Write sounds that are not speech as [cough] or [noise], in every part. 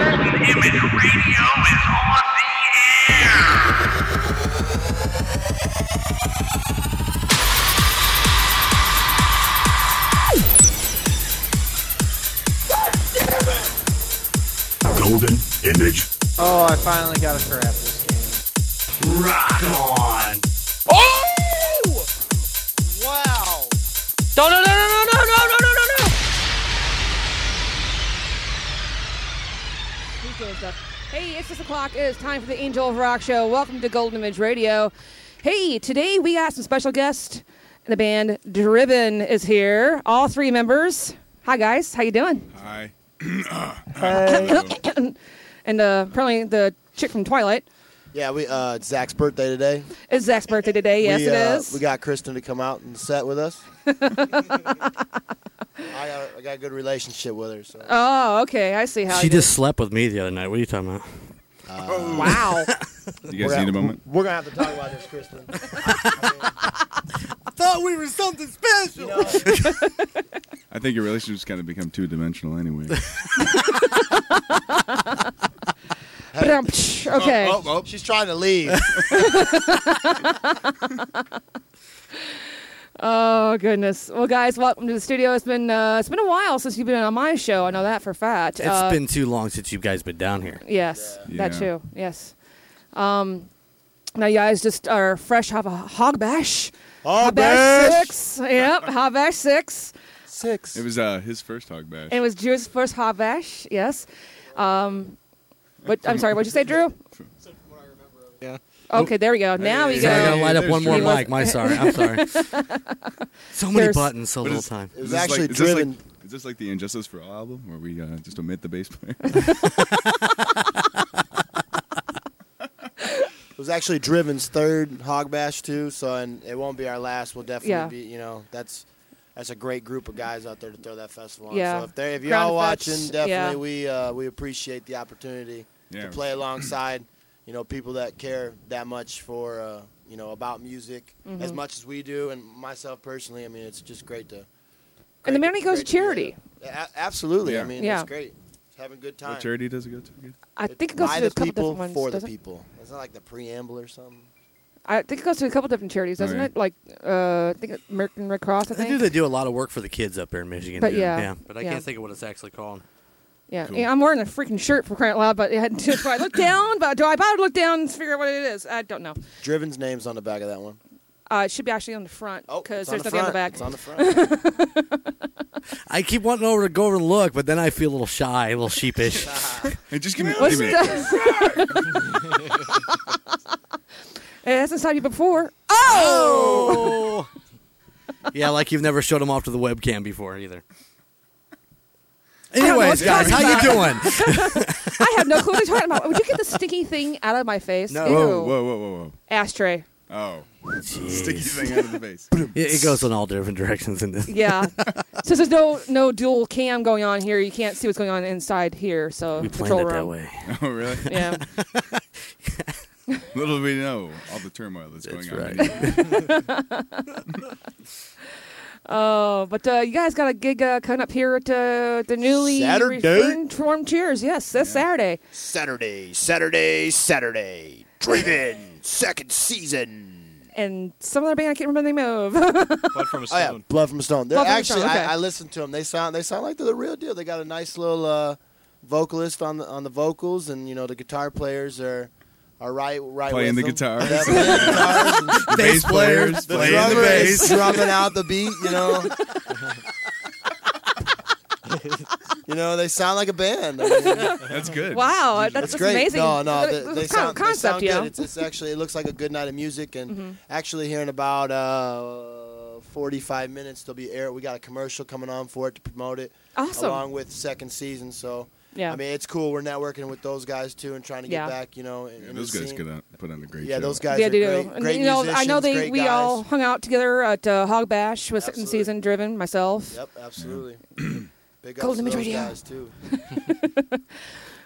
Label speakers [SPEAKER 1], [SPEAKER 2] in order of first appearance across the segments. [SPEAKER 1] Human Radio is on the air.
[SPEAKER 2] Golden Image
[SPEAKER 3] Oh, I finally got a crap this game.
[SPEAKER 1] Rock on.
[SPEAKER 4] Oh!
[SPEAKER 3] Wow!
[SPEAKER 4] No, no, no, no, no, no, no, no, no, no, no!
[SPEAKER 5] Who goes up? Hey, it's 6 o'clock. It is time for the Angel of Rock Show. Welcome to Golden Image Radio. Hey, today we got some special guests. The band Driven is here. All three members. Hi, guys. How you doing?
[SPEAKER 6] Hi.
[SPEAKER 5] [coughs] And uh, apparently the chick from Twilight.
[SPEAKER 7] Yeah, we uh, it's Zach's birthday today.
[SPEAKER 5] It's Zach's birthday today. Yes,
[SPEAKER 7] we,
[SPEAKER 5] it
[SPEAKER 7] uh,
[SPEAKER 5] is.
[SPEAKER 7] We got Kristen to come out and set with
[SPEAKER 5] [laughs]
[SPEAKER 7] us. I, got, I got a good relationship with her. So.
[SPEAKER 5] oh, okay. I see how [laughs]
[SPEAKER 8] She
[SPEAKER 5] you-
[SPEAKER 8] just slept with me the other night. What are you talking about?
[SPEAKER 1] [laughs]
[SPEAKER 5] Wow.
[SPEAKER 6] You guys
[SPEAKER 7] We're
[SPEAKER 6] need a
[SPEAKER 7] out-
[SPEAKER 6] moment?
[SPEAKER 7] We're gonna have to talk about
[SPEAKER 8] [laughs]
[SPEAKER 7] this, Kristen.
[SPEAKER 8] Thought we were something special.
[SPEAKER 7] You know, it's
[SPEAKER 6] [laughs] I think your relationship's kind of become two dimensional
[SPEAKER 7] [laughs]
[SPEAKER 6] anyway.
[SPEAKER 5] Ba-dum, psh, okay.
[SPEAKER 6] Oh, oh,
[SPEAKER 7] she's trying to
[SPEAKER 5] [laughs]
[SPEAKER 7] leave. [laughs]
[SPEAKER 5] Oh goodness! Well, guys, welcome to the studio. It's been uh, it's been a while since you've been on my show. I know that for a fact.
[SPEAKER 8] It's
[SPEAKER 5] Uh,
[SPEAKER 8] been too long since you guys been down here.
[SPEAKER 5] yes,
[SPEAKER 6] Yeah.
[SPEAKER 5] that too. Yes. Um, now you guys just are fresh off a hog bash.
[SPEAKER 7] Oh,
[SPEAKER 5] bash six. Yep, hog bash six.
[SPEAKER 7] Six.
[SPEAKER 6] It was uh, his first hog bash.
[SPEAKER 5] It was Drew's first hog bash. Yes. Um, what I'm sorry. What'd you say, Drew?
[SPEAKER 7] Yeah.
[SPEAKER 5] Okay, there we go. Now we
[SPEAKER 6] Hey,
[SPEAKER 8] So I gotta
[SPEAKER 5] go.
[SPEAKER 6] hey.
[SPEAKER 8] light up one more
[SPEAKER 6] He was-
[SPEAKER 8] mic. My sorry. I'm
[SPEAKER 5] [laughs]
[SPEAKER 8] sorry. so many
[SPEAKER 5] There's-
[SPEAKER 8] buttons, so little
[SPEAKER 6] is-
[SPEAKER 8] time.
[SPEAKER 7] It was
[SPEAKER 6] this
[SPEAKER 7] actually
[SPEAKER 6] like, is this like-
[SPEAKER 7] driven.
[SPEAKER 6] is this like the Injustice for All album where we uh, just omit the bass
[SPEAKER 7] [laughs]
[SPEAKER 6] player?
[SPEAKER 7] It was actually driven's third hog bash too. So, and it won't be our last. We'll definitely
[SPEAKER 5] Yeah.
[SPEAKER 7] be. You know, that's that's a great group of guys out there to throw that festival on.
[SPEAKER 5] Yeah.
[SPEAKER 7] So if they if you're
[SPEAKER 5] Ground
[SPEAKER 7] all
[SPEAKER 5] effects,
[SPEAKER 7] watching, definitely
[SPEAKER 5] yeah.
[SPEAKER 7] we uh, we appreciate the opportunity.
[SPEAKER 6] yeah.
[SPEAKER 7] to play alongside, you know, people that care that much for, uh, you know, about music
[SPEAKER 5] Mm-hmm.
[SPEAKER 7] as much as we do, and myself personally. I mean, it's just great to.
[SPEAKER 5] And the
[SPEAKER 7] great
[SPEAKER 5] money
[SPEAKER 7] to-
[SPEAKER 5] goes
[SPEAKER 7] great
[SPEAKER 5] to
[SPEAKER 7] be
[SPEAKER 5] charity.
[SPEAKER 7] there. A- a- absolutely.
[SPEAKER 6] Yeah.
[SPEAKER 7] I mean,
[SPEAKER 5] Yeah.
[SPEAKER 7] it's great. It's having a good time.
[SPEAKER 6] What charity does it go to? again?
[SPEAKER 5] I
[SPEAKER 7] It's
[SPEAKER 5] think it goes
[SPEAKER 7] by
[SPEAKER 5] to a
[SPEAKER 7] the
[SPEAKER 5] couple
[SPEAKER 7] people
[SPEAKER 5] different ones.
[SPEAKER 7] for the
[SPEAKER 5] doesn't it?
[SPEAKER 7] people. Isn't that like the preamble or something?
[SPEAKER 5] I think it goes to a couple different charities, doesn't
[SPEAKER 6] yeah.
[SPEAKER 5] it? Like uh, I think American Red Cross. I
[SPEAKER 8] I
[SPEAKER 5] think.
[SPEAKER 8] knew they do a lot of work for the kids up there in Michigan.
[SPEAKER 5] But
[SPEAKER 8] too.
[SPEAKER 5] yeah,
[SPEAKER 8] but I
[SPEAKER 5] yeah.
[SPEAKER 8] can't think of what it's actually called.
[SPEAKER 5] yeah.
[SPEAKER 6] Cool.
[SPEAKER 5] yeah, I'm wearing a freaking shirt for crying out loud, but I [laughs] had to I look down. But do I about look down and figure out what it is? I don't know.
[SPEAKER 7] Driven's name's on the back of that one.
[SPEAKER 5] Uh, it should be actually on the front
[SPEAKER 7] Oh,
[SPEAKER 5] because
[SPEAKER 7] it's on
[SPEAKER 5] there's
[SPEAKER 7] the
[SPEAKER 5] nothing on the
[SPEAKER 7] front.
[SPEAKER 5] back.
[SPEAKER 7] It's on the
[SPEAKER 5] [laughs]
[SPEAKER 7] front.
[SPEAKER 8] I keep wanting over to go over and look, but then I feel a little shy, a little [laughs] sheepish.
[SPEAKER 6] Hey, just give me
[SPEAKER 5] What's
[SPEAKER 6] wait a minute.
[SPEAKER 5] [laughs] it hasn't stopped you before.
[SPEAKER 8] oh.
[SPEAKER 5] Oh,
[SPEAKER 8] Yeah, like you've never showed them off to the webcam before either.
[SPEAKER 5] know
[SPEAKER 8] [laughs] Anyways,
[SPEAKER 5] what you're
[SPEAKER 8] guys, how you doing?
[SPEAKER 5] I have no clue what you're talking about. Would you get the sticky thing out of my face?
[SPEAKER 8] No.
[SPEAKER 5] Ew.
[SPEAKER 6] Whoa, whoa, whoa, whoa,
[SPEAKER 5] Ashtray.
[SPEAKER 6] whoa. Oh. [laughs] Sticky
[SPEAKER 8] Jeez.
[SPEAKER 6] thing out of the face.
[SPEAKER 8] It, it goes in all different directions in this.
[SPEAKER 6] [laughs]
[SPEAKER 5] Yeah. Since there's no no dual cam going on here, you can't see what's going on inside here. So
[SPEAKER 8] We planned
[SPEAKER 5] control
[SPEAKER 8] it that
[SPEAKER 5] room.
[SPEAKER 8] way.
[SPEAKER 6] [laughs] oh,
[SPEAKER 8] [laughs]
[SPEAKER 6] really?
[SPEAKER 5] Yeah.
[SPEAKER 6] [laughs] Little do we know all the turmoil that's, going on.
[SPEAKER 8] right.
[SPEAKER 6] right now.
[SPEAKER 5] [laughs] Oh, but uh, you guys got a gig uh, coming up here at uh, the newly
[SPEAKER 7] Saturday?
[SPEAKER 5] Form Cheers. Yes, that's Saturday.
[SPEAKER 7] Saturday, Saturday, Saturday. Driven, second season.
[SPEAKER 5] And some other band I can't remember the name of.
[SPEAKER 9] Blood from a
[SPEAKER 7] Oh
[SPEAKER 9] stone.
[SPEAKER 7] yeah, Blood from a Stone. They're
[SPEAKER 5] Blood from a
[SPEAKER 7] actually,
[SPEAKER 5] Stone, okay.
[SPEAKER 7] I, I listened to them. They sound they sound like they're the real deal. They got a nice little uh, vocalist on the on the vocals, and you know the guitar players are are right right
[SPEAKER 6] Playing the
[SPEAKER 7] with 'em.
[SPEAKER 6] guitars.
[SPEAKER 9] [laughs]
[SPEAKER 7] Yeah, playing the guitars. and
[SPEAKER 6] The bass players
[SPEAKER 7] the
[SPEAKER 6] playing the
[SPEAKER 7] drummer is
[SPEAKER 6] bass.
[SPEAKER 7] drumming out the beat. You know. [laughs] [laughs] you know they sound like a band. I mean,
[SPEAKER 6] [laughs] That's good.
[SPEAKER 5] wow, that's,
[SPEAKER 7] it's
[SPEAKER 5] that's
[SPEAKER 7] great.
[SPEAKER 5] amazing.
[SPEAKER 7] No, no,
[SPEAKER 5] That's
[SPEAKER 7] they, they
[SPEAKER 5] a kind of
[SPEAKER 7] sound
[SPEAKER 5] concept,
[SPEAKER 7] they sound
[SPEAKER 5] Mm-hmm. yeah.
[SPEAKER 7] good. It's, it's actually it looks like a good night of music, and actually hearing about uh, 45 minutes, there'll be air. We got a commercial coming on for it to promote it,
[SPEAKER 5] Awesome.
[SPEAKER 7] along with second season. So
[SPEAKER 5] yeah.
[SPEAKER 7] I mean, it's cool. We're networking with those guys too, and trying to get
[SPEAKER 5] Yeah.
[SPEAKER 7] back. You know, in,
[SPEAKER 6] Yeah,
[SPEAKER 7] in
[SPEAKER 6] those
[SPEAKER 7] the
[SPEAKER 6] guys
[SPEAKER 7] scene.
[SPEAKER 6] could uh, put on a great
[SPEAKER 7] Yeah,
[SPEAKER 6] show.
[SPEAKER 7] those guys
[SPEAKER 5] yeah,
[SPEAKER 7] are
[SPEAKER 5] they
[SPEAKER 7] great, [laughs]
[SPEAKER 5] do.
[SPEAKER 7] great
[SPEAKER 5] and, you know, I
[SPEAKER 7] musicians,
[SPEAKER 5] know they
[SPEAKER 7] great
[SPEAKER 5] we
[SPEAKER 7] guys.
[SPEAKER 5] all hung out together at uh, Hog Bash with Second
[SPEAKER 7] Absolutely.
[SPEAKER 5] Season Driven, myself.
[SPEAKER 7] Yep,
[SPEAKER 8] [clears throat]
[SPEAKER 7] absolutely. Big ups
[SPEAKER 5] Golden
[SPEAKER 7] to
[SPEAKER 5] Image
[SPEAKER 7] those
[SPEAKER 5] Radio.
[SPEAKER 7] guys too.
[SPEAKER 5] [laughs]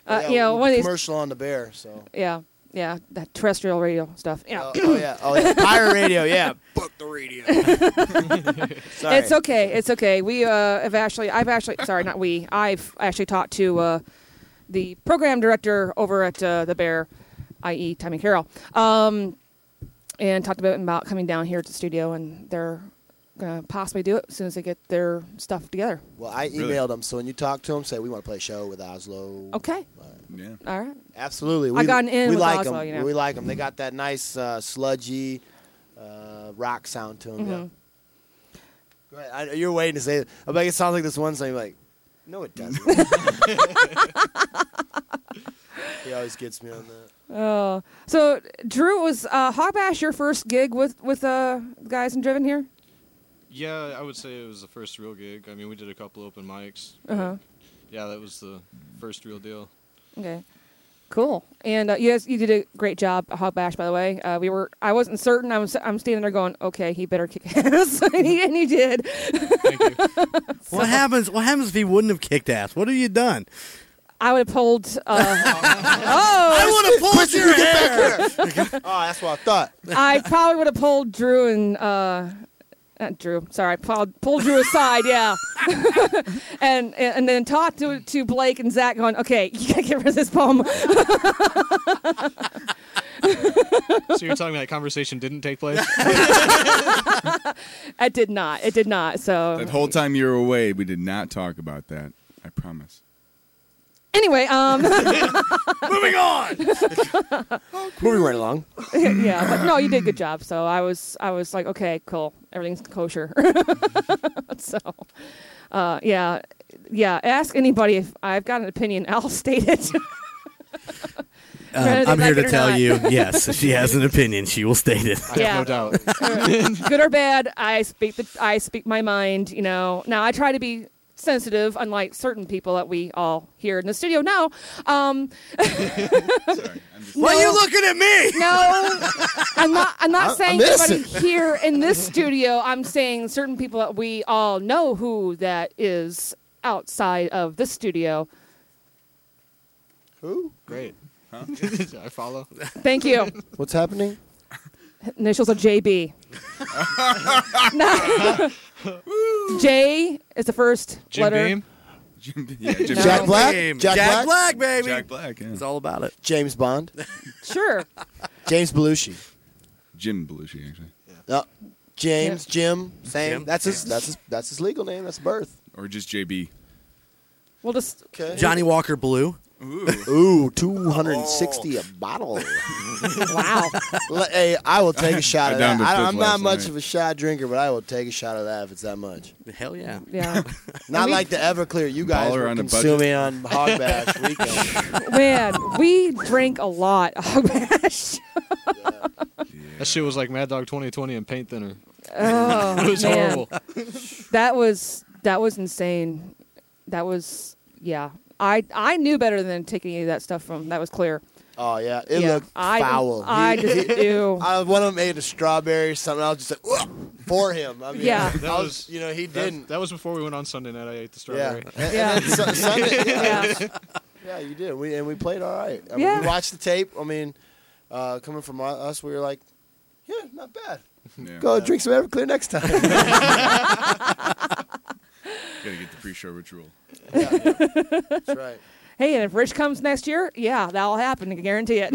[SPEAKER 5] Uh,
[SPEAKER 7] Yeah,
[SPEAKER 5] you know, one of these.
[SPEAKER 7] commercial on the bear. So
[SPEAKER 5] Yeah, yeah, that terrestrial radio stuff. Yeah.
[SPEAKER 7] oh, oh yeah, oh yeah, pirate radio.
[SPEAKER 5] [laughs]
[SPEAKER 7] Yeah,
[SPEAKER 9] Fuck the radio.
[SPEAKER 7] Sorry.
[SPEAKER 5] It's okay. It's okay. We uh, have actually, I've actually, sorry, not we. I've actually talked to uh, the program director over at uh, the Bear, i.e., Tommy Carroll, um, and talked about about coming down here to the studio, and they're gonna possibly do it as soon as they get their stuff together.
[SPEAKER 7] Well, I
[SPEAKER 6] Really?
[SPEAKER 7] emailed him, so when you talk to him, say we want to play a show with Oslo.
[SPEAKER 5] Okay,
[SPEAKER 6] Yeah.
[SPEAKER 5] all right.
[SPEAKER 7] Absolutely.
[SPEAKER 5] I got an in
[SPEAKER 7] we
[SPEAKER 5] with
[SPEAKER 7] like
[SPEAKER 5] Oslo,
[SPEAKER 7] them.
[SPEAKER 5] you know.
[SPEAKER 7] We like them. They got that nice uh, sludgy uh, rock sound to them.
[SPEAKER 5] Mm-hmm.
[SPEAKER 8] Mm-hmm.
[SPEAKER 7] Yeah. Go ahead. I, you're waiting to say it. I'm like, it sounds like this one song. You're like, no, it doesn't. he always gets me on that.
[SPEAKER 5] [laughs] Uh, so Drew was uh, Hogbash your first gig with with uh, guys in Driven here?
[SPEAKER 9] Yeah, I would say it was the first real gig. I mean, we did a couple open mics.
[SPEAKER 5] Uh huh.
[SPEAKER 9] Yeah, that was the first real deal. [laughs]
[SPEAKER 5] Okay. Cool. And uh, you guys, you did a great job, at Hog Bash, by the way. Uh, we were, I wasn't certain. I was, I'm standing there going, okay, he better kick [laughs] ass, and he and he did.
[SPEAKER 9] Thank you.
[SPEAKER 8] What happens? What happens if he wouldn't have kicked ass? What have you done?
[SPEAKER 5] I would have pulled. Uh, [laughs]
[SPEAKER 8] I
[SPEAKER 5] oh,
[SPEAKER 8] want to pull at your hair. [laughs]
[SPEAKER 7] Oh, that's what I thought. [laughs]
[SPEAKER 5] I probably would have pulled Drew and uh, not Drew. Sorry, I pulled, pulled Drew aside. Yeah, [laughs] and and then talked to to Blake and Zach, going, okay, [laughs] you gotta get rid of this poem. [laughs]
[SPEAKER 9] So you're telling me that conversation didn't take
[SPEAKER 5] [laughs]
[SPEAKER 9] place?
[SPEAKER 5] I did not. It did not. So
[SPEAKER 6] That whole time you were away, we did not talk about that. I promise.
[SPEAKER 5] anyway, um. [laughs]
[SPEAKER 8] [laughs] Moving on.
[SPEAKER 7] Moving right along.
[SPEAKER 5] [laughs] yeah, but no, you did
[SPEAKER 9] [laughs]
[SPEAKER 5] a good job. So I was, I was like, okay, cool, everything's kosher. [laughs] so, uh, yeah, yeah. Ask anybody if I've got an opinion. [laughs] I'll state it.
[SPEAKER 8] Um,
[SPEAKER 5] Whether they
[SPEAKER 8] I'm here
[SPEAKER 5] like
[SPEAKER 8] to
[SPEAKER 5] it or
[SPEAKER 8] tell
[SPEAKER 5] not.
[SPEAKER 8] you, yes, if she
[SPEAKER 5] [laughs]
[SPEAKER 8] has an opinion, she will state it.
[SPEAKER 9] I
[SPEAKER 5] Yeah.
[SPEAKER 9] have no doubt.
[SPEAKER 5] good [laughs] or bad, I speak the, I speak my mind. You know. Now I try to be sensitive, unlike certain people that we all here in the studio know. Um,
[SPEAKER 6] Sorry. I'm just
[SPEAKER 8] Why are you looking at
[SPEAKER 7] [laughs]
[SPEAKER 8] me?
[SPEAKER 5] No, I'm not. I'm not
[SPEAKER 7] I'm
[SPEAKER 5] saying anybody
[SPEAKER 7] innocent.
[SPEAKER 5] here in this studio. I'm saying certain people that we all know who that is outside of this studio.
[SPEAKER 7] Who?
[SPEAKER 9] Great. [laughs] Huh? I follow. [laughs]
[SPEAKER 5] Thank you.
[SPEAKER 7] [laughs] What's happening?
[SPEAKER 5] Initials are JB.
[SPEAKER 8] [laughs]
[SPEAKER 5] No. J is the first
[SPEAKER 9] Jim
[SPEAKER 5] letter.
[SPEAKER 9] Beam.
[SPEAKER 6] Jim, yeah, Jim
[SPEAKER 5] No.
[SPEAKER 7] Jack Black?
[SPEAKER 8] Jack,
[SPEAKER 7] Jack
[SPEAKER 8] Black?
[SPEAKER 7] Black?
[SPEAKER 8] baby.
[SPEAKER 6] Jack Black. Yeah.
[SPEAKER 8] It's all about it.
[SPEAKER 7] James
[SPEAKER 8] [laughs]
[SPEAKER 7] Bond.
[SPEAKER 5] Sure.
[SPEAKER 7] James Belushi.
[SPEAKER 6] Jim Belushi, actually,
[SPEAKER 7] No. James, Jim, same.
[SPEAKER 8] Jim?
[SPEAKER 7] That's his. That's his. That's his legal name. That's birth.
[SPEAKER 6] or just JB.
[SPEAKER 5] We'll just.
[SPEAKER 7] Okay.
[SPEAKER 8] Johnny Walker Blue.
[SPEAKER 7] Ooh,
[SPEAKER 9] Oh.
[SPEAKER 7] 260 a bottle.
[SPEAKER 5] [laughs] Wow.
[SPEAKER 7] Le- hey, I will take a shot
[SPEAKER 6] I
[SPEAKER 7] of that.
[SPEAKER 6] downed a
[SPEAKER 7] I,
[SPEAKER 6] fifth
[SPEAKER 7] I'm
[SPEAKER 6] last
[SPEAKER 7] not much
[SPEAKER 6] night.
[SPEAKER 7] of a shot drinker, but I will take a shot of that if it's that much.
[SPEAKER 8] Hell yeah.
[SPEAKER 5] Yeah.
[SPEAKER 7] Not like the Everclear you guys
[SPEAKER 6] Baller
[SPEAKER 7] were
[SPEAKER 6] on a budget.
[SPEAKER 7] consuming on Hog Bash weekend.
[SPEAKER 5] Man, we drank a lot. [laughs] Oh, gosh.
[SPEAKER 9] That shit was like Mad Dog 2020 and paint thinner.
[SPEAKER 5] Oh,
[SPEAKER 9] [laughs] It was
[SPEAKER 5] man.
[SPEAKER 9] horrible.
[SPEAKER 5] That was that was insane. That was yeah. I I knew better than taking any of that stuff from. That was clear.
[SPEAKER 7] Oh yeah, it
[SPEAKER 5] yeah,
[SPEAKER 7] looked
[SPEAKER 5] I,
[SPEAKER 7] foul.
[SPEAKER 5] I just
[SPEAKER 7] [laughs]
[SPEAKER 5] do. [laughs]
[SPEAKER 7] I, one of them ate a strawberry or something. I was just like, "Whoa," for him. I mean,
[SPEAKER 5] Yeah.
[SPEAKER 7] I
[SPEAKER 9] [laughs] That
[SPEAKER 7] was,
[SPEAKER 9] was-
[SPEAKER 7] you know, he
[SPEAKER 9] That,
[SPEAKER 7] didn't.
[SPEAKER 9] that was before we went on Sunday night. I ate the
[SPEAKER 7] yeah.
[SPEAKER 9] strawberry.
[SPEAKER 7] And-
[SPEAKER 5] Yeah.
[SPEAKER 7] And then
[SPEAKER 9] [laughs]
[SPEAKER 7] Su- Sunday,
[SPEAKER 5] yeah.
[SPEAKER 7] Yeah, you did. We and we played all right. I mean,
[SPEAKER 5] Yeah.
[SPEAKER 7] we watched the tape. I mean, uh, coming from u- us, we were like, yeah, not
[SPEAKER 8] [laughs]
[SPEAKER 7] bad.
[SPEAKER 6] Yeah.
[SPEAKER 7] Go drink some Everclear next
[SPEAKER 5] [laughs]
[SPEAKER 7] time. [laughs]
[SPEAKER 6] Gotta get the pre-show
[SPEAKER 5] [laughs]
[SPEAKER 6] ritual.
[SPEAKER 7] That's right.
[SPEAKER 5] Hey, and if Rich comes next year, yeah, that'll happen. I guarantee it.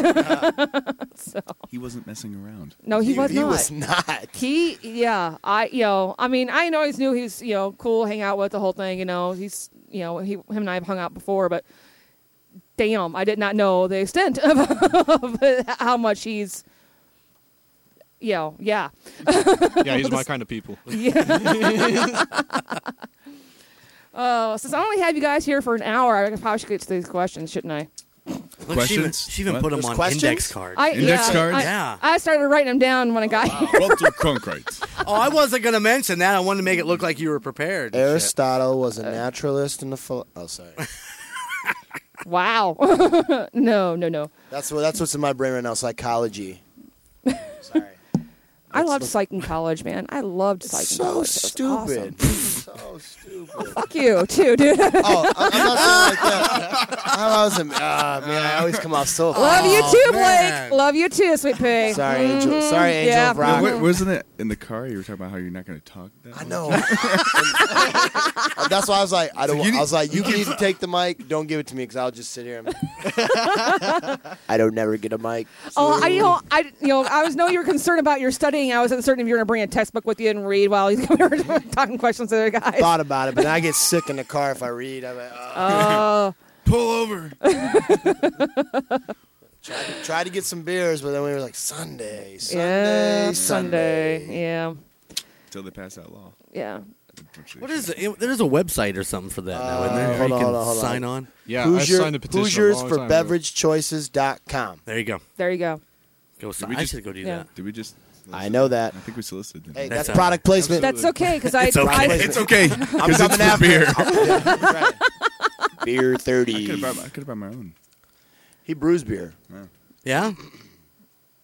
[SPEAKER 6] He wasn't messing around.
[SPEAKER 5] no, he, was
[SPEAKER 7] he
[SPEAKER 5] not.
[SPEAKER 7] was not.
[SPEAKER 5] He, yeah, I, you know, I mean, I always knew he was, you know, cool, hang out with the whole thing, you know, he's, you know, he, him and I have hung out before, but damn, I did not know the extent of, of how much he's, you know, yeah,
[SPEAKER 9] yeah,
[SPEAKER 5] [laughs]
[SPEAKER 9] he's my kind of people.
[SPEAKER 5] yeah. [laughs] Oh, since I only have you guys here for an hour, I probably should get to these questions, shouldn't I?
[SPEAKER 8] Look, She even,
[SPEAKER 6] Questions?
[SPEAKER 8] she even
[SPEAKER 6] What?
[SPEAKER 8] put him
[SPEAKER 7] There's
[SPEAKER 8] on
[SPEAKER 7] questions?
[SPEAKER 8] index card.
[SPEAKER 5] I
[SPEAKER 6] Index
[SPEAKER 5] yeah,
[SPEAKER 6] cards?
[SPEAKER 5] I,
[SPEAKER 8] Yeah.
[SPEAKER 5] I started writing them down when I got here.
[SPEAKER 6] Well, to concrete.
[SPEAKER 8] [laughs] oh, I wasn't gonna mention that. I wanted to make it look like you were prepared. and shit.
[SPEAKER 7] Aristotle was a naturalist and a philo- oh sorry
[SPEAKER 5] Wow. [laughs] no, no, no.
[SPEAKER 7] that's what that's what's in my brain right now psychology sorry
[SPEAKER 5] I loved psych in college, man. I loved psych in
[SPEAKER 7] so
[SPEAKER 5] college. That was
[SPEAKER 7] stupid so stupid.
[SPEAKER 5] Fuck you, too, dude.
[SPEAKER 7] [laughs] oh, I, I'm not
[SPEAKER 5] [laughs]
[SPEAKER 7] saying like that. [laughs] I was a uh, man. I always come off so.
[SPEAKER 5] [laughs] Love you too, Blake.
[SPEAKER 8] man.
[SPEAKER 5] Love you too, sweet pea.
[SPEAKER 7] Oh, Sorry, Angel. Sorry, Angel.
[SPEAKER 5] mm-hmm. Yeah.
[SPEAKER 7] of
[SPEAKER 5] No,
[SPEAKER 7] Rock.
[SPEAKER 6] Wait, wasn't it in the car you were talking about how you're not going to talk? That
[SPEAKER 7] I
[SPEAKER 6] much?
[SPEAKER 7] know. And that's why I was like, I don't.
[SPEAKER 6] you
[SPEAKER 7] want, I
[SPEAKER 6] need-
[SPEAKER 7] was like, you need to take the mic. Don't give it to me because I'll just sit here.
[SPEAKER 5] [laughs]
[SPEAKER 7] And I don't never get a mic.
[SPEAKER 5] Oh, I you know I you know I was know you were concerned about your studying. I was uncertain if you were gonna bring a textbook with you and read while you [laughs] were talking questions to the other guys. [laughs]
[SPEAKER 7] Thought about it, but then I get sick in the car if I read. I'm like, oh.
[SPEAKER 5] Oh,
[SPEAKER 6] [laughs] Pull
[SPEAKER 5] [laughs]
[SPEAKER 6] over.
[SPEAKER 7] tried, to, tried to get some beers, but then we were like Sunday, Sunday,
[SPEAKER 5] yeah,
[SPEAKER 7] Sunday.
[SPEAKER 5] Sunday. Yeah,
[SPEAKER 6] Until they pass that law.
[SPEAKER 5] yeah.
[SPEAKER 8] What is it? It- There's a website or something for that now, isn't there?
[SPEAKER 7] Uh, hold
[SPEAKER 8] you
[SPEAKER 7] on,
[SPEAKER 8] can
[SPEAKER 7] hold on, hold on.
[SPEAKER 8] sign on.
[SPEAKER 9] Yeah,
[SPEAKER 7] Hoosier,
[SPEAKER 9] I signed a petition.
[SPEAKER 7] Hoosiers
[SPEAKER 9] a long
[SPEAKER 7] for
[SPEAKER 9] time ago.
[SPEAKER 7] beveragechoices.com.
[SPEAKER 8] There you go.
[SPEAKER 5] There you go. [laughs]
[SPEAKER 8] Go
[SPEAKER 6] Did
[SPEAKER 8] sign.
[SPEAKER 6] we
[SPEAKER 8] I
[SPEAKER 6] just-
[SPEAKER 8] should go do
[SPEAKER 5] Yeah.
[SPEAKER 8] that.
[SPEAKER 6] Did we just?
[SPEAKER 7] I know that.
[SPEAKER 6] I think we solicited them.
[SPEAKER 7] Hey,
[SPEAKER 8] That
[SPEAKER 7] that's,
[SPEAKER 8] sounds-
[SPEAKER 7] product placement.
[SPEAKER 5] That's okay because I,
[SPEAKER 8] It's okay.
[SPEAKER 5] I
[SPEAKER 7] It's
[SPEAKER 6] okay.
[SPEAKER 7] I'm
[SPEAKER 6] Because
[SPEAKER 7] coming after
[SPEAKER 6] beer. [laughs]
[SPEAKER 7] Right. Beer
[SPEAKER 6] I could
[SPEAKER 7] 30.
[SPEAKER 6] have brought, my own.
[SPEAKER 7] He brews beer.
[SPEAKER 8] Yeah.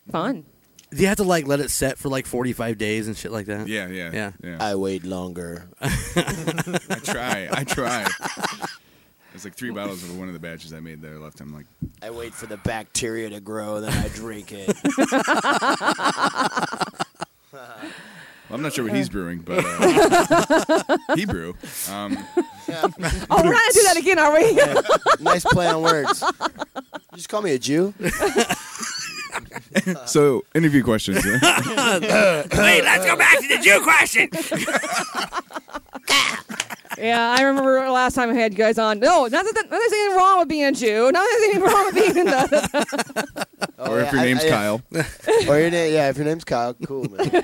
[SPEAKER 5] fun.
[SPEAKER 8] Do you have to like let it set for like 45 days and shit like that?
[SPEAKER 6] Yeah, yeah,
[SPEAKER 8] Yeah.
[SPEAKER 6] yeah.
[SPEAKER 7] I wait longer.
[SPEAKER 6] I try. I [laughs] try. It's like three bottles of one of the batches I made that are left. I'm like,
[SPEAKER 7] I wait for the bacteria to grow, then I drink it.
[SPEAKER 6] [laughs] well, I'm not sure what he's brewing, but uh, he brew. Um,
[SPEAKER 5] [laughs] Oh, we're not gonna do that again, are we?
[SPEAKER 7] nice play on words. Just call me a Jew.
[SPEAKER 6] [laughs] so, interview questions.
[SPEAKER 4] Wait, let's go back to the Jew
[SPEAKER 6] [laughs]
[SPEAKER 4] question.
[SPEAKER 5] yeah, I remember last time I had you guys on. No, not that, not that there's anything wrong with being Jew. Not that there's anything wrong with being.
[SPEAKER 8] [laughs]
[SPEAKER 7] Oh,
[SPEAKER 6] or if your name's Kyle.
[SPEAKER 7] [laughs]
[SPEAKER 6] [laughs]
[SPEAKER 7] Or your name, yeah, if your name's Kyle, cool. Man.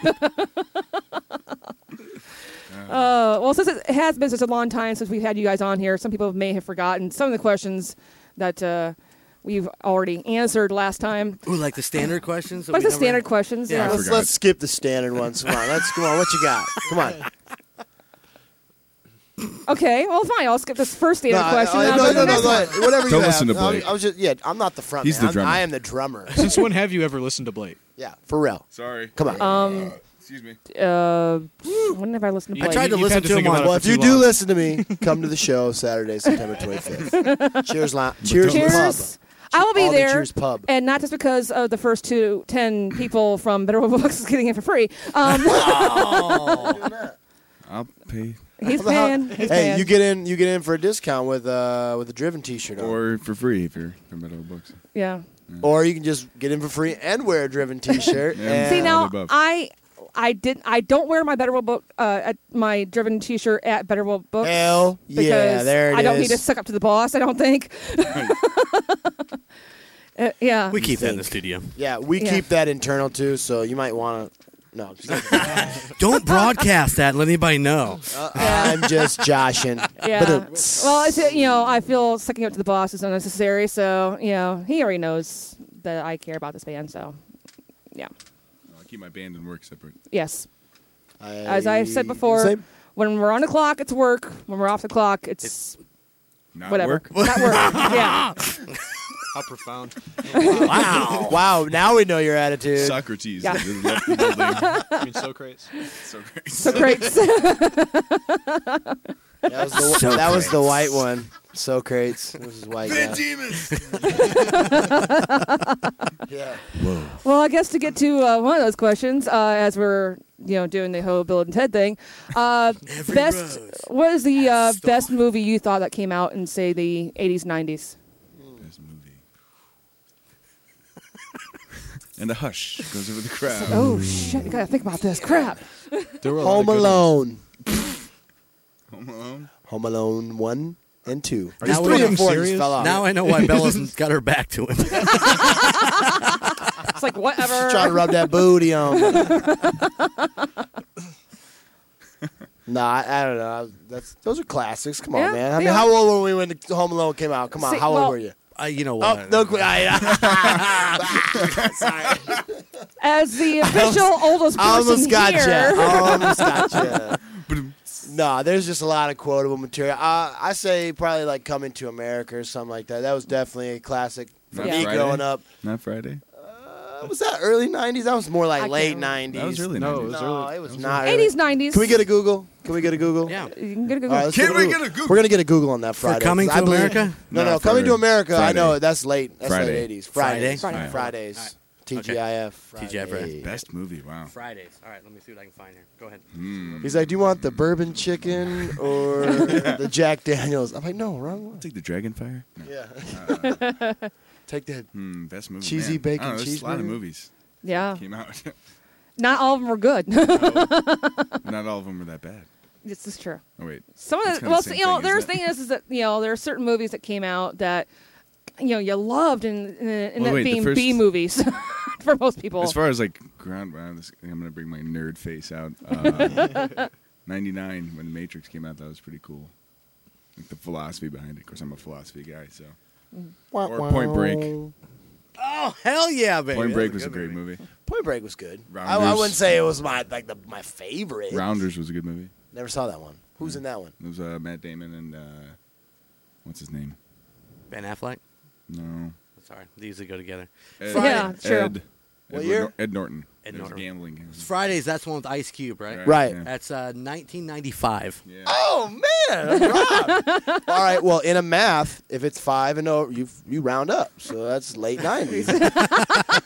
[SPEAKER 5] Uh, well, since it has been such a long time since we've had you guys on here, some people may have forgotten some of the questions that uh, we've already answered last time.
[SPEAKER 8] [laughs] Ooh, like the standard questions. that
[SPEAKER 5] Like
[SPEAKER 8] we
[SPEAKER 5] the
[SPEAKER 8] never-
[SPEAKER 5] standard questions.
[SPEAKER 8] Yeah, I
[SPEAKER 5] Yeah.
[SPEAKER 7] let's,
[SPEAKER 6] forgot.
[SPEAKER 7] let's skip the standard ones. Come on, let's come on. What you got?
[SPEAKER 8] [laughs]
[SPEAKER 7] Come on.
[SPEAKER 5] Okay. Well, fine. I'll skip this first standard
[SPEAKER 7] I-
[SPEAKER 5] question.
[SPEAKER 7] I-
[SPEAKER 5] Now
[SPEAKER 7] Oh, no,
[SPEAKER 5] go to
[SPEAKER 7] no,
[SPEAKER 5] the
[SPEAKER 7] no,
[SPEAKER 5] next
[SPEAKER 7] go
[SPEAKER 5] one.
[SPEAKER 7] ahead. Whatever you
[SPEAKER 6] Don't
[SPEAKER 7] have.
[SPEAKER 6] listen to
[SPEAKER 7] No, I'm-
[SPEAKER 6] Blake.
[SPEAKER 7] I was just, yeah, I'm not the front.
[SPEAKER 6] He's
[SPEAKER 7] man.
[SPEAKER 6] the
[SPEAKER 7] I'm-
[SPEAKER 6] drummer.
[SPEAKER 7] I am the
[SPEAKER 5] [laughs]
[SPEAKER 7] drummer.
[SPEAKER 9] Since when have you ever listened to Blake?
[SPEAKER 7] Yeah, for real.
[SPEAKER 6] Sorry.
[SPEAKER 7] Come on.
[SPEAKER 5] Um,
[SPEAKER 6] Excuse me.
[SPEAKER 5] uh, when have I listened to
[SPEAKER 9] You-
[SPEAKER 5] Blake?
[SPEAKER 8] tried to
[SPEAKER 9] you've had
[SPEAKER 8] listen to
[SPEAKER 9] think
[SPEAKER 8] him
[SPEAKER 9] about
[SPEAKER 8] on-
[SPEAKER 9] it
[SPEAKER 7] well,
[SPEAKER 9] for
[SPEAKER 7] if you
[SPEAKER 9] too
[SPEAKER 7] do
[SPEAKER 9] long.
[SPEAKER 7] listen to
[SPEAKER 5] [laughs]
[SPEAKER 7] me, come to the show Saturday, September 25th. cheers, li- cheers, pub.
[SPEAKER 5] Cheers. I will be
[SPEAKER 7] All the
[SPEAKER 5] there.
[SPEAKER 7] Cheers pub.
[SPEAKER 5] And not just because of the first two, ten people from Better World Books is getting in for free.
[SPEAKER 7] [laughs]
[SPEAKER 5] Um, [laughs]
[SPEAKER 6] I'll pay.
[SPEAKER 5] he's paying. He's
[SPEAKER 7] Hey,
[SPEAKER 5] paying.
[SPEAKER 7] you get in, you get in for a discount with uh with a driven T-shirt, on.
[SPEAKER 6] Or [laughs] for free if you're from Metal Books.
[SPEAKER 5] yeah.
[SPEAKER 7] or you can just get in for free and wear a
[SPEAKER 6] [laughs]
[SPEAKER 7] driven T-shirt.
[SPEAKER 6] Yeah.
[SPEAKER 7] and-
[SPEAKER 5] See
[SPEAKER 6] all
[SPEAKER 5] now,
[SPEAKER 6] the above.
[SPEAKER 5] I I didn't I don't wear my Better World book uh, at my driven T-shirt at Better World Books.
[SPEAKER 7] Hell
[SPEAKER 5] because
[SPEAKER 7] yeah, there it
[SPEAKER 5] I don't
[SPEAKER 7] is.
[SPEAKER 5] need to suck up to the boss. I don't think. [laughs] Uh, yeah.
[SPEAKER 8] We keep that in the studio.
[SPEAKER 7] yeah, we
[SPEAKER 5] Yeah.
[SPEAKER 7] keep that internal too, so you might want to. No, I'm just kidding.
[SPEAKER 8] Don't broadcast that. and Let anybody know.
[SPEAKER 7] Uh, I'm just joshing.
[SPEAKER 5] yeah.
[SPEAKER 7] Ba-dum-ts.
[SPEAKER 5] Well, it's, uh, you know, I feel sucking up to the boss is unnecessary. So you know, he already knows that I care about this band. So, yeah.
[SPEAKER 6] I'll keep my band and work separate.
[SPEAKER 5] Yes. As I said before,
[SPEAKER 7] Same.
[SPEAKER 5] when we're on the clock, it's work. When we're off the clock, it's
[SPEAKER 6] [laughs] Not
[SPEAKER 5] whatever.
[SPEAKER 6] work.
[SPEAKER 5] [laughs] Not
[SPEAKER 6] [laughs]
[SPEAKER 5] work. yeah. Uh,
[SPEAKER 9] How profound.
[SPEAKER 8] Wow.
[SPEAKER 7] Wow, now we know your attitude.
[SPEAKER 6] Socrates.
[SPEAKER 5] Yeah.
[SPEAKER 6] Just left the
[SPEAKER 5] [laughs]
[SPEAKER 6] building.
[SPEAKER 9] I mean, Socrates.
[SPEAKER 6] [laughs] Socrates.
[SPEAKER 5] So great.
[SPEAKER 6] [laughs]
[SPEAKER 7] That was the,
[SPEAKER 8] So
[SPEAKER 7] that was the
[SPEAKER 8] great.
[SPEAKER 7] white one. Socrates. This is white.
[SPEAKER 6] Van
[SPEAKER 7] guy.
[SPEAKER 8] [laughs]
[SPEAKER 6] Diemen's.
[SPEAKER 7] [laughs] Yeah.
[SPEAKER 5] Well, I guess to get to uh, one of those questions, uh, as we're you know doing the whole Bill and Ted thing, uh,
[SPEAKER 8] Every
[SPEAKER 5] best
[SPEAKER 8] road
[SPEAKER 5] what is the uh,
[SPEAKER 8] has a
[SPEAKER 5] best movie you thought that came out in say the eighties nineties?
[SPEAKER 6] Best movie. and a hush goes over the crowd.
[SPEAKER 5] [laughs] Oh shit, I gotta think about this. Crap.
[SPEAKER 9] There were a lot of
[SPEAKER 7] Home
[SPEAKER 9] good ones.
[SPEAKER 7] Alone.
[SPEAKER 6] Home Alone.
[SPEAKER 7] Home Alone one and two.
[SPEAKER 8] Are you still
[SPEAKER 7] three
[SPEAKER 8] being
[SPEAKER 7] and four
[SPEAKER 9] serious?
[SPEAKER 7] just fell off.
[SPEAKER 8] Now I know why Bella's got her back to him.
[SPEAKER 5] It's
[SPEAKER 7] Try
[SPEAKER 5] like
[SPEAKER 7] to
[SPEAKER 5] whatever. [laughs]
[SPEAKER 7] rub that booty on. nah, I, I don't know. That's those are classics. Come on,
[SPEAKER 5] Yeah,
[SPEAKER 7] man. I
[SPEAKER 5] they
[SPEAKER 7] mean,
[SPEAKER 5] are.
[SPEAKER 7] how old were we when the Home Alone came out? Come on,
[SPEAKER 5] See,
[SPEAKER 7] how old
[SPEAKER 5] well-
[SPEAKER 7] were you?
[SPEAKER 8] Uh, you know what?
[SPEAKER 7] Oh, no, qu- I,
[SPEAKER 5] As
[SPEAKER 7] [laughs]
[SPEAKER 5] the official oldest person
[SPEAKER 7] I almost got
[SPEAKER 5] here,
[SPEAKER 7] you. Almost got you. Nah, there's just a lot of quotable material. Uh, I say probably like Coming to America or something like that. That was definitely a classic for
[SPEAKER 5] Yeah.
[SPEAKER 7] me
[SPEAKER 6] Friday?
[SPEAKER 7] growing up.
[SPEAKER 6] Not Friday.
[SPEAKER 7] Uh, was that early '90s? That was more like
[SPEAKER 5] I
[SPEAKER 7] late
[SPEAKER 5] can't remember.
[SPEAKER 7] '90s.
[SPEAKER 6] That was really
[SPEAKER 9] No, it
[SPEAKER 6] nice.
[SPEAKER 9] was
[SPEAKER 7] No,
[SPEAKER 9] early.
[SPEAKER 7] it was not. early.
[SPEAKER 5] [laughs] eighties nineties.
[SPEAKER 7] Can we get a Google? Can we get a Google?
[SPEAKER 8] Yeah.
[SPEAKER 5] You can get a
[SPEAKER 7] All
[SPEAKER 5] Google.
[SPEAKER 7] right, let's
[SPEAKER 6] Can we
[SPEAKER 7] Google.
[SPEAKER 6] get a Google?
[SPEAKER 7] We're gonna get a Google on that Friday. 'cause
[SPEAKER 8] Coming
[SPEAKER 7] I
[SPEAKER 8] to
[SPEAKER 7] believe-
[SPEAKER 8] America?
[SPEAKER 7] No, no,
[SPEAKER 6] No,
[SPEAKER 7] coming
[SPEAKER 6] for
[SPEAKER 7] to America.
[SPEAKER 6] Friday.
[SPEAKER 7] I know that's late. That's
[SPEAKER 6] Friday.
[SPEAKER 7] late '80s.
[SPEAKER 8] Fridays?
[SPEAKER 7] Fridays. Fridays.
[SPEAKER 8] Friday.
[SPEAKER 7] TGIF.
[SPEAKER 8] TGIF Friday.
[SPEAKER 6] Best movie.
[SPEAKER 7] [laughs]
[SPEAKER 6] Wow. Hmm.
[SPEAKER 8] Fridays. All right, let me see what I can find here. Go ahead.
[SPEAKER 7] He's like, "Do you want the bourbon chicken
[SPEAKER 6] [laughs]
[SPEAKER 7] or the Jack Daniels?" I'm like, "No, wrong one."
[SPEAKER 6] Take the Dragonfire. No.
[SPEAKER 7] Yeah. [laughs] Take that.
[SPEAKER 6] Hmm, best movie.
[SPEAKER 7] Cheesy
[SPEAKER 6] man.
[SPEAKER 7] bacon
[SPEAKER 6] I don't know, there's A lot of
[SPEAKER 7] cheeseburger?
[SPEAKER 6] movies
[SPEAKER 5] Yeah.
[SPEAKER 6] came
[SPEAKER 5] [laughs]
[SPEAKER 6] out.
[SPEAKER 5] [laughs] Not all of them were good. [laughs]
[SPEAKER 6] Not all of them were that bad.
[SPEAKER 5] this is true.
[SPEAKER 6] Oh wait.
[SPEAKER 5] Some of
[SPEAKER 6] It's
[SPEAKER 5] the,
[SPEAKER 6] kinda
[SPEAKER 5] well,
[SPEAKER 6] the
[SPEAKER 5] so,
[SPEAKER 6] same
[SPEAKER 5] you know,
[SPEAKER 6] thing,
[SPEAKER 5] there's
[SPEAKER 6] isn't it?
[SPEAKER 5] thing is, is that you know there are certain movies that came out that you know you loved and and,
[SPEAKER 6] Well,
[SPEAKER 5] and that
[SPEAKER 6] wait, the
[SPEAKER 5] being
[SPEAKER 6] first-
[SPEAKER 5] B movies [laughs] for most people.
[SPEAKER 6] As far as like ground, wow, this, I'm gonna bring my nerd face
[SPEAKER 5] [laughs]
[SPEAKER 6] out. Uh, Ninety-nine when Matrix came out, that was pretty cool. Like the philosophy behind it. Of course, I'm a philosophy guy, so. Or Point Break.
[SPEAKER 8] Oh, hell yeah, baby.
[SPEAKER 6] Point
[SPEAKER 8] That's
[SPEAKER 6] Break was a
[SPEAKER 8] good
[SPEAKER 6] great
[SPEAKER 8] movie.
[SPEAKER 6] movie.
[SPEAKER 7] Point Break was good. I, I
[SPEAKER 6] Rounders.
[SPEAKER 7] wouldn't say it was my like the, my favorite.
[SPEAKER 6] Rounders was a good movie.
[SPEAKER 7] Never saw that one. Who's in that one?
[SPEAKER 6] It was uh, Matt Damon and uh, what's his name?
[SPEAKER 8] Ben Affleck.
[SPEAKER 6] No.
[SPEAKER 8] Sorry, they usually go together.
[SPEAKER 6] Ed,
[SPEAKER 5] Friday. Yeah, true.
[SPEAKER 6] Ed,
[SPEAKER 7] What
[SPEAKER 6] Edward
[SPEAKER 7] year?
[SPEAKER 6] Nor- Ed Norton.
[SPEAKER 8] Ed
[SPEAKER 6] It was a
[SPEAKER 8] Norton.
[SPEAKER 6] Gambling. game.
[SPEAKER 8] Fridays. That's one with Ice Cube, right?
[SPEAKER 7] Right.
[SPEAKER 6] Yeah.
[SPEAKER 8] That's uh, 1995.
[SPEAKER 6] Yeah.
[SPEAKER 7] Oh man, Rob. [laughs] All right. Well, in a math, [laughs] if it's five and over, you you round up. So that's late
[SPEAKER 6] [laughs]
[SPEAKER 7] nineties. [laughs]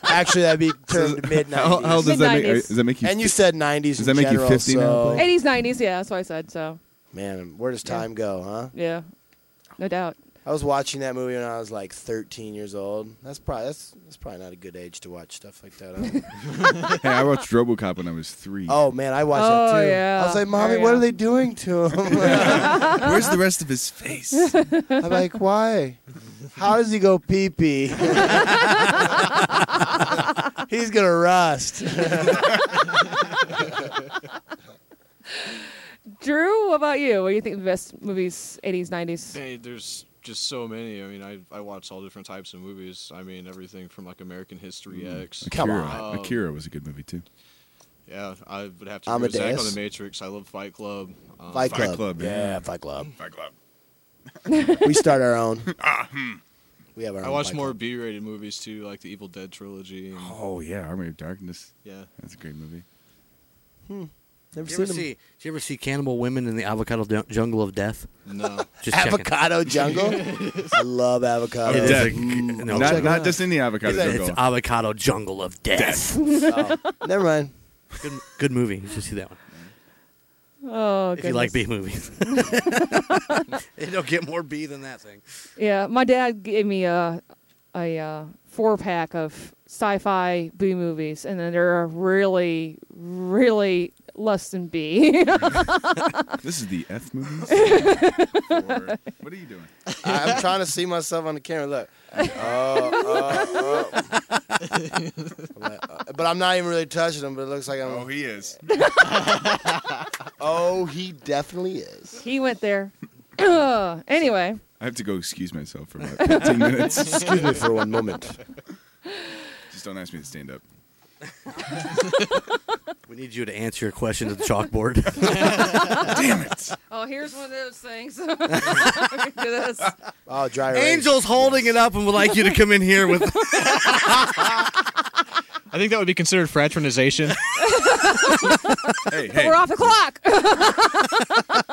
[SPEAKER 7] Actually, that'd be termed mid
[SPEAKER 6] [laughs] How, how old
[SPEAKER 7] nineties.
[SPEAKER 6] does that make?
[SPEAKER 5] Mid-nineties.
[SPEAKER 6] Does that make you?
[SPEAKER 7] And you said nineties.
[SPEAKER 6] Does that make you 50 now,
[SPEAKER 7] so,
[SPEAKER 6] Blake?
[SPEAKER 5] 80s, 90s, yeah, that's what I said. So
[SPEAKER 7] Man, where does time go, huh?
[SPEAKER 5] yeah, no doubt.
[SPEAKER 7] I was watching that movie when I was like 13 years old. That's probably that's, that's probably not a good age to watch stuff like that. huh?
[SPEAKER 6] hey, I watched RoboCop when I was three.
[SPEAKER 7] oh man, I watched
[SPEAKER 5] Oh,
[SPEAKER 7] that too.
[SPEAKER 5] yeah.
[SPEAKER 7] I was like, "Mommy,
[SPEAKER 5] Oh,
[SPEAKER 7] what
[SPEAKER 5] yeah.
[SPEAKER 7] are they doing to him?"
[SPEAKER 6] [laughs] Where's the rest of his face?
[SPEAKER 7] I'm like, "Why? How does he go pee pee?" [laughs] He's gonna rust. [laughs]
[SPEAKER 5] Drew, what about you? What do you think the best movies, 80s, 90s?
[SPEAKER 9] Hey, there's just so many. I mean, I I watch all different types of movies. I mean, everything from like American
[SPEAKER 5] Oh,
[SPEAKER 9] History X.
[SPEAKER 7] Come
[SPEAKER 6] Mm-hmm. Akira.
[SPEAKER 9] on.
[SPEAKER 6] Akira was a good movie too.
[SPEAKER 9] Yeah, I would have to agree with Zach on
[SPEAKER 7] Amadeus.
[SPEAKER 9] the Matrix. I love Fight Club. Um,
[SPEAKER 7] Fight
[SPEAKER 6] Fight
[SPEAKER 7] Club.
[SPEAKER 6] Club,
[SPEAKER 7] yeah.
[SPEAKER 6] yeah.
[SPEAKER 7] Fight Club.
[SPEAKER 6] Fight Club.
[SPEAKER 7] We start our own.
[SPEAKER 6] Ah,
[SPEAKER 7] we have our.
[SPEAKER 9] I
[SPEAKER 7] own
[SPEAKER 9] watch
[SPEAKER 7] Fight
[SPEAKER 9] more
[SPEAKER 7] Club.
[SPEAKER 9] B-rated movies too, like the Evil Dead trilogy. and-
[SPEAKER 6] Oh yeah, Army of Darkness.
[SPEAKER 9] Yeah.
[SPEAKER 6] That's a great
[SPEAKER 5] [laughs]
[SPEAKER 6] movie.
[SPEAKER 7] hmm, Never
[SPEAKER 8] Did you ever
[SPEAKER 7] seen
[SPEAKER 8] see? Did you ever see Cannibal Women in the Avocado Dun- Jungle of Death?
[SPEAKER 9] No.
[SPEAKER 7] [laughs]
[SPEAKER 8] Just
[SPEAKER 7] them.
[SPEAKER 8] checking.
[SPEAKER 7] Avocado
[SPEAKER 6] [laughs]
[SPEAKER 7] Jungle. I love Mm. avocado.
[SPEAKER 8] It is
[SPEAKER 6] Death. Mm,
[SPEAKER 8] a- no,
[SPEAKER 6] not
[SPEAKER 7] it
[SPEAKER 6] not
[SPEAKER 7] out.
[SPEAKER 6] just any avocado
[SPEAKER 7] It's-
[SPEAKER 8] it's
[SPEAKER 6] jungle.
[SPEAKER 8] Avocado Jungle of Death.
[SPEAKER 7] Oh, Never mind.
[SPEAKER 8] good, good movie. You should see that one
[SPEAKER 5] Oh,
[SPEAKER 8] if you like
[SPEAKER 5] goodness.
[SPEAKER 8] B movies.
[SPEAKER 5] [laughs]
[SPEAKER 8] [laughs] It'll get more B than that thing.
[SPEAKER 5] Yeah, my dad gave me a a uh, four pack of sci-fi B movies, and then there are really, really less than B.
[SPEAKER 6] this is the F movies. Or- what are you doing?
[SPEAKER 7] I- I'm trying to see myself on the camera. Look. Uh, Oh, oh, oh. I'm like, uh, [laughs] But I'm not even really touching him. But it looks like I'm.
[SPEAKER 6] Oh,
[SPEAKER 7] Oh, he,
[SPEAKER 6] he
[SPEAKER 7] [laughs]
[SPEAKER 6] is.
[SPEAKER 7] definitely is.
[SPEAKER 5] he went there. Ugh. anyway,
[SPEAKER 6] I have to go excuse myself for about
[SPEAKER 5] [laughs]
[SPEAKER 6] 15 minutes.
[SPEAKER 7] Excuse me for one moment.
[SPEAKER 6] Just don't ask me to stand up.
[SPEAKER 8] [laughs] We need you to answer your question to the chalkboard.
[SPEAKER 6] [laughs] Damn it!
[SPEAKER 5] oh, here's one of those things. Look at this.
[SPEAKER 7] Oh, dry erase.
[SPEAKER 8] Angel's holding it up and would like you to come in here
[SPEAKER 9] [laughs]
[SPEAKER 8] with.
[SPEAKER 9] I think that would be considered fraternization.
[SPEAKER 6] Hey, hey.
[SPEAKER 5] We're
[SPEAKER 6] All
[SPEAKER 5] off the clock.
[SPEAKER 6] [laughs]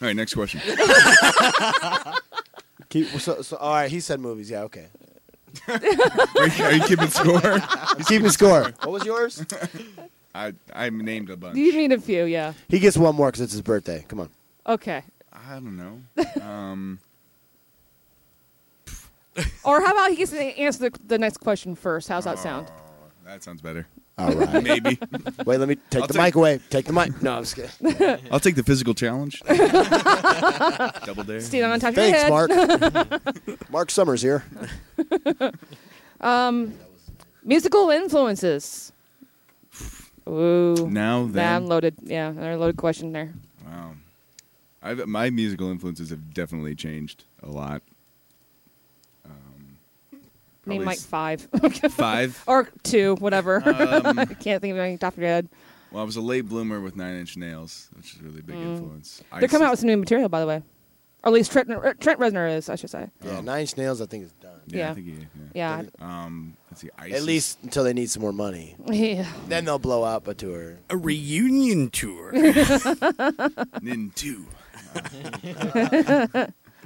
[SPEAKER 6] right, next
[SPEAKER 5] [laughs]
[SPEAKER 6] question.
[SPEAKER 7] [laughs] Keep, so, so, all right, he said movies. Yeah, okay.
[SPEAKER 6] Are you, are you keeping score?
[SPEAKER 7] [laughs] You keep the score. What was yours?
[SPEAKER 6] I I named a bunch.
[SPEAKER 5] you need a few, yeah.
[SPEAKER 7] He gets one more because it's his birthday. Come on.
[SPEAKER 5] Okay.
[SPEAKER 6] I don't know. Um,
[SPEAKER 5] Or how about he gets to answer the, the next question first? How's that sound?
[SPEAKER 6] that sounds better.
[SPEAKER 7] All right.
[SPEAKER 6] Maybe.
[SPEAKER 7] Wait, let me take
[SPEAKER 6] I'll
[SPEAKER 7] the
[SPEAKER 6] take-
[SPEAKER 7] mic away. Take the mic. No, I'm just kidding.
[SPEAKER 6] Oh,
[SPEAKER 5] [laughs]
[SPEAKER 6] I'll take the physical challenge. Double dare.
[SPEAKER 5] Stay on top of your
[SPEAKER 7] Thanks,
[SPEAKER 5] head.
[SPEAKER 7] Mark.
[SPEAKER 5] [laughs]
[SPEAKER 7] Mark Summers here.
[SPEAKER 5] Um, Musical influences. Ooh.
[SPEAKER 6] Now
[SPEAKER 5] Nah,
[SPEAKER 6] then.
[SPEAKER 5] I'm loaded. Yeah, another loaded question there.
[SPEAKER 6] Wow. I've, my musical influences have definitely changed a lot.
[SPEAKER 5] Name
[SPEAKER 6] Probably
[SPEAKER 5] like
[SPEAKER 6] s-
[SPEAKER 5] five [laughs]
[SPEAKER 6] Five. Um,
[SPEAKER 5] or two, whatever. [laughs] I can't think of any top of your head.
[SPEAKER 6] Well, I was a late bloomer with Nine Inch Nails, which is a really big influence.
[SPEAKER 5] They're coming out with some new material, by the way. Or at least Trent, er, Trent Reznor is, I should say.
[SPEAKER 7] Yeah, Nine Inch Nails, I think, is done.
[SPEAKER 5] Yeah.
[SPEAKER 6] I think he- Oh. yeah.
[SPEAKER 5] Yeah.
[SPEAKER 6] Um, let's see. ISIS.
[SPEAKER 7] At least until they need some more money.
[SPEAKER 5] Yeah.
[SPEAKER 7] Then they'll blow up a tour.
[SPEAKER 8] A reunion
[SPEAKER 5] [laughs]
[SPEAKER 8] tour.
[SPEAKER 6] [laughs]
[SPEAKER 7] [laughs]
[SPEAKER 6] Nin two.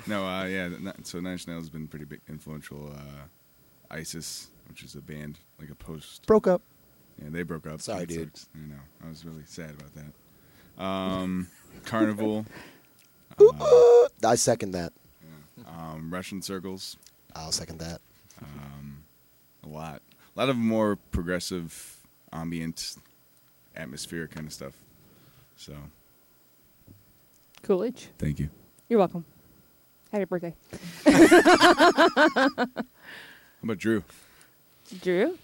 [SPEAKER 6] no, uh, yeah. th- not- So Nine Inch Nails has been pretty big, influential. Uh, ISIS, which is a band like a post.
[SPEAKER 7] Broke up.
[SPEAKER 6] Yeah, they broke up.
[SPEAKER 7] Sorry,
[SPEAKER 6] That
[SPEAKER 7] dude.
[SPEAKER 6] sucks. I know. I was really sad about that.
[SPEAKER 7] [laughs]
[SPEAKER 6] Um, Carnival, Uh,
[SPEAKER 7] I second that.
[SPEAKER 6] um, Russian circles, Um,
[SPEAKER 7] I'll second that.
[SPEAKER 6] a lot, a lot of more progressive, ambient, atmosphere kind of stuff. So,
[SPEAKER 5] Coolidge.
[SPEAKER 6] thank you.
[SPEAKER 5] You're welcome. Happy
[SPEAKER 6] [laughs]
[SPEAKER 5] birthday. [laughs]
[SPEAKER 6] How about Drew?
[SPEAKER 5] Drew?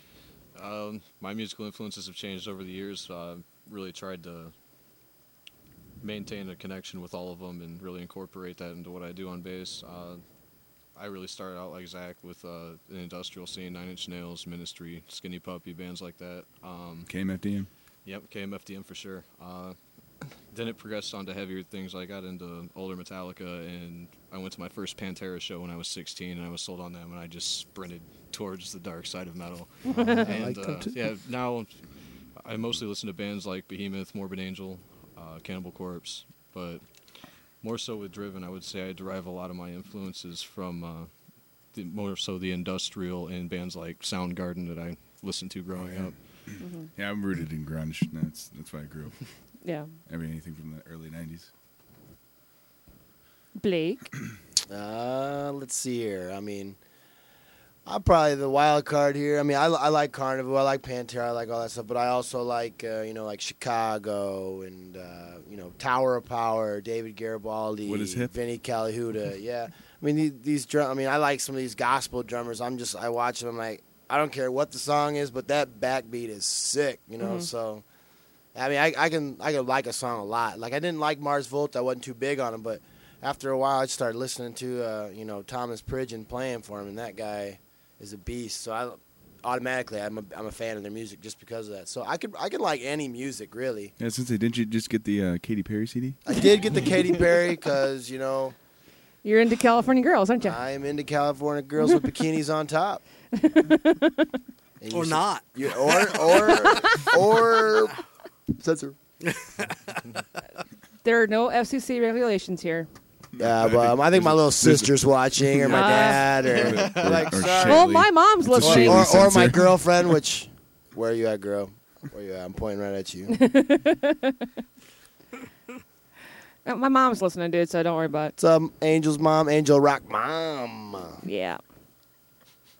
[SPEAKER 9] Um, my musical influences have changed over the years. So I've really tried to maintain a connection with all of them and really incorporate that into what I do on bass. Uh, I really started out like Zach with uh, an industrial scene, Nine Inch Nails, Ministry, Skinny Puppy, bands like that. Um,
[SPEAKER 6] Came at DM.
[SPEAKER 9] Yep, KMFDM for sure. Uh, then it progressed on to heavier things. I got into older Metallica, and I went to my first Pantera show when I was 16, and I was sold on them, and I just sprinted towards the dark side of metal. and uh, yeah, now I mostly listen to bands like Behemoth, Morbid Angel, uh, Cannibal Corpse, but more so with Driven, I would say I derive a lot of my influences from uh, the, more so the industrial and bands like Soundgarden that I listened to growing up.
[SPEAKER 6] Oh, Yeah, I'm rooted in grunge. and That's that's why I grew up.
[SPEAKER 5] Yeah.
[SPEAKER 6] I mean, anything from the early '90s.
[SPEAKER 5] Blake?
[SPEAKER 7] Uh, let's see here. I mean, I'm probably the wild card here. I mean, I, I like Carnival, I like Pantera, I like all that stuff, but I also like uh, you know like Chicago and uh, you know Tower of Power, David Garibaldi,
[SPEAKER 6] What is hip?
[SPEAKER 7] Vinnie Calihuda. yeah, I mean these, these drum. I mean, I like some of these gospel drummers. I'm just I watch them. I'm like, I don't care what the song is, but that backbeat is sick. You know, so. I mean, I, I can I can like a song a lot. Like I didn't like Mars Volta. I wasn't too big on him, but after a while, I started listening to uh, you know Thomas Pridgeon playing for him, and that guy is a beast. So I automatically I'm a, I'm a fan of their music just because of that. So I could I could like any music really.
[SPEAKER 6] Yeah, since they didn't you just get the uh, Katy Perry CD?
[SPEAKER 7] I did get the Katy Perry because you know
[SPEAKER 5] You're into California girls, aren't you?
[SPEAKER 7] I am into California girls with bikinis on top.
[SPEAKER 8] [laughs]
[SPEAKER 7] And you
[SPEAKER 8] or
[SPEAKER 7] should-
[SPEAKER 8] not.
[SPEAKER 7] you- or or or censor.
[SPEAKER 5] there are no FCC regulations here.
[SPEAKER 7] Yeah, but um, I think my little sister's watching, or my
[SPEAKER 5] Ah.
[SPEAKER 7] dad, or
[SPEAKER 6] Or-
[SPEAKER 7] [laughs] Like,
[SPEAKER 6] or
[SPEAKER 7] sorry.
[SPEAKER 5] Well,
[SPEAKER 6] Shailene.
[SPEAKER 5] my
[SPEAKER 6] It's
[SPEAKER 5] mom's
[SPEAKER 6] a
[SPEAKER 5] listening.
[SPEAKER 6] shame.
[SPEAKER 7] or, or my
[SPEAKER 6] sensor.
[SPEAKER 7] girlfriend. Which, where you at, girl? Where you at? I'm pointing right at
[SPEAKER 5] [laughs]
[SPEAKER 7] you.
[SPEAKER 5] Uh, My mom's listening, dude, so don't worry about it.
[SPEAKER 7] It's um, Angel's mom, Angel
[SPEAKER 5] [laughs]
[SPEAKER 7] Rock mom.
[SPEAKER 5] Yeah.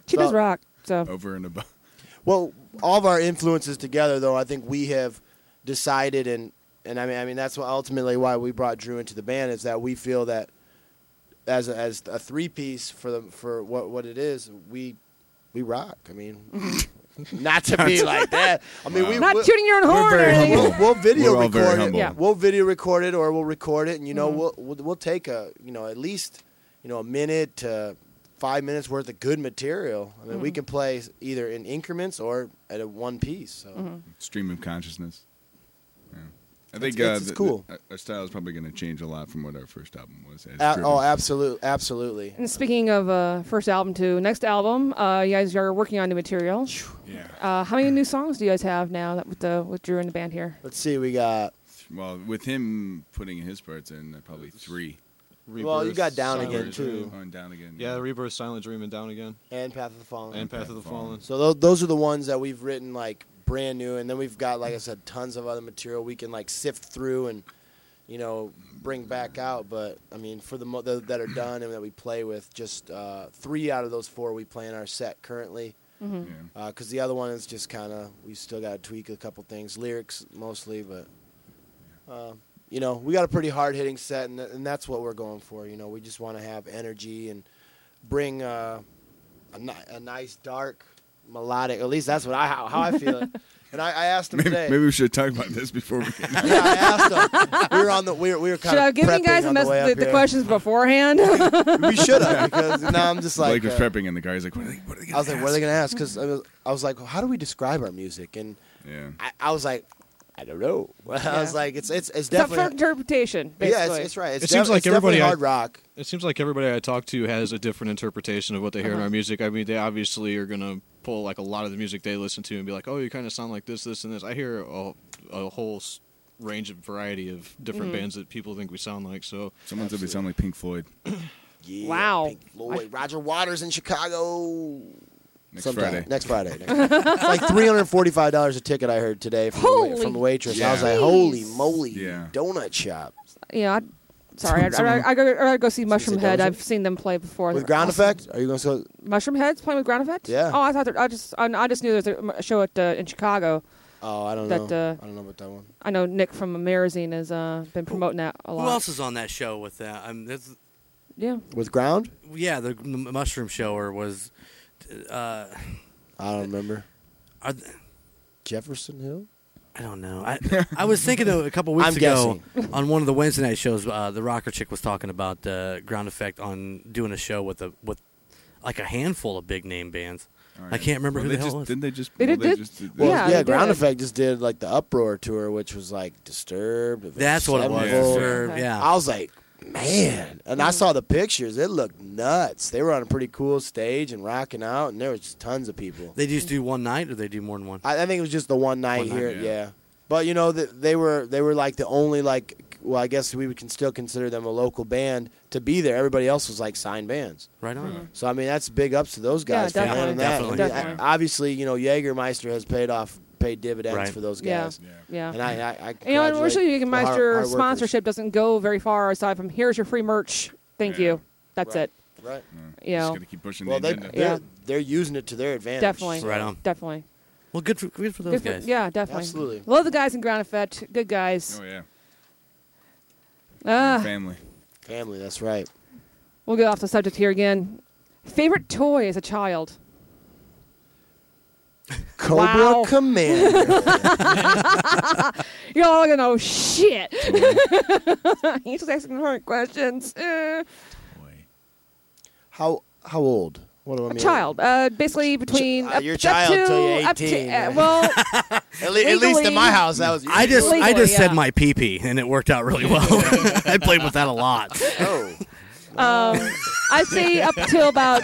[SPEAKER 5] She
[SPEAKER 7] So-
[SPEAKER 5] does rock, so.
[SPEAKER 6] Over and above.
[SPEAKER 7] Well, all of our influences together, though, I think we have decided, and and I mean, I mean, that's what ultimately why we brought Drew into the band is that we feel that as a, as a three piece for the for what what it is, we we rock. I mean,
[SPEAKER 5] [laughs]
[SPEAKER 7] not to be like that. I mean, we
[SPEAKER 5] Not
[SPEAKER 7] we-
[SPEAKER 5] tooting your own horn or
[SPEAKER 6] very
[SPEAKER 5] anything.
[SPEAKER 7] we'll,
[SPEAKER 1] Oh,
[SPEAKER 7] we'll video
[SPEAKER 6] We're all very
[SPEAKER 7] record it.
[SPEAKER 6] humble.
[SPEAKER 5] Yeah.
[SPEAKER 7] We'll video record it, or we'll record it, and you know, we'll, we'll we'll take a you know at least you know a minute to five minutes worth of good material. I mean, we can play either in increments or at a one piece. So
[SPEAKER 6] Stream of consciousness. Yeah. I think
[SPEAKER 7] it's-
[SPEAKER 6] uh,
[SPEAKER 7] it's
[SPEAKER 6] the-
[SPEAKER 7] cool.
[SPEAKER 6] the- our style is probably going to change a lot from what our first album was. as
[SPEAKER 7] A-
[SPEAKER 6] driven.
[SPEAKER 7] oh, absolutely, absolutely.
[SPEAKER 5] And speaking of uh, first album to next album, uh, you guys are working on new material.
[SPEAKER 6] yeah.
[SPEAKER 5] Uh, how many new songs do you guys have now that with the with Drew and the band here?
[SPEAKER 7] Let's see, we got
[SPEAKER 6] Well, with him putting his parts in, uh, probably three.
[SPEAKER 7] Well, you
[SPEAKER 9] Rebirth,
[SPEAKER 7] got Down
[SPEAKER 9] Silent
[SPEAKER 7] Again,
[SPEAKER 9] Dream.
[SPEAKER 7] too.
[SPEAKER 6] Oh, and down again.
[SPEAKER 9] Yeah, Rebirth, Silent Dream, and Down Again,
[SPEAKER 7] and Path of the Fallen.
[SPEAKER 9] and Path of the Fallen.
[SPEAKER 7] so those those are the ones that we've written like brand new, and then we've got like I said, tons of other material we can like sift through and. you know, bring back out. But I mean, for the mo- tho- that are done and that we play with, just uh, three out of those four we play in our set currently. Because
[SPEAKER 5] Mm-hmm.
[SPEAKER 6] Yeah.
[SPEAKER 7] Uh, the other one is just kind of we still got to tweak a couple things, lyrics mostly, but uh, you know we got a pretty hard hitting set, and, th- and that's what we're going for. You know, we just want to have energy and bring uh, a, ni- a nice dark melodic. At least that's what I how, how
[SPEAKER 6] [laughs]
[SPEAKER 7] I feel it. And I, I asked him
[SPEAKER 6] [laughs] Maybe,
[SPEAKER 7] today.
[SPEAKER 6] maybe we should talk about this before we get
[SPEAKER 7] [laughs] Yeah, I asked him. We were on the we were, we were kind
[SPEAKER 5] Should I
[SPEAKER 7] of
[SPEAKER 5] give you guys a mess- the, the questions beforehand?
[SPEAKER 7] [laughs]
[SPEAKER 6] [laughs]
[SPEAKER 7] We should
[SPEAKER 5] [laughs]
[SPEAKER 7] have because now I'm just like,
[SPEAKER 6] Blake was
[SPEAKER 7] uh,
[SPEAKER 6] prepping in the car. He's like, what are they, what are they
[SPEAKER 7] I was like,
[SPEAKER 6] gonna
[SPEAKER 7] what are they
[SPEAKER 6] ask?
[SPEAKER 7] gonna ask? Because I was, I was like, how do we describe our music? And
[SPEAKER 6] Yeah.
[SPEAKER 7] I, I was like, I don't know. [laughs] I was like, it's it's it's
[SPEAKER 5] It's up
[SPEAKER 7] definitely
[SPEAKER 5] for interpretation,
[SPEAKER 7] yeah,
[SPEAKER 5] basically.
[SPEAKER 7] it's, it's right. It's
[SPEAKER 9] It seems
[SPEAKER 7] defi-
[SPEAKER 9] like
[SPEAKER 7] it's definitely
[SPEAKER 9] everybody I-
[SPEAKER 7] hard rock.
[SPEAKER 9] It seems like everybody I talk to has a different interpretation of what they hear in
[SPEAKER 7] Uh-huh.
[SPEAKER 9] our music. I mean, they obviously are gonna pull like a lot of the music they listen to and be like, "Oh, you kind of sound like this, this, and this." I hear a, a whole s- range of variety of different
[SPEAKER 7] Mm-hmm.
[SPEAKER 9] bands that people think we sound like. So
[SPEAKER 6] Someone said we sound like Pink Floyd.
[SPEAKER 7] Yeah,
[SPEAKER 5] Wow.
[SPEAKER 7] Pink Floyd, Roger Waters in Chicago.
[SPEAKER 6] Next
[SPEAKER 7] Sometime.
[SPEAKER 6] Friday.
[SPEAKER 7] Next
[SPEAKER 5] [laughs]
[SPEAKER 7] Friday. Next Friday. It's like three hundred forty-five dollars a ticket. I heard today from, the, wa-
[SPEAKER 5] Holy
[SPEAKER 7] from the waitress. I was
[SPEAKER 6] Yeah.
[SPEAKER 7] like, "Holy moly,
[SPEAKER 6] Yeah.
[SPEAKER 7] donut shop
[SPEAKER 5] You know, I'd, sorry, I'd, I'd, I'd, go, I'd go see Mushroom
[SPEAKER 7] it
[SPEAKER 5] Head.
[SPEAKER 7] does
[SPEAKER 5] I've seen them play before.
[SPEAKER 7] with
[SPEAKER 5] They're
[SPEAKER 7] ground
[SPEAKER 5] awesome.
[SPEAKER 7] effect." Are you going to?
[SPEAKER 5] Mushroom Heads playing with ground effect?
[SPEAKER 7] Yeah.
[SPEAKER 5] Oh, I thought that, I just I, I just knew there was a show at uh, in Chicago.
[SPEAKER 7] Oh, I don't know.
[SPEAKER 5] That, uh,
[SPEAKER 7] I don't know about that one.
[SPEAKER 5] I know Nick from Amerizine has uh, been promoting that a lot.
[SPEAKER 8] Who else is on that show with that? I'm, that's,
[SPEAKER 5] Yeah.
[SPEAKER 7] With ground?
[SPEAKER 8] yeah, the m- mushroom shower was. Uh,
[SPEAKER 7] I don't remember.
[SPEAKER 8] are th-
[SPEAKER 7] Jefferson Hill.
[SPEAKER 8] I don't know.
[SPEAKER 7] [laughs]
[SPEAKER 8] I, I was thinking a couple weeks
[SPEAKER 7] I'm
[SPEAKER 8] ago on one of the Wednesday night shows, uh, the rocker chick was talking about uh, Ground Effect on doing a show with a with like a handful of big name bands.
[SPEAKER 7] Oh,
[SPEAKER 6] All
[SPEAKER 8] I can't remember
[SPEAKER 6] Well,
[SPEAKER 8] who
[SPEAKER 6] they
[SPEAKER 8] the hell
[SPEAKER 6] just,
[SPEAKER 8] it was.
[SPEAKER 6] Didn't they just?
[SPEAKER 5] They
[SPEAKER 6] well,
[SPEAKER 5] did- did-
[SPEAKER 6] just did-
[SPEAKER 7] Well,
[SPEAKER 5] Yeah,
[SPEAKER 7] yeah,
[SPEAKER 5] they
[SPEAKER 7] Ground
[SPEAKER 5] did.
[SPEAKER 7] Effect just did like the Uproar tour, which was like Disturbed. Avenged
[SPEAKER 8] That's what it was.
[SPEAKER 7] Sevenfold.
[SPEAKER 8] for-
[SPEAKER 5] Okay.
[SPEAKER 8] yeah. Mm-hmm.
[SPEAKER 7] I was like, man, and I saw the pictures. It looked nuts. They were on a pretty cool stage and rocking out, and there was just tons of people.
[SPEAKER 8] they just do one night, or they do more than one.
[SPEAKER 7] I, I think it was just the one night
[SPEAKER 8] One night,
[SPEAKER 7] here.
[SPEAKER 6] yeah.
[SPEAKER 7] yeah. But you know that they were they were like the only like well I guess we would can still consider them a local band to be there. Everybody else was like signed bands.
[SPEAKER 8] Right on.
[SPEAKER 7] So I mean that's big ups to those
[SPEAKER 5] Yeah,
[SPEAKER 7] guys for handling
[SPEAKER 5] Mm-hmm. definitely.
[SPEAKER 7] that. I mean,
[SPEAKER 5] Definitely.
[SPEAKER 7] I- obviously, you know Jägermeister has paid off paid dividends
[SPEAKER 8] Right.
[SPEAKER 7] for those
[SPEAKER 5] Yeah.
[SPEAKER 7] guys.
[SPEAKER 5] Yeah.
[SPEAKER 7] And I, I, I
[SPEAKER 5] you know,
[SPEAKER 7] congratulate
[SPEAKER 5] unfortunately,
[SPEAKER 7] the hard-
[SPEAKER 5] Jägermeister
[SPEAKER 7] hard workers.
[SPEAKER 5] sponsorship doesn't go very far aside from here's your free merch. Thank
[SPEAKER 6] Yeah.
[SPEAKER 5] you. That's
[SPEAKER 7] Right.
[SPEAKER 5] it.
[SPEAKER 7] Right.
[SPEAKER 5] You
[SPEAKER 6] Mm. Just
[SPEAKER 5] know,
[SPEAKER 6] gonna keep pushing
[SPEAKER 7] Well,
[SPEAKER 6] the
[SPEAKER 7] they
[SPEAKER 6] agenda.
[SPEAKER 7] they're,
[SPEAKER 5] Yeah.
[SPEAKER 7] they're using it to their advantage.
[SPEAKER 5] definitely.
[SPEAKER 8] Right on.
[SPEAKER 5] Definitely.
[SPEAKER 8] Well, good for good for those
[SPEAKER 5] Good for-
[SPEAKER 8] guys.
[SPEAKER 5] yeah, definitely.
[SPEAKER 7] Absolutely.
[SPEAKER 5] Love the guys in Ground Effect. Good guys.
[SPEAKER 6] Oh yeah.
[SPEAKER 5] Ah.
[SPEAKER 6] Family.
[SPEAKER 7] Family, that's right.
[SPEAKER 5] We'll get off the subject here again. Favorite toy as a child?
[SPEAKER 7] Cobra
[SPEAKER 5] Wow. [laughs]
[SPEAKER 7] Commander.
[SPEAKER 5] You're all gonna know shit. [laughs] He's just asking hard questions. Uh,
[SPEAKER 6] Boy.
[SPEAKER 7] how how old? What do I
[SPEAKER 5] a
[SPEAKER 7] mean?
[SPEAKER 5] child, uh, basically between
[SPEAKER 7] uh,
[SPEAKER 5] up,
[SPEAKER 7] your
[SPEAKER 5] up
[SPEAKER 7] child
[SPEAKER 5] to,
[SPEAKER 7] till you're
[SPEAKER 5] up to-
[SPEAKER 7] 18,
[SPEAKER 5] uh,
[SPEAKER 7] right?
[SPEAKER 5] well,
[SPEAKER 7] [laughs] At, le- at least in
[SPEAKER 5] Legally-
[SPEAKER 7] my house, that was.
[SPEAKER 8] I just I
[SPEAKER 5] Legally,
[SPEAKER 8] just said
[SPEAKER 5] yeah.
[SPEAKER 8] my pee pee, and it worked out really well. [laughs] I played with that a lot.
[SPEAKER 7] Oh,
[SPEAKER 5] um,
[SPEAKER 7] [laughs]
[SPEAKER 5] I say up till about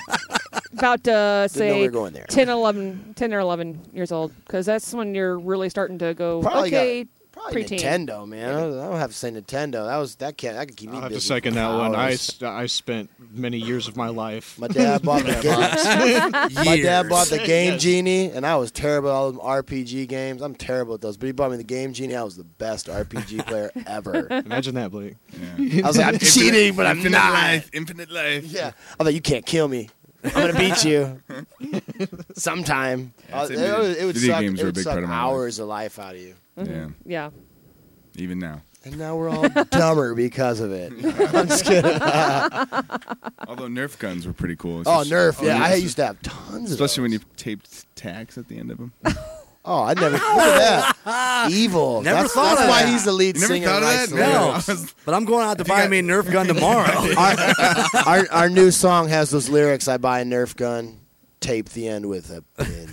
[SPEAKER 7] didn't
[SPEAKER 5] about uh,
[SPEAKER 7] know we
[SPEAKER 5] say
[SPEAKER 7] were going there.
[SPEAKER 5] 10, 11, 10 or eleven years old, because that's when you're really starting to go.
[SPEAKER 7] Probably got-
[SPEAKER 5] okay,
[SPEAKER 7] Probably
[SPEAKER 5] preteen.
[SPEAKER 7] Nintendo, man. I don't, I don't have to say Nintendo. That was that can't. That could keep me
[SPEAKER 9] I'll have
[SPEAKER 7] busy
[SPEAKER 9] to
[SPEAKER 7] for
[SPEAKER 9] second that one. I,
[SPEAKER 7] hours.
[SPEAKER 9] s- I spent many years of my life.
[SPEAKER 7] My dad bought
[SPEAKER 6] [laughs]
[SPEAKER 7] the game. my dad bought the Game
[SPEAKER 9] Yes.
[SPEAKER 7] Genie, and I was terrible at all them RPG games. I'm terrible at those, but he bought me the Game Genie. I was the
[SPEAKER 9] [laughs]
[SPEAKER 7] best RPG player ever.
[SPEAKER 9] Imagine that, Blake.
[SPEAKER 6] Yeah.
[SPEAKER 7] I was like, I'm cheating, but I'm
[SPEAKER 6] Infinite
[SPEAKER 7] not.
[SPEAKER 6] life. Infinite life.
[SPEAKER 7] Yeah, I thought you can't kill me. I'm gonna
[SPEAKER 6] [laughs]
[SPEAKER 7] beat you sometime.
[SPEAKER 6] Yeah,
[SPEAKER 7] Uh,
[SPEAKER 6] it's
[SPEAKER 7] it,
[SPEAKER 6] admitted.
[SPEAKER 7] would- it would
[SPEAKER 6] Video
[SPEAKER 7] suck.
[SPEAKER 6] games
[SPEAKER 7] it
[SPEAKER 6] are a
[SPEAKER 7] would
[SPEAKER 6] big
[SPEAKER 7] suck
[SPEAKER 6] part of my life.
[SPEAKER 7] hours of life out of you.
[SPEAKER 6] Yeah.
[SPEAKER 5] yeah.
[SPEAKER 6] Even now.
[SPEAKER 7] And now we're all [laughs] dumber because of it. I'm just kidding.
[SPEAKER 6] [laughs] Although Nerf guns were pretty cool. It's
[SPEAKER 7] Oh,
[SPEAKER 6] just-
[SPEAKER 7] Nerf. Yeah, I
[SPEAKER 6] it's-
[SPEAKER 7] used to have tons of
[SPEAKER 6] Especially when
[SPEAKER 7] those.
[SPEAKER 6] you taped tags at the end of them.
[SPEAKER 7] [laughs] Oh, I never thought
[SPEAKER 8] [laughs]
[SPEAKER 7] of that. Evil.
[SPEAKER 8] Never
[SPEAKER 7] that's,
[SPEAKER 8] thought
[SPEAKER 7] that's
[SPEAKER 8] of
[SPEAKER 7] why
[SPEAKER 8] that.
[SPEAKER 7] he's the lead
[SPEAKER 6] You never
[SPEAKER 7] singer.
[SPEAKER 6] thought
[SPEAKER 7] of
[SPEAKER 6] of
[SPEAKER 7] Rise
[SPEAKER 6] that?
[SPEAKER 7] to
[SPEAKER 6] No.
[SPEAKER 7] [laughs] Lyrics.
[SPEAKER 8] No, but I'm going out to buy me a Nerf
[SPEAKER 7] [laughs]
[SPEAKER 8] gun tomorrow.
[SPEAKER 7] our, our, our new song has those lyrics. I buy a Nerf gun, tape the end with a pin.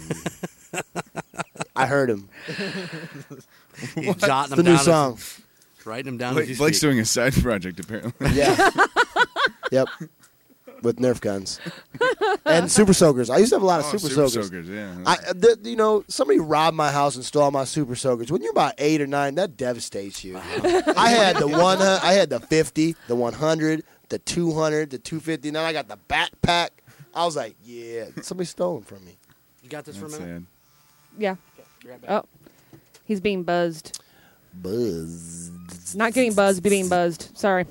[SPEAKER 7] I heard
[SPEAKER 6] [laughs]
[SPEAKER 7] him.
[SPEAKER 8] You jotting
[SPEAKER 7] It's
[SPEAKER 8] them
[SPEAKER 7] the
[SPEAKER 8] down
[SPEAKER 7] new
[SPEAKER 8] as-
[SPEAKER 7] song.
[SPEAKER 8] writing them down. as you
[SPEAKER 6] Blake, Blake's
[SPEAKER 8] speak.
[SPEAKER 6] doing a side project apparently. [laughs]
[SPEAKER 7] Yeah. yep. With Nerf guns and Super Soakers. I used to have a lot of
[SPEAKER 6] Oh,
[SPEAKER 7] Super, Soakers.
[SPEAKER 6] yeah.
[SPEAKER 7] I, uh, th- you know, somebody robbed my house and stole my Super Soakers. When you're about eight or nine, that devastates you.
[SPEAKER 6] Uh-huh.
[SPEAKER 7] I had the one, hun- I had the fifty, the one hundred, the two hundred, the two fifty. Now I got the backpack. I was like, yeah, somebody stole them from me.
[SPEAKER 8] You got this for a
[SPEAKER 6] That's
[SPEAKER 8] minute.
[SPEAKER 6] sad.
[SPEAKER 5] Yeah. Oh, he's being buzzed.
[SPEAKER 7] Buzz.
[SPEAKER 5] Not getting buzzed, but being buzzed. Sorry.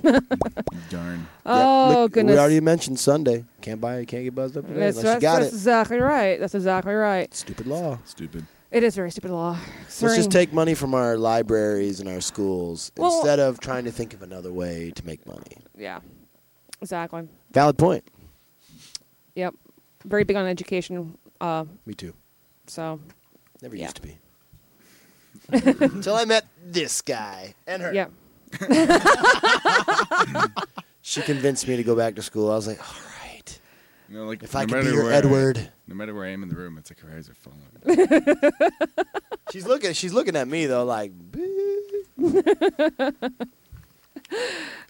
[SPEAKER 5] [laughs]
[SPEAKER 6] Darn.
[SPEAKER 5] oh
[SPEAKER 7] Look,
[SPEAKER 5] goodness.
[SPEAKER 7] We already mentioned Sunday. Can't buy it. Can't get buzzed up today
[SPEAKER 5] That's,
[SPEAKER 7] unless you
[SPEAKER 5] that's-
[SPEAKER 7] got
[SPEAKER 5] that's
[SPEAKER 7] it.
[SPEAKER 5] exactly right. That's exactly right.
[SPEAKER 7] Stupid law.
[SPEAKER 6] Stupid.
[SPEAKER 5] It is very stupid law.
[SPEAKER 7] Let's
[SPEAKER 5] Concerning-
[SPEAKER 7] just take money from our libraries and our schools
[SPEAKER 5] Well-
[SPEAKER 7] instead of trying to think of another way to make money. [laughs]
[SPEAKER 5] Yeah, exactly.
[SPEAKER 7] Valid point.
[SPEAKER 5] Yep. Very big on education. Uh,
[SPEAKER 7] Me too.
[SPEAKER 5] so
[SPEAKER 7] Never
[SPEAKER 5] Yeah.
[SPEAKER 7] used to be. Until I met this guy and her.
[SPEAKER 5] yeah,
[SPEAKER 7] She convinced me to go back to school. I was like, "Oh, all right.
[SPEAKER 6] You know, like
[SPEAKER 7] If
[SPEAKER 6] no
[SPEAKER 7] I could
[SPEAKER 6] matter
[SPEAKER 7] be your
[SPEAKER 6] where-
[SPEAKER 7] Edward.
[SPEAKER 6] No matter where I am in the room, it's like her eyes are falling.
[SPEAKER 7] She's looking. She's looking at me though, like. "Boo."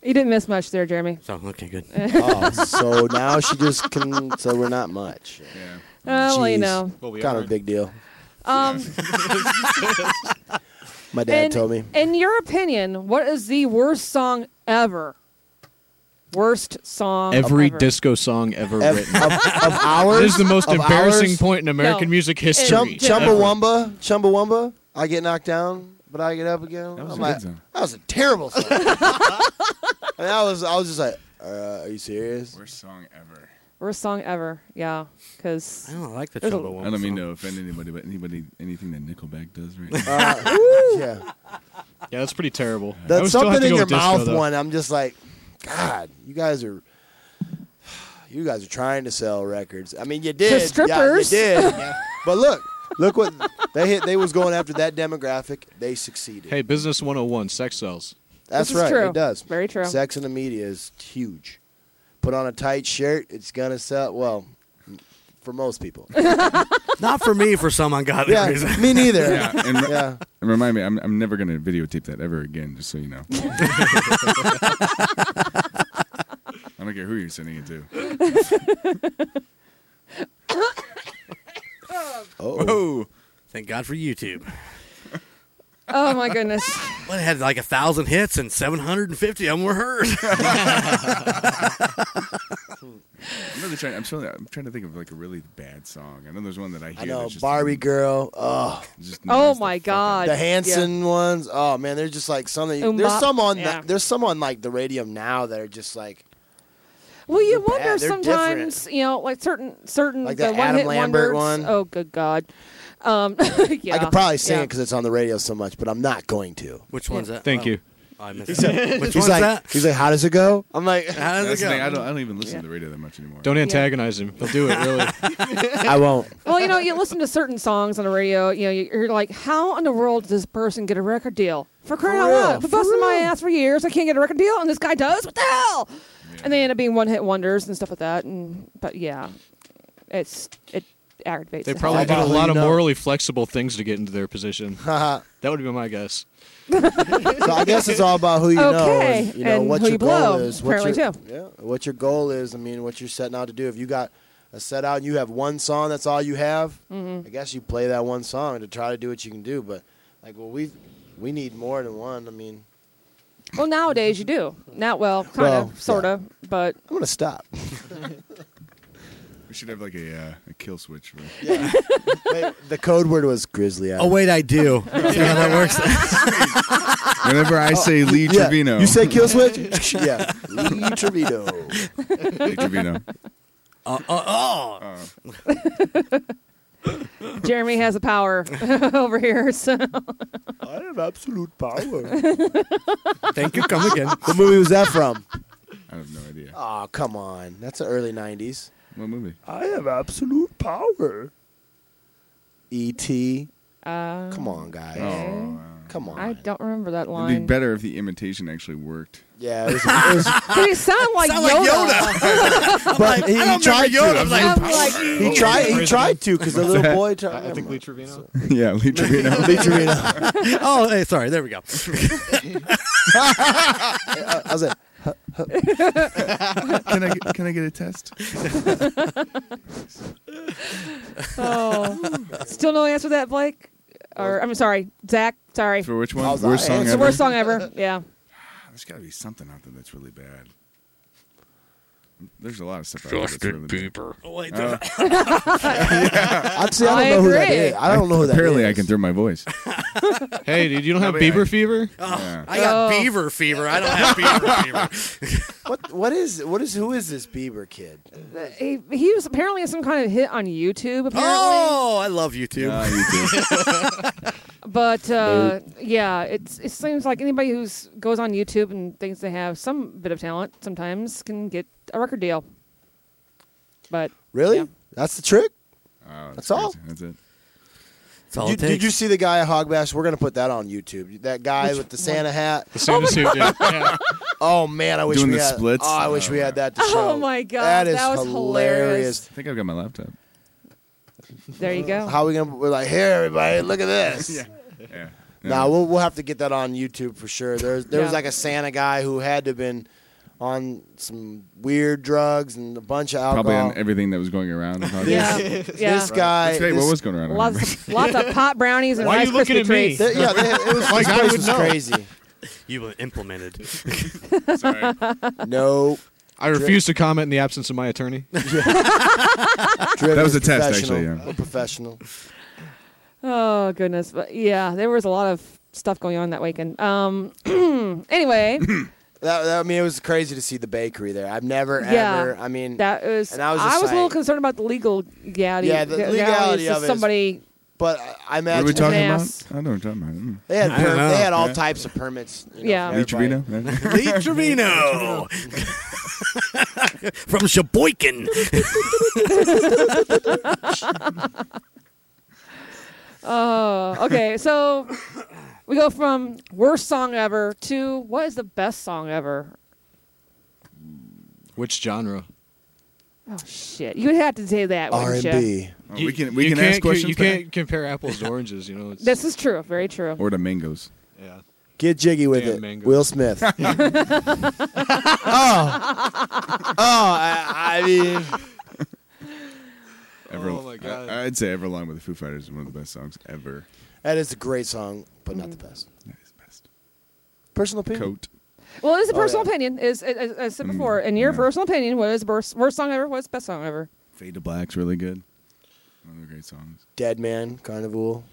[SPEAKER 5] You didn't miss much there, Jeremy.
[SPEAKER 8] So okay, good.
[SPEAKER 7] [laughs] Oh, so now she just can. So we're not much.
[SPEAKER 6] Yeah.
[SPEAKER 5] Oh, [laughs] well, you
[SPEAKER 7] Jeez.
[SPEAKER 5] know.
[SPEAKER 9] Well, we
[SPEAKER 7] kind
[SPEAKER 9] are.
[SPEAKER 7] of a big deal.
[SPEAKER 8] [laughs]
[SPEAKER 5] Um,
[SPEAKER 7] My dad
[SPEAKER 5] in,
[SPEAKER 7] told me.
[SPEAKER 5] In your opinion, what is the worst song ever? Worst song
[SPEAKER 9] Every
[SPEAKER 5] ever.
[SPEAKER 9] disco song ever
[SPEAKER 7] Ev-
[SPEAKER 9] written.
[SPEAKER 7] of,
[SPEAKER 6] [laughs]
[SPEAKER 7] of ours.
[SPEAKER 9] This is the most
[SPEAKER 7] of
[SPEAKER 9] embarrassing
[SPEAKER 7] ours,
[SPEAKER 9] point in American
[SPEAKER 5] No.
[SPEAKER 9] music history.
[SPEAKER 7] Chum,
[SPEAKER 5] Jump- jump-
[SPEAKER 7] Chumbawamba, Chumbawamba. I get knocked down, but I get up again.
[SPEAKER 6] That was
[SPEAKER 7] I'm
[SPEAKER 6] a
[SPEAKER 7] like,
[SPEAKER 6] good song.
[SPEAKER 7] That was a terrible song. [laughs] and I was, I was just like, uh, are you serious?
[SPEAKER 6] Worst song ever.
[SPEAKER 5] Worst song ever. Yeah,
[SPEAKER 8] I
[SPEAKER 5] because
[SPEAKER 8] don't like the
[SPEAKER 5] There's a-
[SPEAKER 8] Chumba one.
[SPEAKER 6] I don't mean to offend anybody, but anybody, anything that Nickelback does right now. [laughs]
[SPEAKER 7] Uh, [laughs] yeah,
[SPEAKER 9] [laughs] Yeah, that's pretty terrible. I would
[SPEAKER 7] that's
[SPEAKER 9] still have
[SPEAKER 7] something
[SPEAKER 9] to
[SPEAKER 7] in
[SPEAKER 9] go
[SPEAKER 7] your
[SPEAKER 9] with disco,
[SPEAKER 7] mouth.
[SPEAKER 9] though.
[SPEAKER 7] one, I'm just like, God, you guys are, you guys are trying to sell records. I mean, you did, Yeah,
[SPEAKER 5] strippers.
[SPEAKER 7] you did. but look, look what they hit. They was going after that demographic. They succeeded.
[SPEAKER 9] Hey, Business 101, sex sells.
[SPEAKER 7] That's
[SPEAKER 5] This is
[SPEAKER 7] right.
[SPEAKER 5] true.
[SPEAKER 7] It does.
[SPEAKER 5] Very true.
[SPEAKER 7] Sex in the media is huge. Put on a tight shirt, it's gonna sell. Well, for
[SPEAKER 8] [laughs]
[SPEAKER 7] most people.
[SPEAKER 8] Not for me. For some ungodly
[SPEAKER 7] yeah,
[SPEAKER 8] reason.
[SPEAKER 7] me neither.
[SPEAKER 6] yeah, and re-
[SPEAKER 7] Yeah.
[SPEAKER 6] and remind me, I'm, I'm never going to videotape that ever again, just so
[SPEAKER 9] [laughs]
[SPEAKER 6] you know. I don't care who you're sending it to.
[SPEAKER 5] [laughs]
[SPEAKER 7] [laughs]
[SPEAKER 5] [coughs]
[SPEAKER 7] Oh,
[SPEAKER 6] Whoa!
[SPEAKER 8] Thank God for YouTube.
[SPEAKER 5] oh my goodness,
[SPEAKER 9] [laughs]
[SPEAKER 8] Well, it had like a thousand hits and 750 of them were heard.
[SPEAKER 6] I'm really trying. I'm, trying. I'm trying to think of like a really bad song. I know there's one that I hear.
[SPEAKER 7] I know.
[SPEAKER 6] that's just-
[SPEAKER 7] Barbie girl. Oh,
[SPEAKER 6] just
[SPEAKER 5] Oh
[SPEAKER 6] annoys the
[SPEAKER 5] my
[SPEAKER 6] fuck out
[SPEAKER 5] God.
[SPEAKER 6] of
[SPEAKER 7] the Hanson ones. Oh man, there's just like something.
[SPEAKER 5] Um,
[SPEAKER 7] there's
[SPEAKER 5] bop.
[SPEAKER 7] some on.
[SPEAKER 5] Yeah.
[SPEAKER 7] The, there's some on like the radio now that are just like
[SPEAKER 5] Well, you
[SPEAKER 7] They're
[SPEAKER 5] wonder
[SPEAKER 7] bad. They're
[SPEAKER 5] sometimes, you know, like certain certain
[SPEAKER 7] Like
[SPEAKER 5] Mm, the
[SPEAKER 7] that
[SPEAKER 5] one hit
[SPEAKER 7] Adam Lambert
[SPEAKER 5] wonders.
[SPEAKER 7] one.
[SPEAKER 5] Oh, good God. Um, [laughs] yeah,
[SPEAKER 7] I could probably sing
[SPEAKER 5] yeah.
[SPEAKER 7] it 'cause it because it's on the radio so much, but I'm not going to.
[SPEAKER 8] Which one's that?
[SPEAKER 9] Thank
[SPEAKER 8] Oh,
[SPEAKER 9] you.
[SPEAKER 8] I missed
[SPEAKER 7] [laughs]
[SPEAKER 8] that. Which
[SPEAKER 7] He's
[SPEAKER 8] one's
[SPEAKER 7] like,
[SPEAKER 8] that?
[SPEAKER 7] he's like, how does it go? I'm like,
[SPEAKER 8] How does it
[SPEAKER 6] me. That's the
[SPEAKER 8] go?
[SPEAKER 6] thing. I don't. I don't even listen to the radio that much anymore.
[SPEAKER 9] Don't antagonize him. He'll do it, really.
[SPEAKER 7] [laughs]
[SPEAKER 5] [laughs]
[SPEAKER 7] I won't.
[SPEAKER 5] well, you know, you listen to certain songs on the radio. You know, you're like, how in the world did this person get a record deal? For crying out
[SPEAKER 7] real,
[SPEAKER 5] loud, I've been
[SPEAKER 7] for
[SPEAKER 5] busting my
[SPEAKER 7] real.
[SPEAKER 5] ass for years. I can't get a record deal, and this guy does. What the hell? And they end up being one hit wonders and stuff like that. And but yeah, it's it aggravates.
[SPEAKER 9] They
[SPEAKER 5] the
[SPEAKER 9] probably
[SPEAKER 5] hell
[SPEAKER 9] did
[SPEAKER 5] out
[SPEAKER 9] a
[SPEAKER 5] of me.
[SPEAKER 9] lot of
[SPEAKER 7] No.
[SPEAKER 9] morally flexible things to get into their
[SPEAKER 7] [laughs]
[SPEAKER 9] position.
[SPEAKER 7] so
[SPEAKER 9] That would be my guess.
[SPEAKER 7] I guess it's all about who you know,
[SPEAKER 5] Okay,
[SPEAKER 7] and, you know
[SPEAKER 5] and
[SPEAKER 7] what
[SPEAKER 5] who
[SPEAKER 7] your
[SPEAKER 5] you
[SPEAKER 7] goal
[SPEAKER 5] blow,
[SPEAKER 7] is. What
[SPEAKER 5] apparently,
[SPEAKER 7] your,
[SPEAKER 5] too.
[SPEAKER 7] Yeah, what your goal is. I mean, what you're setting out to do. If you got a set out and you have one song, that's all you have. I guess you play that one song to try to do what you can do. But like, well, we we need more than one. I mean,
[SPEAKER 5] Well, nowadays you do. Not well, kind
[SPEAKER 7] Well,
[SPEAKER 5] of, sort of, but
[SPEAKER 7] I'm gonna stop.
[SPEAKER 6] We should have like a, uh, a kill switch. Right? [laughs]
[SPEAKER 7] Yeah. Wait, the code word was Grizzly.
[SPEAKER 8] Oh,
[SPEAKER 7] Adams.
[SPEAKER 8] wait, I
[SPEAKER 7] [laughs]
[SPEAKER 8] do. See how that works?
[SPEAKER 6] Whenever I
[SPEAKER 7] [laughs]
[SPEAKER 6] say Lee
[SPEAKER 7] yeah.
[SPEAKER 6] Trevino,
[SPEAKER 7] You said
[SPEAKER 6] [laughs]
[SPEAKER 7] kill switch. yeah, Lee Trevino.
[SPEAKER 6] Lee Trevino.
[SPEAKER 8] Uh, uh, oh.
[SPEAKER 6] Uh,
[SPEAKER 5] [laughs] Jeremy has a power [laughs] over here. So
[SPEAKER 7] I have absolute
[SPEAKER 6] [laughs]
[SPEAKER 7] power.
[SPEAKER 8] Thank you. Come again.
[SPEAKER 7] what movie was that
[SPEAKER 6] [laughs]
[SPEAKER 7] from?
[SPEAKER 6] I have no idea.
[SPEAKER 7] Oh, Um, come on. That's the early '90s.
[SPEAKER 6] What movie?
[SPEAKER 7] I have absolute power. E E.T. Come on, guys.
[SPEAKER 6] Oh,
[SPEAKER 7] Come on.
[SPEAKER 5] I don't remember that
[SPEAKER 6] uh, it'd be
[SPEAKER 5] line.
[SPEAKER 6] better if the imitation actually worked.
[SPEAKER 7] Yeah, it was, it was,
[SPEAKER 5] But [laughs] he sound like
[SPEAKER 8] Sound like
[SPEAKER 5] Yoda.
[SPEAKER 8] Yoda.
[SPEAKER 6] [laughs]
[SPEAKER 5] [laughs]
[SPEAKER 7] but he, he tried to.
[SPEAKER 8] I'm like,
[SPEAKER 5] I'm like,
[SPEAKER 7] he tried. He tried to because the little boy. Tried,
[SPEAKER 9] I think Lee Trevino.
[SPEAKER 6] yeah, Lee Trevino.
[SPEAKER 7] [laughs] Lee Trevino.
[SPEAKER 8] [laughs] oh, hey, sorry. There we go.
[SPEAKER 7] I was like,
[SPEAKER 6] [laughs] [laughs] can I get, can I get
[SPEAKER 1] [laughs]
[SPEAKER 6] a
[SPEAKER 7] [laughs]
[SPEAKER 6] test?
[SPEAKER 5] oh. Still no answer to that, Blake? Or I'm sorry, Zach. Sorry.
[SPEAKER 6] For which one?
[SPEAKER 7] How's
[SPEAKER 6] Worst
[SPEAKER 7] that?
[SPEAKER 6] song
[SPEAKER 7] It's
[SPEAKER 5] It's the
[SPEAKER 6] ever.
[SPEAKER 5] worst song ever. Yeah.
[SPEAKER 6] There's got to be something out there that's really bad. There's a lot of stuff. Justin out there that's really Uh, Bieber.
[SPEAKER 8] Oh, wait,
[SPEAKER 6] [laughs]
[SPEAKER 7] I'd say I don't
[SPEAKER 5] I
[SPEAKER 7] know who that
[SPEAKER 5] agree.
[SPEAKER 7] is. I don't know who that is.
[SPEAKER 6] Apparently, I can throw my voice.
[SPEAKER 9] Hey, dude, you don't have
[SPEAKER 6] but yeah,
[SPEAKER 9] Bieber
[SPEAKER 6] I-
[SPEAKER 9] fever?
[SPEAKER 6] yeah.
[SPEAKER 8] I got
[SPEAKER 5] Oh.
[SPEAKER 8] beaver fever. I don't have
[SPEAKER 7] [laughs]
[SPEAKER 8] beaver fever.
[SPEAKER 7] What? What is? What is? Who is this Bieber kid?
[SPEAKER 5] He, he was apparently some kind of hit on YouTube, apparently.
[SPEAKER 8] Oh, I love YouTube.
[SPEAKER 6] Ah, you do.
[SPEAKER 7] [laughs]
[SPEAKER 5] But uh, yeah, it's, it seems like anybody who goes on YouTube and thinks they have some bit of talent sometimes can get a record deal. But
[SPEAKER 7] Really?
[SPEAKER 5] Yeah.
[SPEAKER 7] That's the trick.
[SPEAKER 6] Oh,
[SPEAKER 7] That's all?
[SPEAKER 6] crazy. That's it.
[SPEAKER 8] That's all
[SPEAKER 7] Did,
[SPEAKER 8] it
[SPEAKER 7] did
[SPEAKER 8] takes.
[SPEAKER 7] you see the guy at Hogbash? We're gonna put that on YouTube. That guy with the Santa hat.
[SPEAKER 9] The Santa suit, dude. Yeah.
[SPEAKER 7] Oh man, I wish
[SPEAKER 6] Doing
[SPEAKER 7] we
[SPEAKER 6] the
[SPEAKER 7] had.
[SPEAKER 6] splits?
[SPEAKER 7] Oh, I wish we had that to
[SPEAKER 5] Oh,
[SPEAKER 7] show.
[SPEAKER 5] my God,
[SPEAKER 7] that is
[SPEAKER 5] that was
[SPEAKER 7] hilarious.
[SPEAKER 6] I think I've got my laptop.
[SPEAKER 5] There you go.
[SPEAKER 7] How we gonna? We're like, here, everybody,
[SPEAKER 1] [laughs]
[SPEAKER 7] look at this.
[SPEAKER 6] yeah. Yeah.
[SPEAKER 7] Nah, we'll, we'll have to get that on YouTube for sure. There's there was
[SPEAKER 5] Yeah.
[SPEAKER 7] like a Santa guy who had to have been on some weird drugs and a bunch of alcohol.
[SPEAKER 6] Probably on everything that was going around.
[SPEAKER 5] yeah, yeah.
[SPEAKER 7] [laughs] This guy,
[SPEAKER 6] Hey, what
[SPEAKER 7] this-
[SPEAKER 6] was going around? I
[SPEAKER 5] Lots of,
[SPEAKER 10] [laughs]
[SPEAKER 5] lots of pot brownies and
[SPEAKER 10] Why are
[SPEAKER 5] Rice
[SPEAKER 10] you looking
[SPEAKER 5] Krispie
[SPEAKER 10] at me?
[SPEAKER 5] treats.
[SPEAKER 7] they- yeah, they- it was this
[SPEAKER 10] I
[SPEAKER 7] place
[SPEAKER 10] would
[SPEAKER 7] was
[SPEAKER 10] know.
[SPEAKER 7] crazy.
[SPEAKER 8] You were implemented. [laughs]
[SPEAKER 6] remember. Sorry.
[SPEAKER 7] [laughs] No,
[SPEAKER 9] I refuse to comment in the absence of my
[SPEAKER 7] [laughs]
[SPEAKER 9] attorney.
[SPEAKER 7] Driven
[SPEAKER 6] That was
[SPEAKER 7] is
[SPEAKER 6] a test,
[SPEAKER 7] professional.
[SPEAKER 6] actually, yeah.
[SPEAKER 7] We're professional.
[SPEAKER 5] [laughs] Oh goodness, but yeah, there was a lot of stuff going on that weekend. Um, [clears throat]
[SPEAKER 7] [clears throat]
[SPEAKER 5] anyway,
[SPEAKER 7] That, that- I mean, it was crazy to see the bakery there. I've never
[SPEAKER 5] Yeah.
[SPEAKER 7] ever. I mean,
[SPEAKER 5] that was,
[SPEAKER 7] And I was
[SPEAKER 5] I
[SPEAKER 7] just
[SPEAKER 5] was a little
[SPEAKER 7] like-
[SPEAKER 5] concerned about the legal legality.
[SPEAKER 7] Yeah, the
[SPEAKER 5] legalities
[SPEAKER 7] legality
[SPEAKER 5] of
[SPEAKER 7] of it is-
[SPEAKER 5] somebody.
[SPEAKER 7] but I- I
[SPEAKER 6] What are
[SPEAKER 7] imagine
[SPEAKER 6] we talking
[SPEAKER 5] Mass.
[SPEAKER 6] about? I don't know what I'm talking about. Mm.
[SPEAKER 7] they had
[SPEAKER 8] I don't
[SPEAKER 7] per-
[SPEAKER 8] know.
[SPEAKER 7] they had all
[SPEAKER 6] Yeah.
[SPEAKER 7] types of permits. You know,
[SPEAKER 5] Yeah.
[SPEAKER 7] for
[SPEAKER 6] Lee
[SPEAKER 7] everybody.
[SPEAKER 6] Trevino?
[SPEAKER 7] [laughs]
[SPEAKER 6] Yeah.
[SPEAKER 8] Lee Trevino [laughs] from
[SPEAKER 7] [laughs]
[SPEAKER 8] Sheboygan.
[SPEAKER 5] Oh, okay. So we go from worst song ever to what is the best song ever?
[SPEAKER 9] Which genre?
[SPEAKER 5] Oh shit, you would have to say that,
[SPEAKER 7] R and
[SPEAKER 5] wouldn't you?
[SPEAKER 7] B.
[SPEAKER 6] Oh,
[SPEAKER 9] You-
[SPEAKER 6] we can we
[SPEAKER 9] you
[SPEAKER 6] can
[SPEAKER 9] can't
[SPEAKER 6] ask
[SPEAKER 9] co-
[SPEAKER 6] questions.
[SPEAKER 9] You
[SPEAKER 6] for that?
[SPEAKER 9] can't compare apples to oranges, you know. It's,
[SPEAKER 5] This is true, very true.
[SPEAKER 6] Or the mangoes.
[SPEAKER 9] yeah.
[SPEAKER 7] Get jiggy with
[SPEAKER 9] Damn
[SPEAKER 7] it.
[SPEAKER 9] mango. [laughs]
[SPEAKER 7] Will Smith. [laughs] oh, oh, I, I mean,
[SPEAKER 6] Ever,
[SPEAKER 9] [laughs] Oh my God.
[SPEAKER 6] I, would say Everlong with the Foo Fighters is one of the best songs ever. Mm.
[SPEAKER 7] that is a great song, but not the best.
[SPEAKER 6] That is the best.
[SPEAKER 7] Personal opinion.
[SPEAKER 6] Coat.
[SPEAKER 5] Well, it is a
[SPEAKER 7] Oh,
[SPEAKER 5] personal
[SPEAKER 7] yeah.
[SPEAKER 5] opinion. Is as, as I said
[SPEAKER 6] Mm,
[SPEAKER 5] before, in your
[SPEAKER 6] yeah.
[SPEAKER 5] personal opinion, what is the worst, worst song ever? What's the best song ever?
[SPEAKER 6] Fade to Black's really good. One of the great songs.
[SPEAKER 7] Dead Man, Carnival.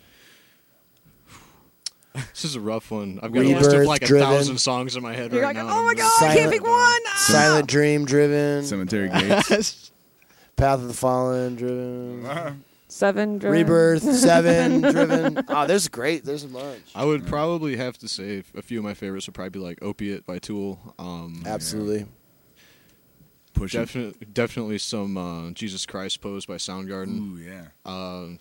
[SPEAKER 9] This is a rough one. I've got a list of
[SPEAKER 7] Rebirth,
[SPEAKER 9] like a
[SPEAKER 7] Driven.
[SPEAKER 9] thousand songs in my head
[SPEAKER 5] You're
[SPEAKER 9] right
[SPEAKER 5] like,
[SPEAKER 9] now.
[SPEAKER 5] oh my
[SPEAKER 9] and I'm
[SPEAKER 5] god, I can't
[SPEAKER 7] Silent-
[SPEAKER 5] pick one. Ah!"
[SPEAKER 7] Silent Dream,
[SPEAKER 9] [laughs]
[SPEAKER 7] Driven.
[SPEAKER 6] Cemetery Gates.
[SPEAKER 7] Path of the Fallen, Driven.
[SPEAKER 5] Seven. Driven.
[SPEAKER 7] Rebirth, [laughs]
[SPEAKER 5] [laughs]
[SPEAKER 7] Seven, Driven. Oh, there's great. There's a bunch.
[SPEAKER 9] I would probably have to say f- a few of my favorites would probably be like "Opiate" by Tool. Um,
[SPEAKER 7] Absolutely.
[SPEAKER 6] Push it.
[SPEAKER 9] definitely, definitely some uh, "Jesus Christ Pose" by Soundgarden. Um,
[SPEAKER 6] Ooh, yeah.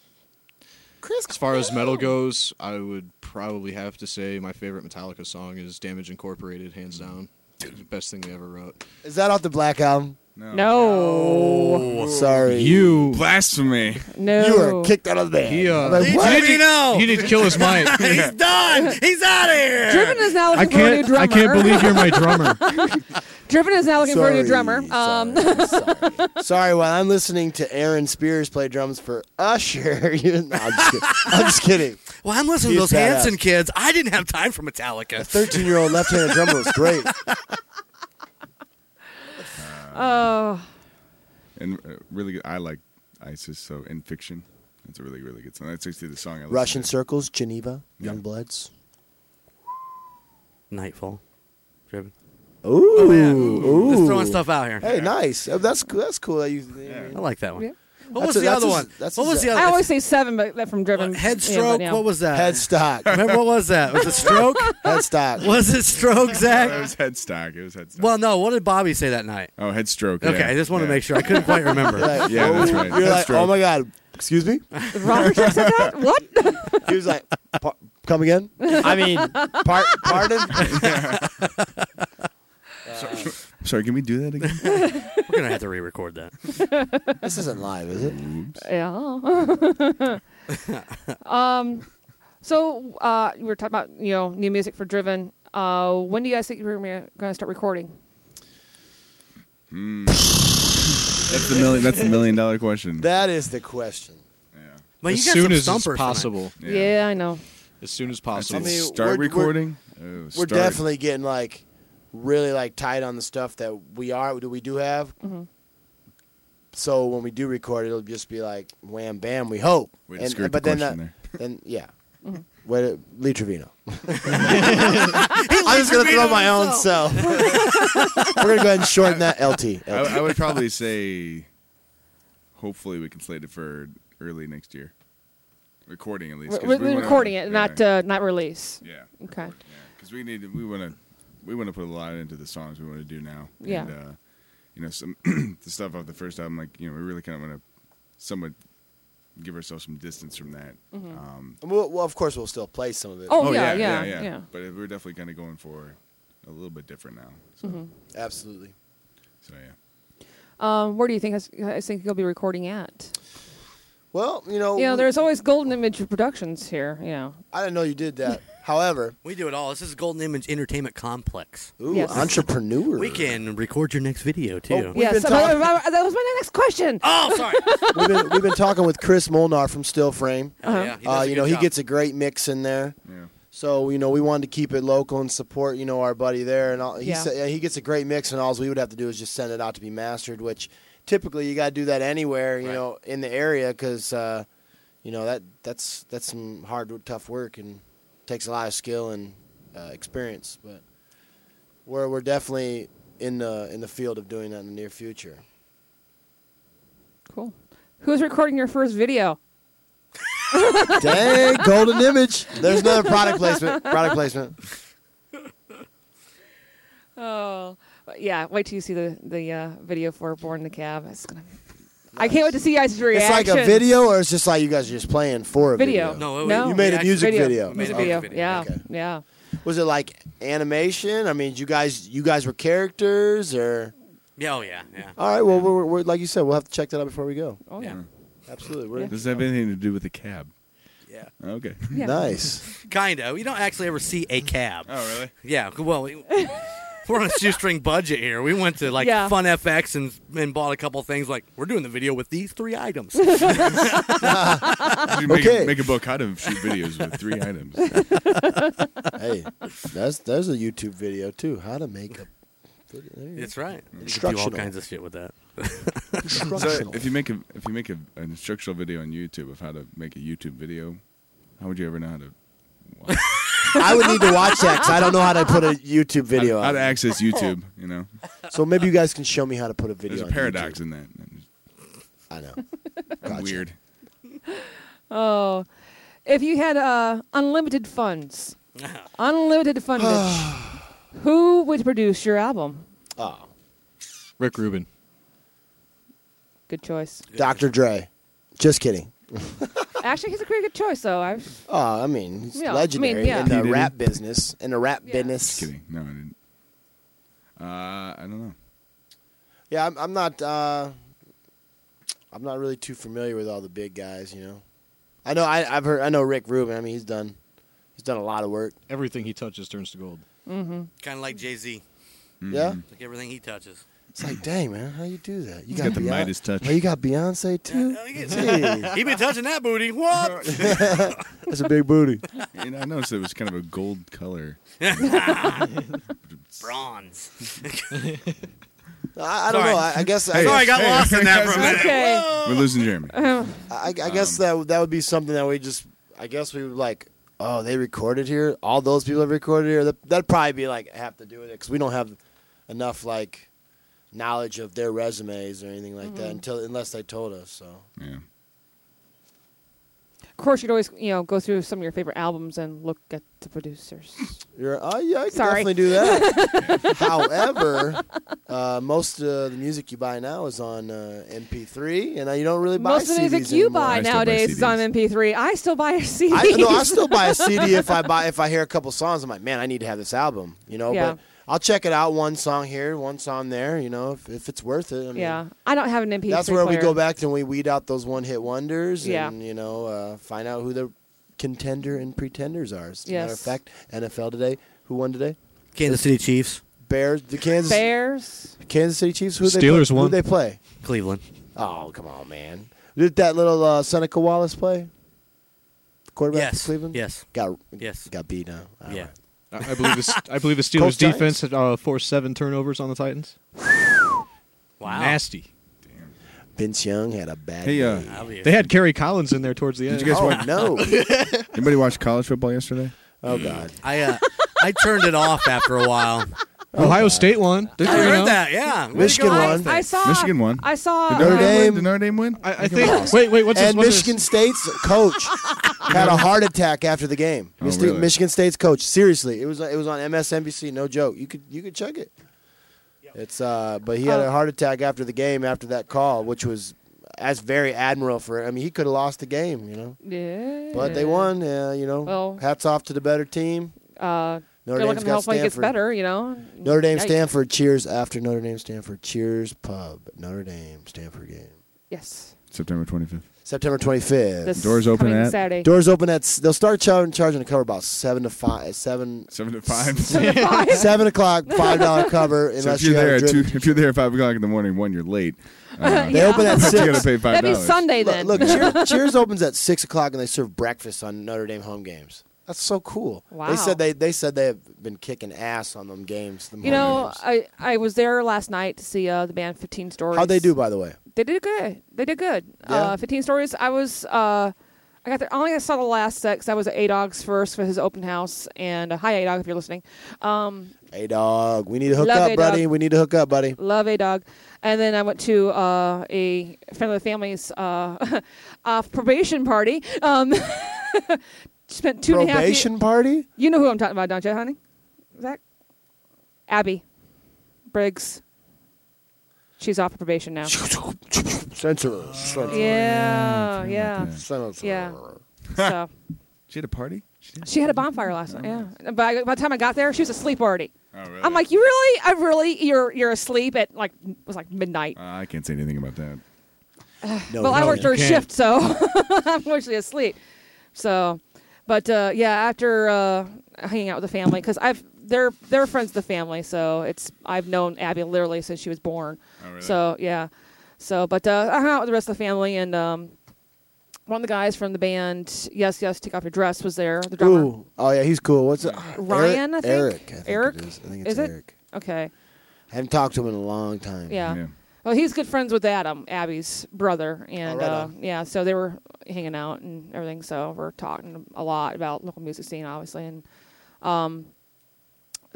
[SPEAKER 9] As far as metal goes, I would probably have to say my favorite Metallica song is "Damage Incorporated," hands down. It's the best thing they ever wrote.
[SPEAKER 7] Is that off the Black Album?
[SPEAKER 5] No.
[SPEAKER 7] Sorry.
[SPEAKER 9] You,
[SPEAKER 6] Blasphemy.
[SPEAKER 5] No.
[SPEAKER 7] You were kicked out of the band.
[SPEAKER 9] he, uh,
[SPEAKER 7] Like,
[SPEAKER 9] he
[SPEAKER 7] what?
[SPEAKER 9] did-
[SPEAKER 8] Trevino.
[SPEAKER 9] he did kill his [laughs] mic.
[SPEAKER 8] He's
[SPEAKER 5] [laughs]
[SPEAKER 8] done. He's out of here.
[SPEAKER 5] Driven is now
[SPEAKER 9] I
[SPEAKER 5] looking for a new
[SPEAKER 9] can't,
[SPEAKER 5] drummer.
[SPEAKER 9] I can't believe you're my drummer.
[SPEAKER 5] [laughs] Driven is now looking for a
[SPEAKER 7] Sorry,
[SPEAKER 5] new drummer. Um, [laughs]
[SPEAKER 7] sorry, sorry. Sorry, while I'm listening to Aaron Spears play drums for Usher, [laughs] you, no, I'm, just kidding. I'm just kidding.
[SPEAKER 8] Well, I'm listening to
[SPEAKER 7] He's
[SPEAKER 8] those Hanson
[SPEAKER 7] badass.
[SPEAKER 8] kids. I didn't have time for Metallica.
[SPEAKER 7] 13 year old left handed drummer was great.
[SPEAKER 5] oh,
[SPEAKER 6] And uh, really good. I like ISIS, so in fiction. That's a really, really good song. That's actually the song I listen
[SPEAKER 7] Russian
[SPEAKER 6] to.
[SPEAKER 5] [laughs]
[SPEAKER 7] Circles, Geneva,
[SPEAKER 6] Yeah.
[SPEAKER 7] Young Bloods.
[SPEAKER 8] [laughs] Nightfall. Driven.
[SPEAKER 7] Ooh,
[SPEAKER 8] Oh, yeah. Ooh. Just throwing stuff out here.
[SPEAKER 7] Hey, nice. Uh, That's cool. That's cool that you.
[SPEAKER 8] I like that one.
[SPEAKER 5] Yeah.
[SPEAKER 8] What was
[SPEAKER 7] That's a-
[SPEAKER 8] the
[SPEAKER 7] that's
[SPEAKER 8] other
[SPEAKER 7] a-
[SPEAKER 8] one?
[SPEAKER 7] that's
[SPEAKER 8] What
[SPEAKER 7] a-
[SPEAKER 8] was the
[SPEAKER 5] I
[SPEAKER 8] other
[SPEAKER 5] always say seven, but that from Driven.
[SPEAKER 8] Headstroke.
[SPEAKER 5] Yeah, but, yeah.
[SPEAKER 8] What was that?
[SPEAKER 7] Headstock.
[SPEAKER 8] Remember what was that?
[SPEAKER 7] [laughs]
[SPEAKER 8] Was it stroke?
[SPEAKER 7] Headstock.
[SPEAKER 8] was it
[SPEAKER 6] [laughs]
[SPEAKER 8] stroke,
[SPEAKER 6] It
[SPEAKER 8] Zach?
[SPEAKER 6] was Headstock. It was
[SPEAKER 5] [laughs]
[SPEAKER 6] Headstock.
[SPEAKER 8] Well, no. What did Bobby say that night?
[SPEAKER 6] oh, Headstroke.
[SPEAKER 8] Okay,
[SPEAKER 6] yeah.
[SPEAKER 8] I just want to
[SPEAKER 6] Yeah.
[SPEAKER 8] make sure. I couldn't quite remember.
[SPEAKER 7] Like,
[SPEAKER 6] Yeah, that's
[SPEAKER 7] oh,
[SPEAKER 6] right.
[SPEAKER 7] You're like,
[SPEAKER 6] Headstroke.
[SPEAKER 7] oh my God. Excuse me?
[SPEAKER 5] [laughs] Robert Jack said
[SPEAKER 7] [laughs]
[SPEAKER 5] that. What?
[SPEAKER 7] He was like, "Pa- come
[SPEAKER 5] [laughs]
[SPEAKER 7] again? I mean, par- pardon?
[SPEAKER 6] [laughs] Sorry, can we do that again?
[SPEAKER 8] We're [laughs] gonna have to re-record that.
[SPEAKER 7] This isn't live, is it?
[SPEAKER 8] Mm-hmm.
[SPEAKER 5] Yeah. [laughs]
[SPEAKER 7] [laughs]
[SPEAKER 5] um, so uh, we were talking about you know new music for Driven. Uh, when do you guys think you're going to start recording?
[SPEAKER 6] [laughs] that's the million. That's the million dollar question.
[SPEAKER 7] That is the question.
[SPEAKER 6] yeah.
[SPEAKER 8] But
[SPEAKER 9] as
[SPEAKER 8] you got
[SPEAKER 9] soon
[SPEAKER 8] some
[SPEAKER 9] as it's
[SPEAKER 8] stumpers tonight.
[SPEAKER 9] possible.
[SPEAKER 5] Yeah, I know.
[SPEAKER 9] As soon as
[SPEAKER 6] I
[SPEAKER 9] possible.
[SPEAKER 6] mean,
[SPEAKER 7] I mean,
[SPEAKER 6] start
[SPEAKER 7] we're- we're-
[SPEAKER 6] recording. Oh,
[SPEAKER 7] We're
[SPEAKER 6] start.
[SPEAKER 7] definitely getting like really like tight on the stuff that we are that we do have.
[SPEAKER 5] Mm-hmm.
[SPEAKER 7] So when we do record, it'll just be like wham bam. We hope.
[SPEAKER 6] We just screwed
[SPEAKER 7] but
[SPEAKER 6] the
[SPEAKER 7] then
[SPEAKER 6] question
[SPEAKER 7] that- then
[SPEAKER 5] [laughs]
[SPEAKER 7] yeah.
[SPEAKER 5] Mm-hmm.
[SPEAKER 7] Wait, Lee Trevino.
[SPEAKER 8] Lee
[SPEAKER 7] [laughs] I'm just gonna
[SPEAKER 8] Trevino
[SPEAKER 7] throw my own self. We're
[SPEAKER 5] [laughs]
[SPEAKER 7] gonna go ahead and shorten that LT.
[SPEAKER 6] I, I would probably say, hopefully, we can slate it for early next year. Recording at least. 'cause
[SPEAKER 5] We're,
[SPEAKER 6] we
[SPEAKER 5] we're
[SPEAKER 6] wanna-
[SPEAKER 5] recording it,
[SPEAKER 6] yeah,
[SPEAKER 5] not uh, not release.
[SPEAKER 6] yeah, because
[SPEAKER 5] Okay.
[SPEAKER 6] we need. to- We want to. We want to put a lot into the songs we want to do now.
[SPEAKER 5] Yeah.
[SPEAKER 6] And, uh, you know, some [clears throat] the stuff off the first album, like you know, we really kind of want to somewhat give ourselves some distance from that. Um,
[SPEAKER 7] Well, well, of course we'll still play some of it.
[SPEAKER 5] Oh, yeah, yeah, yeah.
[SPEAKER 6] But we're definitely kind of going for a little bit different now. So,
[SPEAKER 5] Mm-hmm.
[SPEAKER 7] absolutely.
[SPEAKER 6] so yeah.
[SPEAKER 5] Um, where do you think I think you'll be recording at?
[SPEAKER 7] Well, you know,
[SPEAKER 5] You know, there's always Golden Image Productions here. You know,
[SPEAKER 7] I didn't know you
[SPEAKER 8] [laughs]
[SPEAKER 7] did that. However,
[SPEAKER 8] We do it all. This is Golden Image Entertainment Complex.
[SPEAKER 7] ooh,
[SPEAKER 5] Yes.
[SPEAKER 7] entrepreneur.
[SPEAKER 8] We can record your next video
[SPEAKER 7] Oh,
[SPEAKER 8] too.
[SPEAKER 7] We've
[SPEAKER 5] yes.
[SPEAKER 7] been
[SPEAKER 5] but-
[SPEAKER 7] talking-
[SPEAKER 5] but- but that was my next question.
[SPEAKER 8] Oh, sorry.
[SPEAKER 7] we've, been, we've been talking with Chris Molnar from Still Frame.
[SPEAKER 8] Oh, Yeah, he does
[SPEAKER 7] uh,
[SPEAKER 8] a
[SPEAKER 7] you
[SPEAKER 8] good
[SPEAKER 7] know, he
[SPEAKER 8] job.
[SPEAKER 7] gets a great mix in there.
[SPEAKER 6] Yeah.
[SPEAKER 7] So you know, we wanted to keep it local and support you know our buddy there, and all, he
[SPEAKER 5] Yeah.
[SPEAKER 7] said yeah, he gets a great mix, and all we would have to do is just send it out to be mastered, which typically you got to do that anywhere you
[SPEAKER 8] Right.
[SPEAKER 7] know in the area because uh, you know that that's that's some hard tough work and takes a lot of skill and uh, experience, but we're we're definitely in the in the field of doing that in the near future.
[SPEAKER 5] Cool. Who's recording your first video?
[SPEAKER 7] [laughs] Dang, golden image. There's another product [laughs]
[SPEAKER 5] [laughs]
[SPEAKER 7] placement. Product placement.
[SPEAKER 5] Oh, yeah. Wait till you see the the uh, video for Born the Cab. It's gonna. I can't wait to see you guys'
[SPEAKER 7] It's
[SPEAKER 5] reaction.
[SPEAKER 7] like a video, or it's just like you guys are just playing for a
[SPEAKER 5] Video.
[SPEAKER 7] video.
[SPEAKER 8] No, it-
[SPEAKER 5] No.
[SPEAKER 7] You made
[SPEAKER 8] we
[SPEAKER 7] a
[SPEAKER 8] actually-
[SPEAKER 7] music
[SPEAKER 5] Video.
[SPEAKER 7] video.
[SPEAKER 5] Music
[SPEAKER 8] Okay.
[SPEAKER 5] video.
[SPEAKER 8] Video.
[SPEAKER 5] Yeah.
[SPEAKER 7] Okay.
[SPEAKER 5] Yeah.
[SPEAKER 7] Was it like animation? I mean, did you guys, you guys were characters, or?
[SPEAKER 8] [laughs] Yeah, oh yeah, yeah.
[SPEAKER 7] All right. Well, we're, we're, like you said, we'll have to check that out before we go.
[SPEAKER 5] Oh yeah.
[SPEAKER 8] Yeah.
[SPEAKER 7] Absolutely. We're
[SPEAKER 6] Does it have anything to do with the cab?
[SPEAKER 8] Yeah.
[SPEAKER 6] Okay.
[SPEAKER 8] [laughs]
[SPEAKER 6] [laughs]
[SPEAKER 5] Yeah.
[SPEAKER 7] Nice.
[SPEAKER 8] Kind of. You don't actually ever see a cab.
[SPEAKER 6] Oh, really?
[SPEAKER 8] Yeah. Well, we, we're on a shoestring budget here. We went to like
[SPEAKER 5] Yeah.
[SPEAKER 8] Fun FX and and bought a couple things. Like we're doing the video with these three
[SPEAKER 1] [laughs]
[SPEAKER 8] items.
[SPEAKER 7] [laughs]
[SPEAKER 6] You make,
[SPEAKER 7] Okay.
[SPEAKER 6] A, make a book how to shoot videos with three
[SPEAKER 7] [laughs]
[SPEAKER 6] items.
[SPEAKER 7] hey, that's there's a YouTube video too. How to make a video. There you go.
[SPEAKER 8] That's right. You can do all
[SPEAKER 7] Instructional.
[SPEAKER 8] kinds of shit with that. [laughs]
[SPEAKER 6] So
[SPEAKER 7] Instructional.
[SPEAKER 6] if you make a if you make a, an instructional video on YouTube of how to make a YouTube video, how would you ever know how to watch-
[SPEAKER 7] I would need to watch that because I don't know how to put a YouTube video
[SPEAKER 6] how to
[SPEAKER 7] out.
[SPEAKER 6] access YouTube? You
[SPEAKER 7] [laughs]
[SPEAKER 6] know,
[SPEAKER 7] So maybe you guys can show me how to put a video.
[SPEAKER 6] there's a
[SPEAKER 7] on
[SPEAKER 6] paradox
[SPEAKER 7] YouTube.
[SPEAKER 6] in that. And
[SPEAKER 7] I know.
[SPEAKER 6] [laughs] it's
[SPEAKER 7] Gotcha.
[SPEAKER 6] Weird.
[SPEAKER 5] Oh, if you had uh,
[SPEAKER 7] [laughs]
[SPEAKER 5] unlimited funds,
[SPEAKER 7] [sighs]
[SPEAKER 5] unlimited fundage, who would produce your album?
[SPEAKER 7] Oh,
[SPEAKER 9] Rick Rubin.
[SPEAKER 5] Good choice.
[SPEAKER 7] Dr. Dre. Just kidding.
[SPEAKER 5] Actually, he's a pretty good choice, though. I
[SPEAKER 7] Oh, I mean, he's
[SPEAKER 5] Yeah, I mean,
[SPEAKER 7] legendary
[SPEAKER 5] yeah.
[SPEAKER 7] in the
[SPEAKER 6] He did
[SPEAKER 7] rap
[SPEAKER 6] it.
[SPEAKER 7] business. In the rap
[SPEAKER 5] Yeah.
[SPEAKER 7] business.
[SPEAKER 6] Kidding. No, I didn't. Uh, I don't know.
[SPEAKER 7] Yeah, I'm, I'm not. Uh, I'm not really too familiar with all the big guys. You know, I know. I, I've heard. I know Rick Rubin. I mean, he's done. He's done a lot of work.
[SPEAKER 9] Everything he touches turns to gold.
[SPEAKER 8] Kind of like Jay Z.
[SPEAKER 7] Yeah.
[SPEAKER 8] Like everything he touches.
[SPEAKER 7] It's like, dang man, how you do that? You
[SPEAKER 6] got the Midas touch.
[SPEAKER 7] Well, you got Beyonce too.
[SPEAKER 6] [laughs]
[SPEAKER 7] Jeez,
[SPEAKER 8] he been touching that booty. What?
[SPEAKER 7] [laughs] that's a big booty.
[SPEAKER 6] And I noticed it was kind of a gold color.
[SPEAKER 8] Bronze.
[SPEAKER 7] I, I don't
[SPEAKER 8] Sorry.
[SPEAKER 7] know. I, I guess. I,
[SPEAKER 6] Hey,
[SPEAKER 8] Sorry, I got
[SPEAKER 6] hey,
[SPEAKER 8] lost in that for a minute.
[SPEAKER 5] Okay.
[SPEAKER 8] Whoa.
[SPEAKER 6] We're losing Jeremy.
[SPEAKER 7] [laughs] I, I guess that that would be something that we just. I guess we would like. Oh, they recorded here. All those people have recorded here. That, that'd probably be like have to do with it because we don't have enough like knowledge of their resumes or anything like
[SPEAKER 5] Mm-hmm.
[SPEAKER 7] that until unless they told us. So
[SPEAKER 6] Yeah.
[SPEAKER 5] of course, you'd always you know go through some of your favorite albums and look at the producers.
[SPEAKER 7] you're. Oh yeah, I can
[SPEAKER 5] Sorry.
[SPEAKER 7] definitely do that.
[SPEAKER 5] [laughs]
[SPEAKER 7] However, uh, most of the music you buy now is on uh, MP3, and uh, you don't really buy
[SPEAKER 5] Most of the
[SPEAKER 7] CDs
[SPEAKER 5] music you
[SPEAKER 7] anymore.
[SPEAKER 5] buy
[SPEAKER 6] I still buy
[SPEAKER 5] nowadays is on
[SPEAKER 6] CDs.
[SPEAKER 5] MP3. I still buy CDs. [laughs]
[SPEAKER 7] I, no, I still buy a CD if I buy if I hear a couple songs. I'm like, man, I need to have this album, you know.
[SPEAKER 5] Yeah.
[SPEAKER 7] But I'll check it out, one song here, one song there, you know, if, if it's worth it. I mean,
[SPEAKER 5] yeah, I don't have an MP3.
[SPEAKER 7] that's where we
[SPEAKER 5] player.
[SPEAKER 7] go back to and we weed out those one hit wonders,
[SPEAKER 5] Yeah.
[SPEAKER 7] and you know, uh, find out who the contender and pretenders are. As a matter of
[SPEAKER 5] Yes.
[SPEAKER 7] fact, NFL today, who won today?
[SPEAKER 8] [laughs] Kansas City Chiefs,
[SPEAKER 7] Bears, the Kansas
[SPEAKER 5] Bears.
[SPEAKER 7] Kansas City Chiefs. Who
[SPEAKER 9] Steelers
[SPEAKER 7] they play?
[SPEAKER 9] won.
[SPEAKER 7] Who they play?
[SPEAKER 8] Cleveland.
[SPEAKER 7] Oh, come on, man! Did that little uh, Seneca Wallace play? Quarterback for
[SPEAKER 8] yes.
[SPEAKER 7] Cleveland.
[SPEAKER 8] Yes.
[SPEAKER 7] Got
[SPEAKER 8] Yes.
[SPEAKER 7] got beat now. All
[SPEAKER 8] yeah.
[SPEAKER 7] right.
[SPEAKER 9] I, I believe the, I believe
[SPEAKER 6] [laughs]
[SPEAKER 7] [laughs]
[SPEAKER 9] the
[SPEAKER 7] Colts
[SPEAKER 9] Steelers
[SPEAKER 7] Giants?
[SPEAKER 9] defense uh, forced seven turnovers on the Titans.
[SPEAKER 8] Wow.
[SPEAKER 9] Nasty.
[SPEAKER 7] Vince Young had a bad.
[SPEAKER 6] Hey, uh,
[SPEAKER 7] day.
[SPEAKER 8] Obvious.
[SPEAKER 9] They had Kerry Collins in there towards the end.
[SPEAKER 6] you guys
[SPEAKER 7] oh
[SPEAKER 8] [laughs]
[SPEAKER 6] watch-
[SPEAKER 7] no!
[SPEAKER 6] Anybody watch college football yesterday?
[SPEAKER 7] oh god!
[SPEAKER 8] I uh, I turned it off after
[SPEAKER 9] [laughs]
[SPEAKER 8] a while.
[SPEAKER 9] Ohio State won. They're oh.
[SPEAKER 8] I
[SPEAKER 9] 3-0.
[SPEAKER 8] heard that. Yeah. Way to
[SPEAKER 7] Michigan
[SPEAKER 8] go.
[SPEAKER 7] won.
[SPEAKER 5] I, I saw.
[SPEAKER 6] Michigan won.
[SPEAKER 5] I saw.
[SPEAKER 6] Did Notre
[SPEAKER 5] um,
[SPEAKER 6] Dame? Did Notre Dame win?
[SPEAKER 9] I, I think. Wait, wait. What's
[SPEAKER 7] and
[SPEAKER 9] his, what's
[SPEAKER 7] Michigan State's
[SPEAKER 9] [laughs]
[SPEAKER 7] coach had a heart attack after the game.
[SPEAKER 6] Oh,
[SPEAKER 7] Mis-
[SPEAKER 6] really?
[SPEAKER 7] Michigan State's coach. Seriously, it was it was on MSNBC. No joke. You could you could check it. It's uh, but he had
[SPEAKER 5] Oh.
[SPEAKER 7] a heart attack after the game after that call, which was that's very admirable for. I mean, he could have lost the game, you know,
[SPEAKER 5] Yeah.
[SPEAKER 7] but they won. Uh, you know,
[SPEAKER 5] Well-
[SPEAKER 7] hats off to the better team.
[SPEAKER 5] Uh,
[SPEAKER 7] Notre
[SPEAKER 5] good luck
[SPEAKER 7] Dame's
[SPEAKER 5] in
[SPEAKER 7] got
[SPEAKER 5] health when it gets
[SPEAKER 7] Stanford.
[SPEAKER 5] better. You know.
[SPEAKER 7] Notre Dame
[SPEAKER 5] Yikes.
[SPEAKER 7] Stanford cheers after Notre Dame Stanford cheers pub Notre Dame Stanford game.
[SPEAKER 5] Yes.
[SPEAKER 6] September 25th.
[SPEAKER 7] September 25th.
[SPEAKER 5] This
[SPEAKER 6] Doors open
[SPEAKER 5] coming
[SPEAKER 6] at-
[SPEAKER 5] Saturday.
[SPEAKER 7] Doors open at. s- They'll start charging charging a cover about seven to five, seven,
[SPEAKER 6] Seven to five. [laughs]
[SPEAKER 7] seven o'clock, five dollar cover.
[SPEAKER 6] So
[SPEAKER 7] Unless
[SPEAKER 6] if you're
[SPEAKER 7] you have
[SPEAKER 6] there
[SPEAKER 7] a
[SPEAKER 6] at two,
[SPEAKER 7] drip-
[SPEAKER 6] if you're there at five o'clock in the morning, one, you're
[SPEAKER 7] [laughs]
[SPEAKER 6] late. Uh,
[SPEAKER 7] They open at
[SPEAKER 6] but [laughs] you gotta
[SPEAKER 7] six.
[SPEAKER 6] pay five
[SPEAKER 5] That'd be
[SPEAKER 6] dollars.
[SPEAKER 5] Sunday then.
[SPEAKER 7] Look, look
[SPEAKER 5] [laughs]
[SPEAKER 7] Cheer, Cheers opens at six o'clock and they serve breakfast on Notre Dame home games. That's so cool.
[SPEAKER 5] Wow.
[SPEAKER 7] They said they they said they have been kicking ass on them games. Them
[SPEAKER 5] you
[SPEAKER 7] home
[SPEAKER 5] know,
[SPEAKER 7] games.
[SPEAKER 5] I, I was there last night to see uh, the band 15 Stories.
[SPEAKER 7] how'd they do by the way?
[SPEAKER 5] They did good. They did good.
[SPEAKER 7] Yeah?
[SPEAKER 5] Uh, 15 Stories. I was, uh, I got there, I only saw the last set 'cause I was at A Dogs first for his open house. And uh, hi, A Dog, if you're listening. Um,
[SPEAKER 7] Hey dog, we need to hook
[SPEAKER 5] Love
[SPEAKER 7] up,
[SPEAKER 5] it,
[SPEAKER 7] buddy.
[SPEAKER 5] dog.
[SPEAKER 7] We need to hook up, buddy.
[SPEAKER 5] love a dog and then i went to uh, a friend of the family's uh, [laughs] uh, probation party um, [laughs] spent two and a half.
[SPEAKER 7] Probation party?
[SPEAKER 5] ye- you know who i'm talking about don't you honey zach abby briggs she's off
[SPEAKER 6] [laughs]
[SPEAKER 5] probation
[SPEAKER 7] [laughs]
[SPEAKER 5] now
[SPEAKER 7] Censor. Censor.
[SPEAKER 5] yeah yeah
[SPEAKER 7] Censor.
[SPEAKER 5] yeah so
[SPEAKER 6] She had a party. She did?
[SPEAKER 5] she had a bonfire last night yeah by, by the time i got there she was asleep already
[SPEAKER 6] Oh, really?
[SPEAKER 5] i'm like you really i really you're you're asleep at like it was like midnight
[SPEAKER 6] Uh, I can't say anything about that.
[SPEAKER 7] [laughs] No,
[SPEAKER 5] well, I
[SPEAKER 7] no,
[SPEAKER 5] worked
[SPEAKER 7] no.
[SPEAKER 5] third shift, so [laughs] I'm mostly asleep. So, but uh, yeah, after uh, hanging out with the family, because I've they're they're friends of the family, so it's I've known Abby literally since she was born.
[SPEAKER 6] Oh, really?
[SPEAKER 5] So yeah, so but uh, I hung out with the rest of the family, and um, one of the guys from the band, yes, yes, take off your dress, was there. The drummer.
[SPEAKER 7] Ooh. Oh yeah, he's cool. What's it?
[SPEAKER 5] Ryan, I
[SPEAKER 7] Eric,
[SPEAKER 5] think?
[SPEAKER 7] Eric. I think
[SPEAKER 5] Eric?
[SPEAKER 7] It is. I think it's
[SPEAKER 5] Is it?
[SPEAKER 7] Eric.
[SPEAKER 5] Okay,
[SPEAKER 7] I haven't talked to him in a long time.
[SPEAKER 5] yeah.
[SPEAKER 6] Yeah.
[SPEAKER 5] Well, he's good friends with Adam, Abby's brother, and
[SPEAKER 7] right
[SPEAKER 5] uh,
[SPEAKER 7] on.
[SPEAKER 5] yeah, so they were hanging out and everything. So we're talking a lot about local music scene, obviously, and um,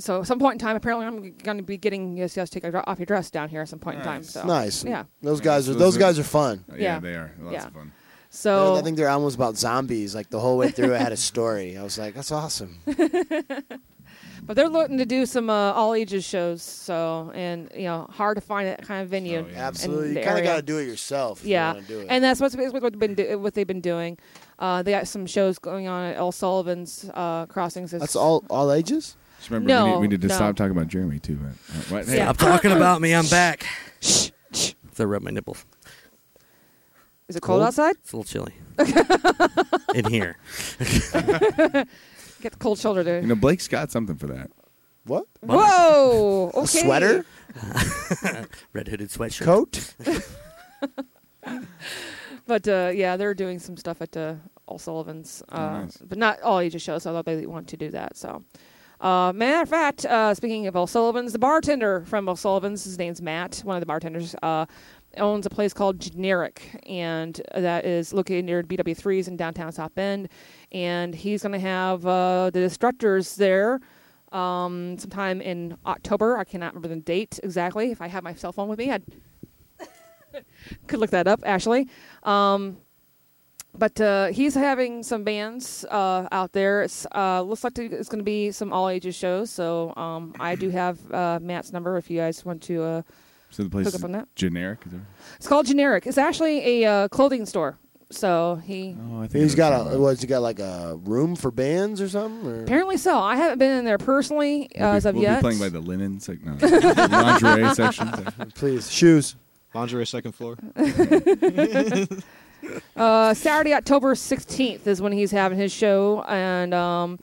[SPEAKER 5] so at some point in time, apparently, I'm going to be getting yes, yes, take your dr- off your dress down here at some point in time.
[SPEAKER 6] Nice.
[SPEAKER 5] So
[SPEAKER 7] Nice.
[SPEAKER 5] yeah.
[SPEAKER 7] Those guys are
[SPEAKER 6] those
[SPEAKER 7] those
[SPEAKER 6] are-
[SPEAKER 7] guys are fun.
[SPEAKER 6] Uh,
[SPEAKER 5] Yeah.
[SPEAKER 6] they are. Lots
[SPEAKER 5] Yeah.
[SPEAKER 6] of fun.
[SPEAKER 5] So
[SPEAKER 7] I think their album was about zombies. Like the
[SPEAKER 5] [laughs]
[SPEAKER 7] whole way through, I had a story. I was like, that's awesome.
[SPEAKER 5] but they're looking to do some uh, all ages shows. So and you know, hard to find that kind of venue.
[SPEAKER 6] Oh, yeah.
[SPEAKER 7] Absolutely,
[SPEAKER 5] And
[SPEAKER 7] you
[SPEAKER 5] the
[SPEAKER 7] kind of
[SPEAKER 5] area.
[SPEAKER 7] got to do it yourself. If
[SPEAKER 5] Yeah,
[SPEAKER 7] you wanna do it.
[SPEAKER 5] and that's what's, what, what, been do, what they've been doing. Uh, they got some shows going on at El Sullivan's uh, Crossings. this-
[SPEAKER 7] that's all all ages.
[SPEAKER 6] Just remember, we
[SPEAKER 5] No,
[SPEAKER 6] need, we need to
[SPEAKER 5] no.
[SPEAKER 6] stop talking about Jeremy too. But, uh, what? Hey,
[SPEAKER 5] Yeah.
[SPEAKER 8] I'm talking about me. I'm
[SPEAKER 7] [laughs]
[SPEAKER 8] back.
[SPEAKER 5] Shh, shh.
[SPEAKER 8] So I rub my nipples.
[SPEAKER 5] Is it cold,
[SPEAKER 8] Cold?
[SPEAKER 5] outside? [laughs]
[SPEAKER 8] It's a little chilly. In here.
[SPEAKER 5] Get the cold shoulder, dude.
[SPEAKER 6] you know, Blake's got something for that.
[SPEAKER 7] What
[SPEAKER 5] Whoa!
[SPEAKER 7] [laughs] a
[SPEAKER 5] Okay.
[SPEAKER 7] sweater
[SPEAKER 8] Red hooded sweatshirt. [laughs]
[SPEAKER 7] coat?
[SPEAKER 5] But uh, yeah, they're doing some stuff at uh, O'Sullivan's, uh,
[SPEAKER 6] nice.
[SPEAKER 5] but not all ages shows. So I thought they want to do that. So, uh, matter of fact, uh, speaking of O'Sullivan's, the bartender from O'Sullivan's, his name's Matt, one of the bartenders, uh, owns a place called Generic, and that is located near BW3s in downtown South Bend. And he's going to have uh, the Destructors there. Um, sometime in October, I cannot remember the date exactly. If I had my cell phone with me, I could look that up actually. Um, but uh, he's having some bands uh, out there. It's uh, looks like it's going to be some all ages shows. So um, I do have uh, Matt's number if you guys want to. Uh,
[SPEAKER 6] So the place
[SPEAKER 5] Hook
[SPEAKER 6] is
[SPEAKER 5] up on that.
[SPEAKER 6] generic. Is there?
[SPEAKER 5] it's called Generic. It's actually a uh, clothing store. So he
[SPEAKER 6] Oh, I think
[SPEAKER 7] He's
[SPEAKER 6] I know
[SPEAKER 7] got
[SPEAKER 6] what
[SPEAKER 7] a
[SPEAKER 6] you're talking
[SPEAKER 7] what's he got like a room for bands or something? Or?
[SPEAKER 5] apparently so. I haven't been in there personally uh,
[SPEAKER 6] about.
[SPEAKER 5] as of
[SPEAKER 6] we'll be,
[SPEAKER 5] yet.
[SPEAKER 6] We'll
[SPEAKER 5] [laughs]
[SPEAKER 6] be playing by the linen sec- no, lingerie section.
[SPEAKER 7] Please shoes.
[SPEAKER 9] Lingerie second floor.
[SPEAKER 5] Uh, Saturday, October 16th is when he's having his show. And um,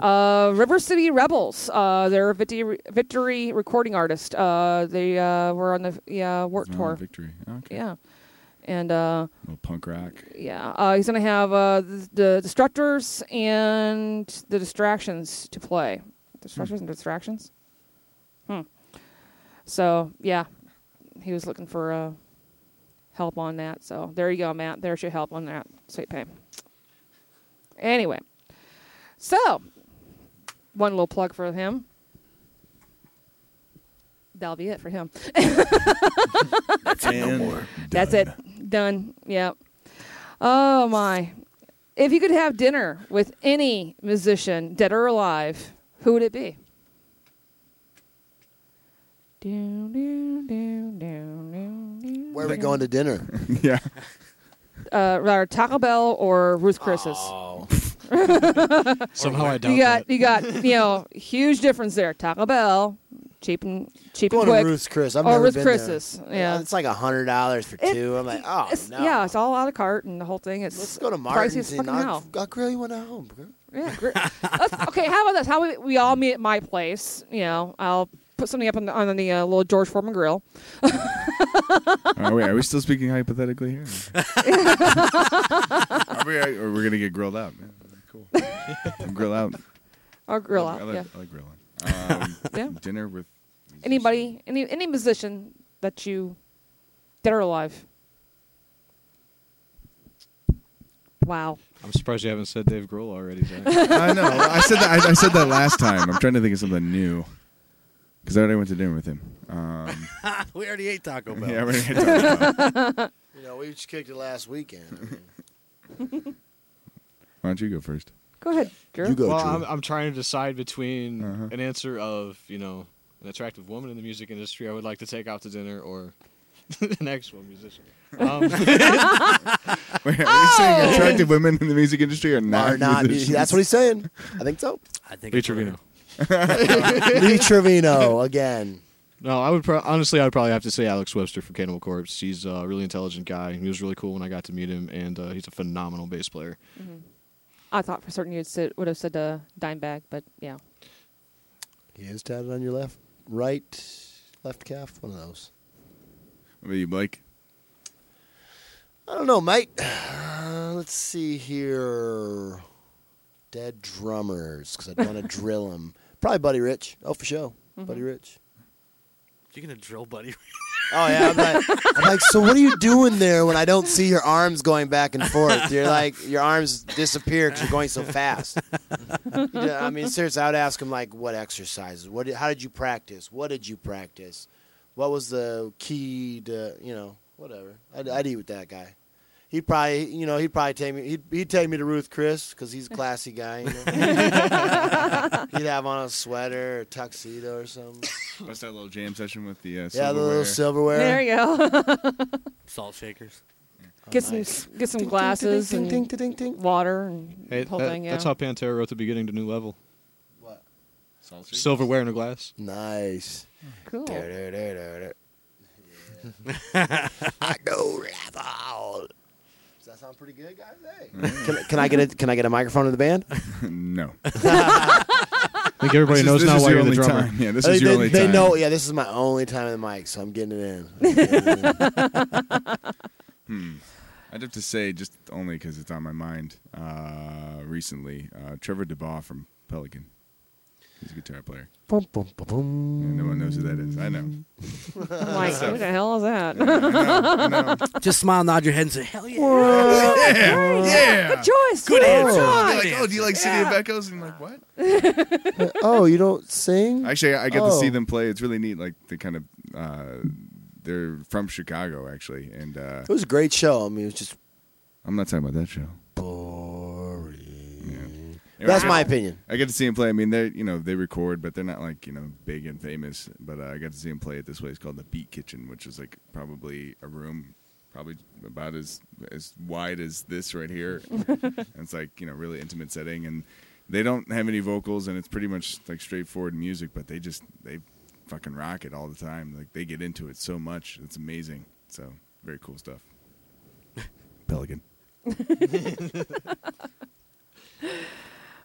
[SPEAKER 5] uh, River City Rebels, uh, they're a victory, victory recording artist. Uh, they uh, were on the yeah, work
[SPEAKER 6] Oh,
[SPEAKER 5] tour.
[SPEAKER 6] victory. Okay.
[SPEAKER 5] Yeah. And uh,
[SPEAKER 6] Little punk rock.
[SPEAKER 5] yeah, uh, he's going to have uh, the, the Destructors and the Distractions to play. Destructors and Distractions? Hmm. So, yeah, he was looking for uh, help on that. So, there you go, Matt. There's your help on that. Sweet pay. Anyway, so one little plug for him. That'll be it for him.
[SPEAKER 6] And
[SPEAKER 5] That's it. Done. Yep. Oh my. If you could have dinner with any musician, dead or alive, who would it be? Doo, doo, doo, doo, doo, doo.
[SPEAKER 7] Where are we going to dinner?
[SPEAKER 6] [laughs] Yeah.
[SPEAKER 5] Uh, rather Taco Bell or Ruth Chris's.
[SPEAKER 6] Oh. [laughs]
[SPEAKER 9] Somehow I doubt
[SPEAKER 5] you got
[SPEAKER 9] that.
[SPEAKER 5] you got you know huge difference there. Taco Bell, cheap and cheap
[SPEAKER 7] Going
[SPEAKER 5] and quick.
[SPEAKER 7] to Ruth's Chris. I've
[SPEAKER 5] or
[SPEAKER 7] never
[SPEAKER 5] Ruth's
[SPEAKER 7] been
[SPEAKER 5] Chris's.
[SPEAKER 7] there.
[SPEAKER 5] Yeah.
[SPEAKER 7] it's like a hundred dollars for
[SPEAKER 5] It-
[SPEAKER 7] two.
[SPEAKER 5] [laughs]
[SPEAKER 7] I'm like, oh
[SPEAKER 5] it's,
[SPEAKER 7] no. [laughs]
[SPEAKER 5] Yeah, it's all out of cart and the whole thing. It's
[SPEAKER 7] Let's go to
[SPEAKER 5] pricey
[SPEAKER 7] Martin's
[SPEAKER 5] as
[SPEAKER 7] and
[SPEAKER 5] fucking
[SPEAKER 7] I'll,
[SPEAKER 5] hell.
[SPEAKER 7] I'll grill you one at home,
[SPEAKER 6] [laughs]
[SPEAKER 7] bro.
[SPEAKER 5] Yeah. gr- Let's, okay, how about this? How we, we all meet at my place? You know, I'll put something up on the, on the uh, little George
[SPEAKER 6] [laughs]
[SPEAKER 5] Foreman grill. [laughs]
[SPEAKER 6] Oh, wait, are we still speaking hypothetically
[SPEAKER 8] [laughs]
[SPEAKER 6] here? are we, or we're gonna get grilled out, man.
[SPEAKER 5] [laughs]
[SPEAKER 6] Cool. grill out.
[SPEAKER 5] Or grill
[SPEAKER 6] I
[SPEAKER 5] out.
[SPEAKER 6] like,
[SPEAKER 5] Yeah.
[SPEAKER 6] I like grilling. Um,
[SPEAKER 5] [laughs] Yeah.
[SPEAKER 6] Dinner with
[SPEAKER 5] Anybody, any any musician that you dead or alive. Wow.
[SPEAKER 9] I'm surprised you haven't said Dave Grohl already, Zach.
[SPEAKER 6] I know. I said that. I, I said that last time. I'm trying to think of something new. Because I already went to dinner with him. Um,
[SPEAKER 8] we already ate Taco Bell.
[SPEAKER 6] yeah, I already
[SPEAKER 7] [laughs]
[SPEAKER 6] had Taco Bell.
[SPEAKER 7] You know, we just kicked it last weekend. I
[SPEAKER 5] [laughs]
[SPEAKER 7] mean,
[SPEAKER 6] Why don't you go first? [laughs]
[SPEAKER 5] Go ahead, Drew.
[SPEAKER 7] you go,
[SPEAKER 9] well,
[SPEAKER 7] Drew.
[SPEAKER 9] I'm, I'm trying to decide between
[SPEAKER 6] Uh-huh.
[SPEAKER 9] an answer of, you know, an attractive woman in the music industry I would like to take out to dinner or [laughs] an actual musician.
[SPEAKER 7] [laughs]
[SPEAKER 9] Um,
[SPEAKER 6] Wait, are
[SPEAKER 5] Oh!
[SPEAKER 6] you saying attractive
[SPEAKER 9] [laughs]
[SPEAKER 6] women in the music industry are not?
[SPEAKER 7] Are not.
[SPEAKER 6] musicians?
[SPEAKER 7] That's what he's saying. I think so.
[SPEAKER 8] I think
[SPEAKER 9] Lee
[SPEAKER 8] it's
[SPEAKER 9] Trevino.
[SPEAKER 7] Lee Trevino again.
[SPEAKER 9] No, I would pro- honestly, I would probably have to say Alex Webster from Cannibal Corpse. He's a really intelligent guy. He was really cool when I got to meet him, and uh, he's a phenomenal bass player.
[SPEAKER 5] Mm-hmm. I thought for certain you would would have said uh, dime bag, but yeah.
[SPEAKER 7] He is tatted on your left, right, left calf. One of those.
[SPEAKER 6] What about you, Blake?
[SPEAKER 7] I don't know, mate. [sighs] Uh, let's see here. Dead drummers, because I'd want to drill them. Probably Buddy Rich. Oh, for sure. Buddy Rich.
[SPEAKER 8] You're gonna drill, buddy.
[SPEAKER 7] [laughs] Oh, yeah. I'm like, I'm like, so what are you doing there when I don't see your arms going back and forth? You're like, your arms disappear because you're going so fast. You know, I mean, seriously, I would ask him, like, what exercises? What? Did, how did you practice? What did you practice? What was the key to, you know, whatever. I'd, I'd eat with that guy. He'd probably, you know, he'd probably take me. He'd, he'd take me to Ruth Chris because he's a classy guy. You know? he'd have on a sweater or tuxedo or something.
[SPEAKER 6] What's that little jam session with the uh,
[SPEAKER 7] Yeah, the little
[SPEAKER 6] silverware?
[SPEAKER 7] silverware.
[SPEAKER 5] There you go.
[SPEAKER 8] Salt shakers.
[SPEAKER 5] [laughs] get some get some glasses and water and
[SPEAKER 9] Hey,
[SPEAKER 5] the whole
[SPEAKER 9] that-
[SPEAKER 5] thing. Yeah.
[SPEAKER 9] That's how Pantera wrote the beginning to New Level.
[SPEAKER 7] What?
[SPEAKER 9] Silverware in a glass.
[SPEAKER 7] Nice.
[SPEAKER 5] cool.
[SPEAKER 7] I know level. Does that sound pretty good, guys?
[SPEAKER 6] Mm.
[SPEAKER 7] Hey. Can, can
[SPEAKER 6] [laughs]
[SPEAKER 7] I get a Can I get a microphone to the band?
[SPEAKER 9] [laughs]
[SPEAKER 6] no.
[SPEAKER 9] I think everybody
[SPEAKER 6] This
[SPEAKER 9] knows
[SPEAKER 6] is- this
[SPEAKER 9] now
[SPEAKER 6] is
[SPEAKER 9] why
[SPEAKER 6] your
[SPEAKER 9] you're the
[SPEAKER 6] only
[SPEAKER 9] drummer.
[SPEAKER 6] Time. Yeah, this
[SPEAKER 7] they,
[SPEAKER 6] is your
[SPEAKER 7] they-
[SPEAKER 6] only
[SPEAKER 7] they
[SPEAKER 6] time.
[SPEAKER 7] know. Yeah, this is my only time in the mic, so I'm getting it in. I'm getting it in.
[SPEAKER 9] [laughs]
[SPEAKER 6] Hmm. I'd have to say, just only because it's on my mind uh, recently, uh, Trevor DeBaugh from Pelican. He's a guitar player.
[SPEAKER 7] Boom, boom, boom, boom.
[SPEAKER 6] Yeah, no one knows who that is. I know.
[SPEAKER 5] I'm [laughs] like, who the hell is that? [laughs]
[SPEAKER 8] Just smile, nod your head, and
[SPEAKER 9] [laughs]
[SPEAKER 8] say, "Hell yeah."
[SPEAKER 6] Yeah.
[SPEAKER 5] [laughs]
[SPEAKER 6] yeah.
[SPEAKER 5] Good choice. Good
[SPEAKER 8] answer.
[SPEAKER 5] choice.
[SPEAKER 6] Like, oh, do you like City of Echoes? And I'm like, what?
[SPEAKER 7] Oh, you don't sing?
[SPEAKER 6] Actually, I I got to see
[SPEAKER 7] Oh.
[SPEAKER 6] them play. It's really neat. Like they kind of, uh, they're from Chicago actually, and uh,
[SPEAKER 7] It was a great show. I mean, it was just
[SPEAKER 6] I'm not talking about that show.
[SPEAKER 7] boring.
[SPEAKER 6] Anyway,
[SPEAKER 7] That's
[SPEAKER 6] I-
[SPEAKER 7] my opinion.
[SPEAKER 6] I got to see him play. I mean, they are you know they record, but they're not like you know big and famous. But uh, I got to see him play at this place called the Beat Kitchen, which is like probably a room, probably about as as wide as this right
[SPEAKER 7] [laughs]
[SPEAKER 6] here. and it's like you know really intimate setting, and they don't have any vocals, and it's pretty much like straightforward music. But they just they fucking rock it all the time. Like they get into it so much, it's amazing. So very cool stuff.
[SPEAKER 7] [laughs]
[SPEAKER 6] Pelican.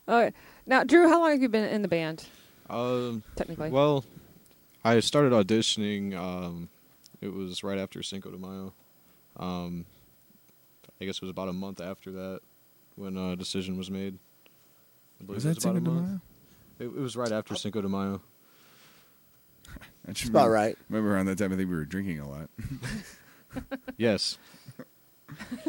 [SPEAKER 5] Okay. Now, Drew, how long have you been in the band?
[SPEAKER 9] Um,
[SPEAKER 5] Technically, [laughs]
[SPEAKER 9] well, [laughs] I started auditioning. Um, it was right after Cinco de Mayo. Um, I guess it was about a month after that when a decision was made. I believe it was about a month. It, it was right after Cinco de
[SPEAKER 6] [laughs]
[SPEAKER 9] Mayo.
[SPEAKER 6] That's
[SPEAKER 7] It's about right.
[SPEAKER 6] Remember around that time, I think we were drinking a lot.
[SPEAKER 9] [laughs]
[SPEAKER 6] [laughs]
[SPEAKER 9] Yes.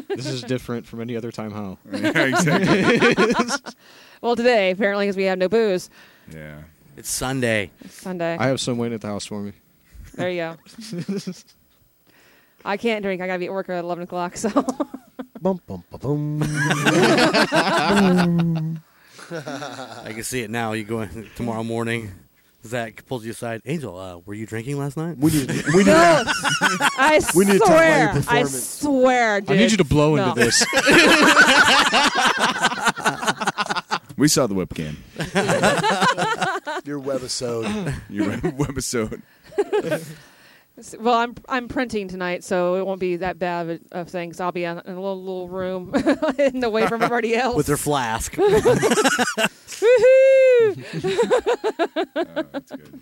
[SPEAKER 9] this is different from any other time. How?
[SPEAKER 6] [laughs] yeah, exactly.
[SPEAKER 5] well, today apparently because we have no booze.
[SPEAKER 6] Yeah.
[SPEAKER 8] It's Sunday.
[SPEAKER 5] It's Sunday.
[SPEAKER 9] I have some waiting at the house for me.
[SPEAKER 5] there you go.
[SPEAKER 9] [laughs]
[SPEAKER 5] I can't drink. I gotta be at work at eleven o'clock. So,
[SPEAKER 7] Boom, boom,
[SPEAKER 6] [laughs]
[SPEAKER 7] boom, boom.
[SPEAKER 8] [laughs] I can see it now. You go in tomorrow morning. Zach pulls you aside. Angel, uh, were you drinking last night?
[SPEAKER 7] we need, we need,
[SPEAKER 5] no, I
[SPEAKER 7] We need to talk about your
[SPEAKER 5] swear, I
[SPEAKER 7] performance.
[SPEAKER 5] swear, dude.
[SPEAKER 9] I need you to blow into
[SPEAKER 5] No. [laughs]
[SPEAKER 9] this.
[SPEAKER 6] We saw the webcam.
[SPEAKER 7] Your webisode.
[SPEAKER 6] [laughs] Your webisode.
[SPEAKER 5] [laughs] S- Well, I'm I'm printing tonight, so it won't be that bad of, a- of things. I'll be in, in a little little room [laughs] hidden away from everybody else.
[SPEAKER 8] [laughs] with their
[SPEAKER 5] [laughs]
[SPEAKER 8] flask.
[SPEAKER 5] Woohoo! [laughs]
[SPEAKER 6] Oh, that's good.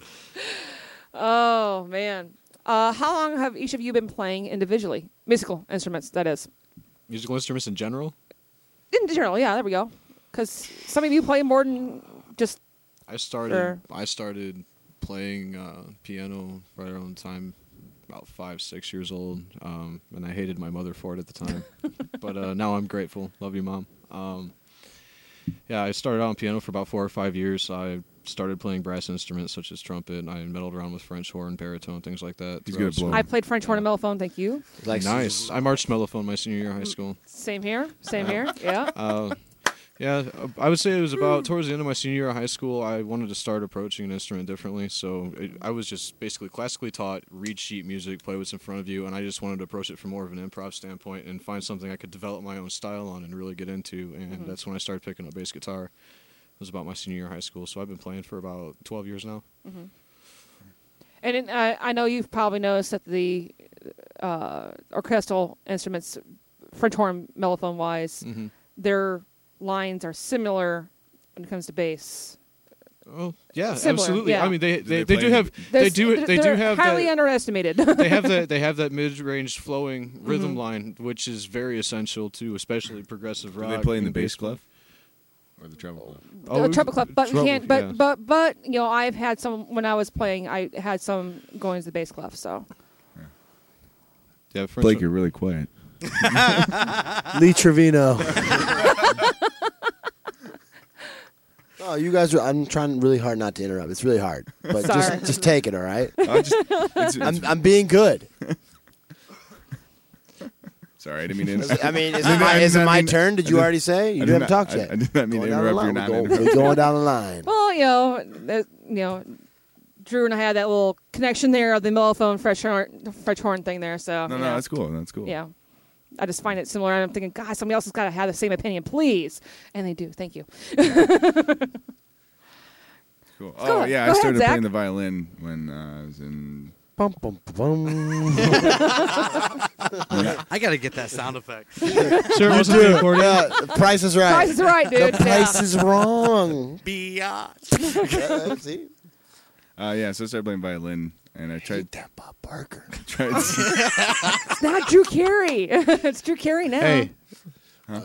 [SPEAKER 5] Oh man. Uh, how long have each of you been playing individually musical instruments? That is,
[SPEAKER 9] [laughs] Musical instruments in general.
[SPEAKER 5] in general. Yeah, there we go. Because some of you play more than just
[SPEAKER 9] I started.
[SPEAKER 5] Sure.
[SPEAKER 9] I started playing uh, piano right around the time about five, six years old, um, and I hated my mother for it at the
[SPEAKER 5] [laughs]
[SPEAKER 9] time. but uh, now I'm grateful. Love you, mom. Um, yeah, I started out on piano for about four or five years. I started playing brass instruments such as trumpet. and I meddled around with French horn, baritone, things like that.
[SPEAKER 6] He's gonna
[SPEAKER 9] throughout
[SPEAKER 6] blow
[SPEAKER 9] school.
[SPEAKER 5] I played French horn and mellophone. Thank you. Mm,
[SPEAKER 9] nice. I marched mellophone my senior year of high school.
[SPEAKER 5] Same here.
[SPEAKER 9] [laughs]
[SPEAKER 5] Same here. Yeah.
[SPEAKER 9] Um, Yeah, uh, I would say it was about towards the end of my senior year of high school. I wanted to start approaching an instrument differently, so it, I was just basically classically taught, read sheet music, play what's in front of you, and I just wanted to approach it from more of an improv standpoint and find something I could develop my own style on and really get into. And that's when I started picking up bass guitar. It was about my senior year of high school, so I've been playing for about 12 years now.
[SPEAKER 5] Mm-hmm. And in, I, I know you've probably noticed that the uh, orchestral instruments, French horn, mellophone wise,
[SPEAKER 9] Mm-hmm.
[SPEAKER 5] their lines are similar when it comes to bass.
[SPEAKER 9] Oh, yeah,
[SPEAKER 5] Similar,
[SPEAKER 9] absolutely.
[SPEAKER 5] yeah.
[SPEAKER 9] I mean, they they,
[SPEAKER 6] they
[SPEAKER 9] they, do
[SPEAKER 6] play-
[SPEAKER 9] have they
[SPEAKER 5] There's-
[SPEAKER 9] do
[SPEAKER 5] they're-
[SPEAKER 9] they do
[SPEAKER 5] they're
[SPEAKER 9] have
[SPEAKER 5] highly
[SPEAKER 9] that-
[SPEAKER 5] underestimated.
[SPEAKER 9] [laughs]
[SPEAKER 5] Mm-hmm.
[SPEAKER 9] they
[SPEAKER 5] [laughs]
[SPEAKER 9] have that they have that mid range flowing rhythm line, which is very essential to especially progressive
[SPEAKER 6] Do
[SPEAKER 9] rock.
[SPEAKER 6] they play in the
[SPEAKER 9] and Oh,
[SPEAKER 6] bass clef or the treble clef?
[SPEAKER 5] uh, treble clef, but we
[SPEAKER 9] treble,
[SPEAKER 5] can't. But
[SPEAKER 9] yeah.
[SPEAKER 5] but but you know, I've had some when I was playing. I had some going to the bass clef. So
[SPEAKER 9] Yeah, for
[SPEAKER 6] Blake, you're
[SPEAKER 9] instance-
[SPEAKER 6] really quiet. [laughs]
[SPEAKER 7] Lee Trevino. Oh, you guys are. I'm trying really hard not to interrupt. It's really hard, but
[SPEAKER 5] Sorry.
[SPEAKER 7] just just take it. All right.
[SPEAKER 6] I just, it's, it's,
[SPEAKER 7] I'm I'm being good.
[SPEAKER 6] sorry, I didn't [laughs] mean to.
[SPEAKER 7] I mean, is
[SPEAKER 6] I
[SPEAKER 7] it
[SPEAKER 6] did
[SPEAKER 7] my,
[SPEAKER 6] not-
[SPEAKER 7] is
[SPEAKER 6] I
[SPEAKER 7] it
[SPEAKER 6] did
[SPEAKER 7] my
[SPEAKER 6] not-
[SPEAKER 7] turn? Did
[SPEAKER 6] I
[SPEAKER 7] you
[SPEAKER 6] did
[SPEAKER 7] already
[SPEAKER 6] not-
[SPEAKER 7] say
[SPEAKER 6] I
[SPEAKER 7] you
[SPEAKER 6] did
[SPEAKER 7] haven't
[SPEAKER 6] not-
[SPEAKER 7] talked
[SPEAKER 6] I-
[SPEAKER 7] yet?
[SPEAKER 6] I did not mean to
[SPEAKER 7] Going down the
[SPEAKER 6] interrupt
[SPEAKER 7] line,
[SPEAKER 6] your
[SPEAKER 7] we're
[SPEAKER 6] non-
[SPEAKER 7] going- We're going down the line.
[SPEAKER 5] well, you know, there's- you know, Drew and I had that little connection there of the mellophone French horn, French horn thing there. So
[SPEAKER 6] No,
[SPEAKER 5] you
[SPEAKER 6] no,
[SPEAKER 5] know.
[SPEAKER 6] that's cool. That's cool.
[SPEAKER 5] Yeah. I just find it similar. And I'm thinking, God, somebody else has got to have the same opinion, please. And they do. Thank you. [laughs]
[SPEAKER 6] Cool.
[SPEAKER 5] Go
[SPEAKER 6] Oh
[SPEAKER 5] ahead-
[SPEAKER 6] yeah,
[SPEAKER 5] go
[SPEAKER 6] I started
[SPEAKER 5] ahead, Zach.
[SPEAKER 6] playing the violin when uh, I was in.
[SPEAKER 7] Bum, bum, bum.
[SPEAKER 8] I gotta get that sound effect.
[SPEAKER 5] [laughs]
[SPEAKER 9] Sure, wasn't being recorded.
[SPEAKER 7] yeah, the price is right.
[SPEAKER 5] Price is right, dude.
[SPEAKER 7] The price is wrong.
[SPEAKER 8] Biatch.
[SPEAKER 7] Yeah,
[SPEAKER 6] [laughs]
[SPEAKER 7] see?
[SPEAKER 6] [laughs] Uh, yeah, so I started playing violin, and I tried
[SPEAKER 7] Eat that Bob Barker.
[SPEAKER 6] [laughs] tried.
[SPEAKER 5] It's not Drew Carey. [laughs] it's Drew Carey now.
[SPEAKER 9] Hey,
[SPEAKER 6] Uh,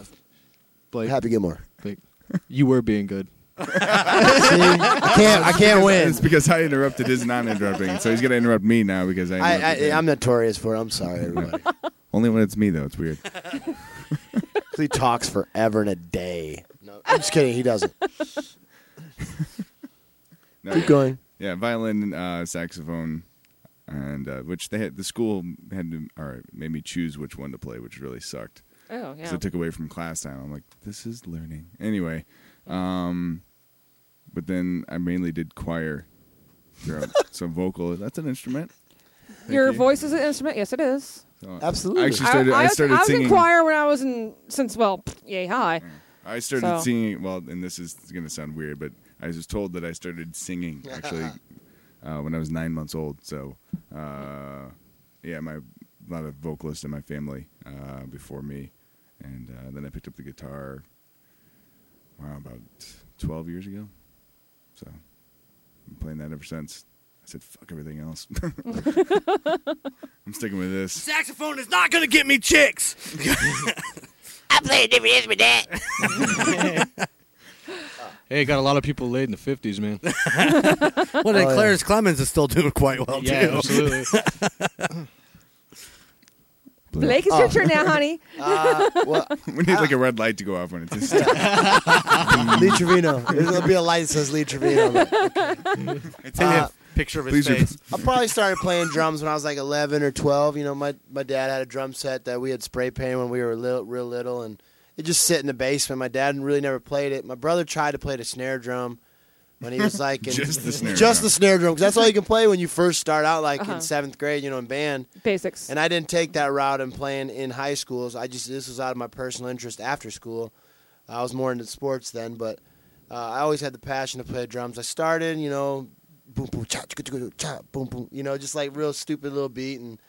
[SPEAKER 7] Like, Happy Gilmore.
[SPEAKER 9] Blake, you were being good.
[SPEAKER 7] See? I can't. I can't win.
[SPEAKER 6] It's [laughs] because I interrupted his non-interrupting, so he's gonna interrupt me now because I.
[SPEAKER 7] I,
[SPEAKER 6] interrupted
[SPEAKER 7] I,
[SPEAKER 6] him.
[SPEAKER 7] I'm notorious for it. I'm sorry, everybody.
[SPEAKER 6] Only when it's me though. It's weird.
[SPEAKER 7] he talks forever and a day. No, I'm just kidding. He doesn't.
[SPEAKER 6] No,
[SPEAKER 7] Keep going.
[SPEAKER 6] Yeah, violin, uh, saxophone, and uh, which they had the school had to, or made me choose which one to play, which really sucked.
[SPEAKER 5] Oh, yeah.
[SPEAKER 6] So it took away from class time. I'm like, this is learning. Anyway, um, but then I mainly did choir. throughout.
[SPEAKER 7] [laughs]
[SPEAKER 6] so vocal, that's an instrument.
[SPEAKER 5] Your
[SPEAKER 6] you.
[SPEAKER 5] voice is an instrument. Yes, it is.
[SPEAKER 6] So
[SPEAKER 7] Absolutely.
[SPEAKER 6] I actually started.
[SPEAKER 5] I,
[SPEAKER 6] I,
[SPEAKER 5] was,
[SPEAKER 6] started
[SPEAKER 5] I was
[SPEAKER 6] singing.
[SPEAKER 5] in choir when I was in, since, well, yay, hi.
[SPEAKER 6] I started
[SPEAKER 5] so-
[SPEAKER 6] singing. Well, and this is going to sound weird, but I was told that I started singing actually uh, when I was nine months old. So, uh, yeah, my a lot of vocalists in my family uh, before me, and uh, then I picked up the guitar. Wow, about twelve years ago. So, I've been playing that ever since. I said, "Fuck everything else." [laughs] I'm sticking with this.
[SPEAKER 8] Saxophone is not gonna get me
[SPEAKER 5] [laughs]
[SPEAKER 8] chicks. [laughs]
[SPEAKER 1] I play a different instrument, Dad.
[SPEAKER 9] [laughs]
[SPEAKER 6] [laughs]
[SPEAKER 9] Hey, got a lot of people laid in the 50s, man.
[SPEAKER 8] Well, then
[SPEAKER 7] Oh, yeah.
[SPEAKER 8] Clarence Clemens is still doing quite well
[SPEAKER 9] yeah,
[SPEAKER 8] too.
[SPEAKER 9] absolutely.
[SPEAKER 6] [laughs]
[SPEAKER 5] Blake, it's your turn now, honey.
[SPEAKER 7] [laughs] Uh, well,
[SPEAKER 6] Oh. [laughs]
[SPEAKER 7] uh,
[SPEAKER 6] We need like a red light to go off when it's just
[SPEAKER 7] [laughs] Lee Trevino. There'll be a light that says Lee Trevino.
[SPEAKER 5] [laughs]
[SPEAKER 7] but- Uh,
[SPEAKER 8] Picture of his
[SPEAKER 6] Please
[SPEAKER 8] face.
[SPEAKER 7] I probably started playing drums when I was like 11 or 12. You know, my, my dad had a drum set that we had spray painted when we were little, real little, and it just sit in the basement. My dad really never played it. My brother tried to play the snare drum when he was
[SPEAKER 6] [laughs]
[SPEAKER 7] like in,
[SPEAKER 6] Just the snare
[SPEAKER 7] [laughs] just
[SPEAKER 6] drum.
[SPEAKER 7] the snare drum, 'cause that's all you can play when you first start out, like
[SPEAKER 5] Uh-huh.
[SPEAKER 7] in seventh grade, you know, in band.
[SPEAKER 5] Basics.
[SPEAKER 7] And I didn't take that route in playing in high schools. I just this was out of my personal interest after school. I was more into sports then, but Uh, I always had the passion to play drums. I started, you know, boom boom cha cha cha cha boom boom, you know, just like real stupid little beat, and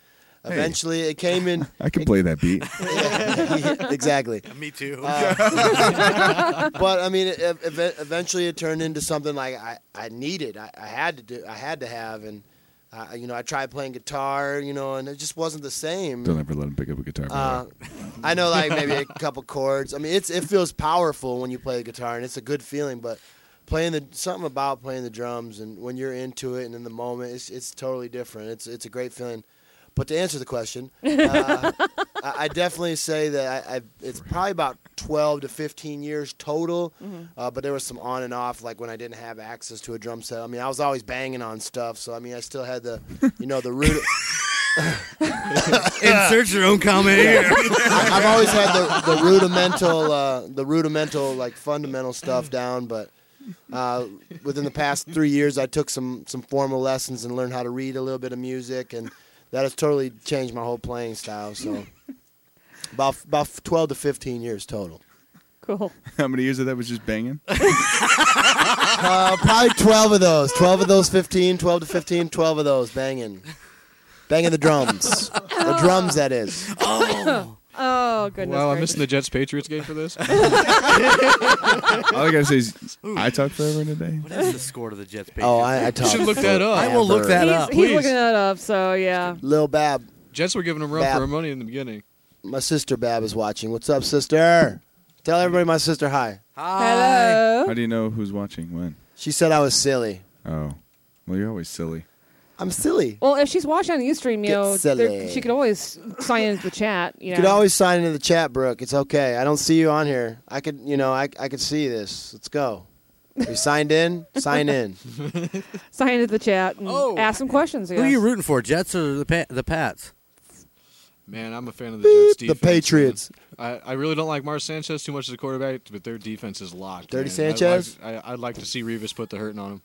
[SPEAKER 7] eventually it came
[SPEAKER 6] [laughs]
[SPEAKER 7] in. [laughs]
[SPEAKER 6] I can play that beat.
[SPEAKER 7] Yeah, exactly. Uh,
[SPEAKER 8] Me too.
[SPEAKER 7] [laughs] but I mean, it, ev- ev- eventually it turned into something like I, I needed, I, I had to do, I had to have, and uh, you know, I tried playing guitar, you know, and it just wasn't the same.
[SPEAKER 6] Don't ever let him pick up a guitar. by
[SPEAKER 7] Uh,
[SPEAKER 6] the way.
[SPEAKER 7] I know, like maybe a couple chords. I mean, it's it feels powerful when you play the guitar, and it's a good feeling. But playing the something about playing the drums, and when you're into it and in the moment, it's it's totally different. It's it's a great feeling. But to answer the question, uh, I, I definitely say that I, I it's probably about 12 to 15 years total.
[SPEAKER 5] Mm-hmm.
[SPEAKER 7] Uh, but there was some on and off, like when I didn't have access to a drum set. I mean, I was always banging on stuff, so I mean, I still had the, you know, the root.
[SPEAKER 8] [laughs] Insert your own comment here.
[SPEAKER 7] I- [laughs] I've always had the, the rudimental, uh, the rudimental, like fundamental stuff down, but uh, within the past three years, I took some some formal lessons and learned how to read a little bit of music, and that has totally changed my whole playing style. So, about about twelve to fifteen years total.
[SPEAKER 5] Cool.
[SPEAKER 6] How many years of that was just banging?
[SPEAKER 7] Uh, probably twelve of those, twelve of those, 15, 12 to 15, 12 of those, banging, banging the drums, the drums that is.
[SPEAKER 5] [coughs] Oh goodness.
[SPEAKER 9] Wow, I'm
[SPEAKER 5] gracious.
[SPEAKER 9] missing the Jets Patriots game for
[SPEAKER 5] [laughs]
[SPEAKER 9] this. [laughs]
[SPEAKER 6] [laughs] All I gotta say is, I talked forever in a day.
[SPEAKER 8] What is the score to the Jets? Patriots?
[SPEAKER 7] Oh, I, I
[SPEAKER 9] You
[SPEAKER 7] talked
[SPEAKER 9] should
[SPEAKER 7] [laughs]
[SPEAKER 9] look that up.
[SPEAKER 8] I will look that
[SPEAKER 5] He's,
[SPEAKER 8] up.
[SPEAKER 5] he's
[SPEAKER 9] please.
[SPEAKER 5] looking that up. So yeah.
[SPEAKER 7] Lil Bab,
[SPEAKER 9] Jets were giving them run
[SPEAKER 7] Bap.
[SPEAKER 9] for our money in the beginning.
[SPEAKER 7] My sister Bab is watching. What's up, sister? Tell everybody my sister hi.
[SPEAKER 5] Hello.
[SPEAKER 6] How do you know who's watching when?
[SPEAKER 7] She said I was silly.
[SPEAKER 6] Oh, well, you're always silly.
[SPEAKER 7] I'm silly.
[SPEAKER 5] Well, if she's watching on Ustream, you
[SPEAKER 7] Get
[SPEAKER 5] know, there,
[SPEAKER 7] silly.
[SPEAKER 5] she could always sign into the chat. You know.
[SPEAKER 7] You could
[SPEAKER 5] [laughs]
[SPEAKER 7] always sign into the chat, Brooke. It's okay. I don't see you on here. I could, you know, I, I could see this. Let's go. Are you signed in? Sign
[SPEAKER 5] [laughs]
[SPEAKER 7] in.
[SPEAKER 5] sign into the chat and
[SPEAKER 9] Oh.
[SPEAKER 5] ask some questions.
[SPEAKER 8] Who are
[SPEAKER 5] yes.
[SPEAKER 8] you rooting for, Jets or the pa- the Pats?
[SPEAKER 9] Man, I'm a fan of the Jets
[SPEAKER 7] The
[SPEAKER 9] defense. man.
[SPEAKER 7] Patriots.
[SPEAKER 9] I, I really don't like Mars Sanchez too much as a quarterback, but their defense is locked.
[SPEAKER 7] Dirty
[SPEAKER 9] man. I'd
[SPEAKER 7] Sanchez?
[SPEAKER 9] like- I, I'd like to see Revis put the hurting on him.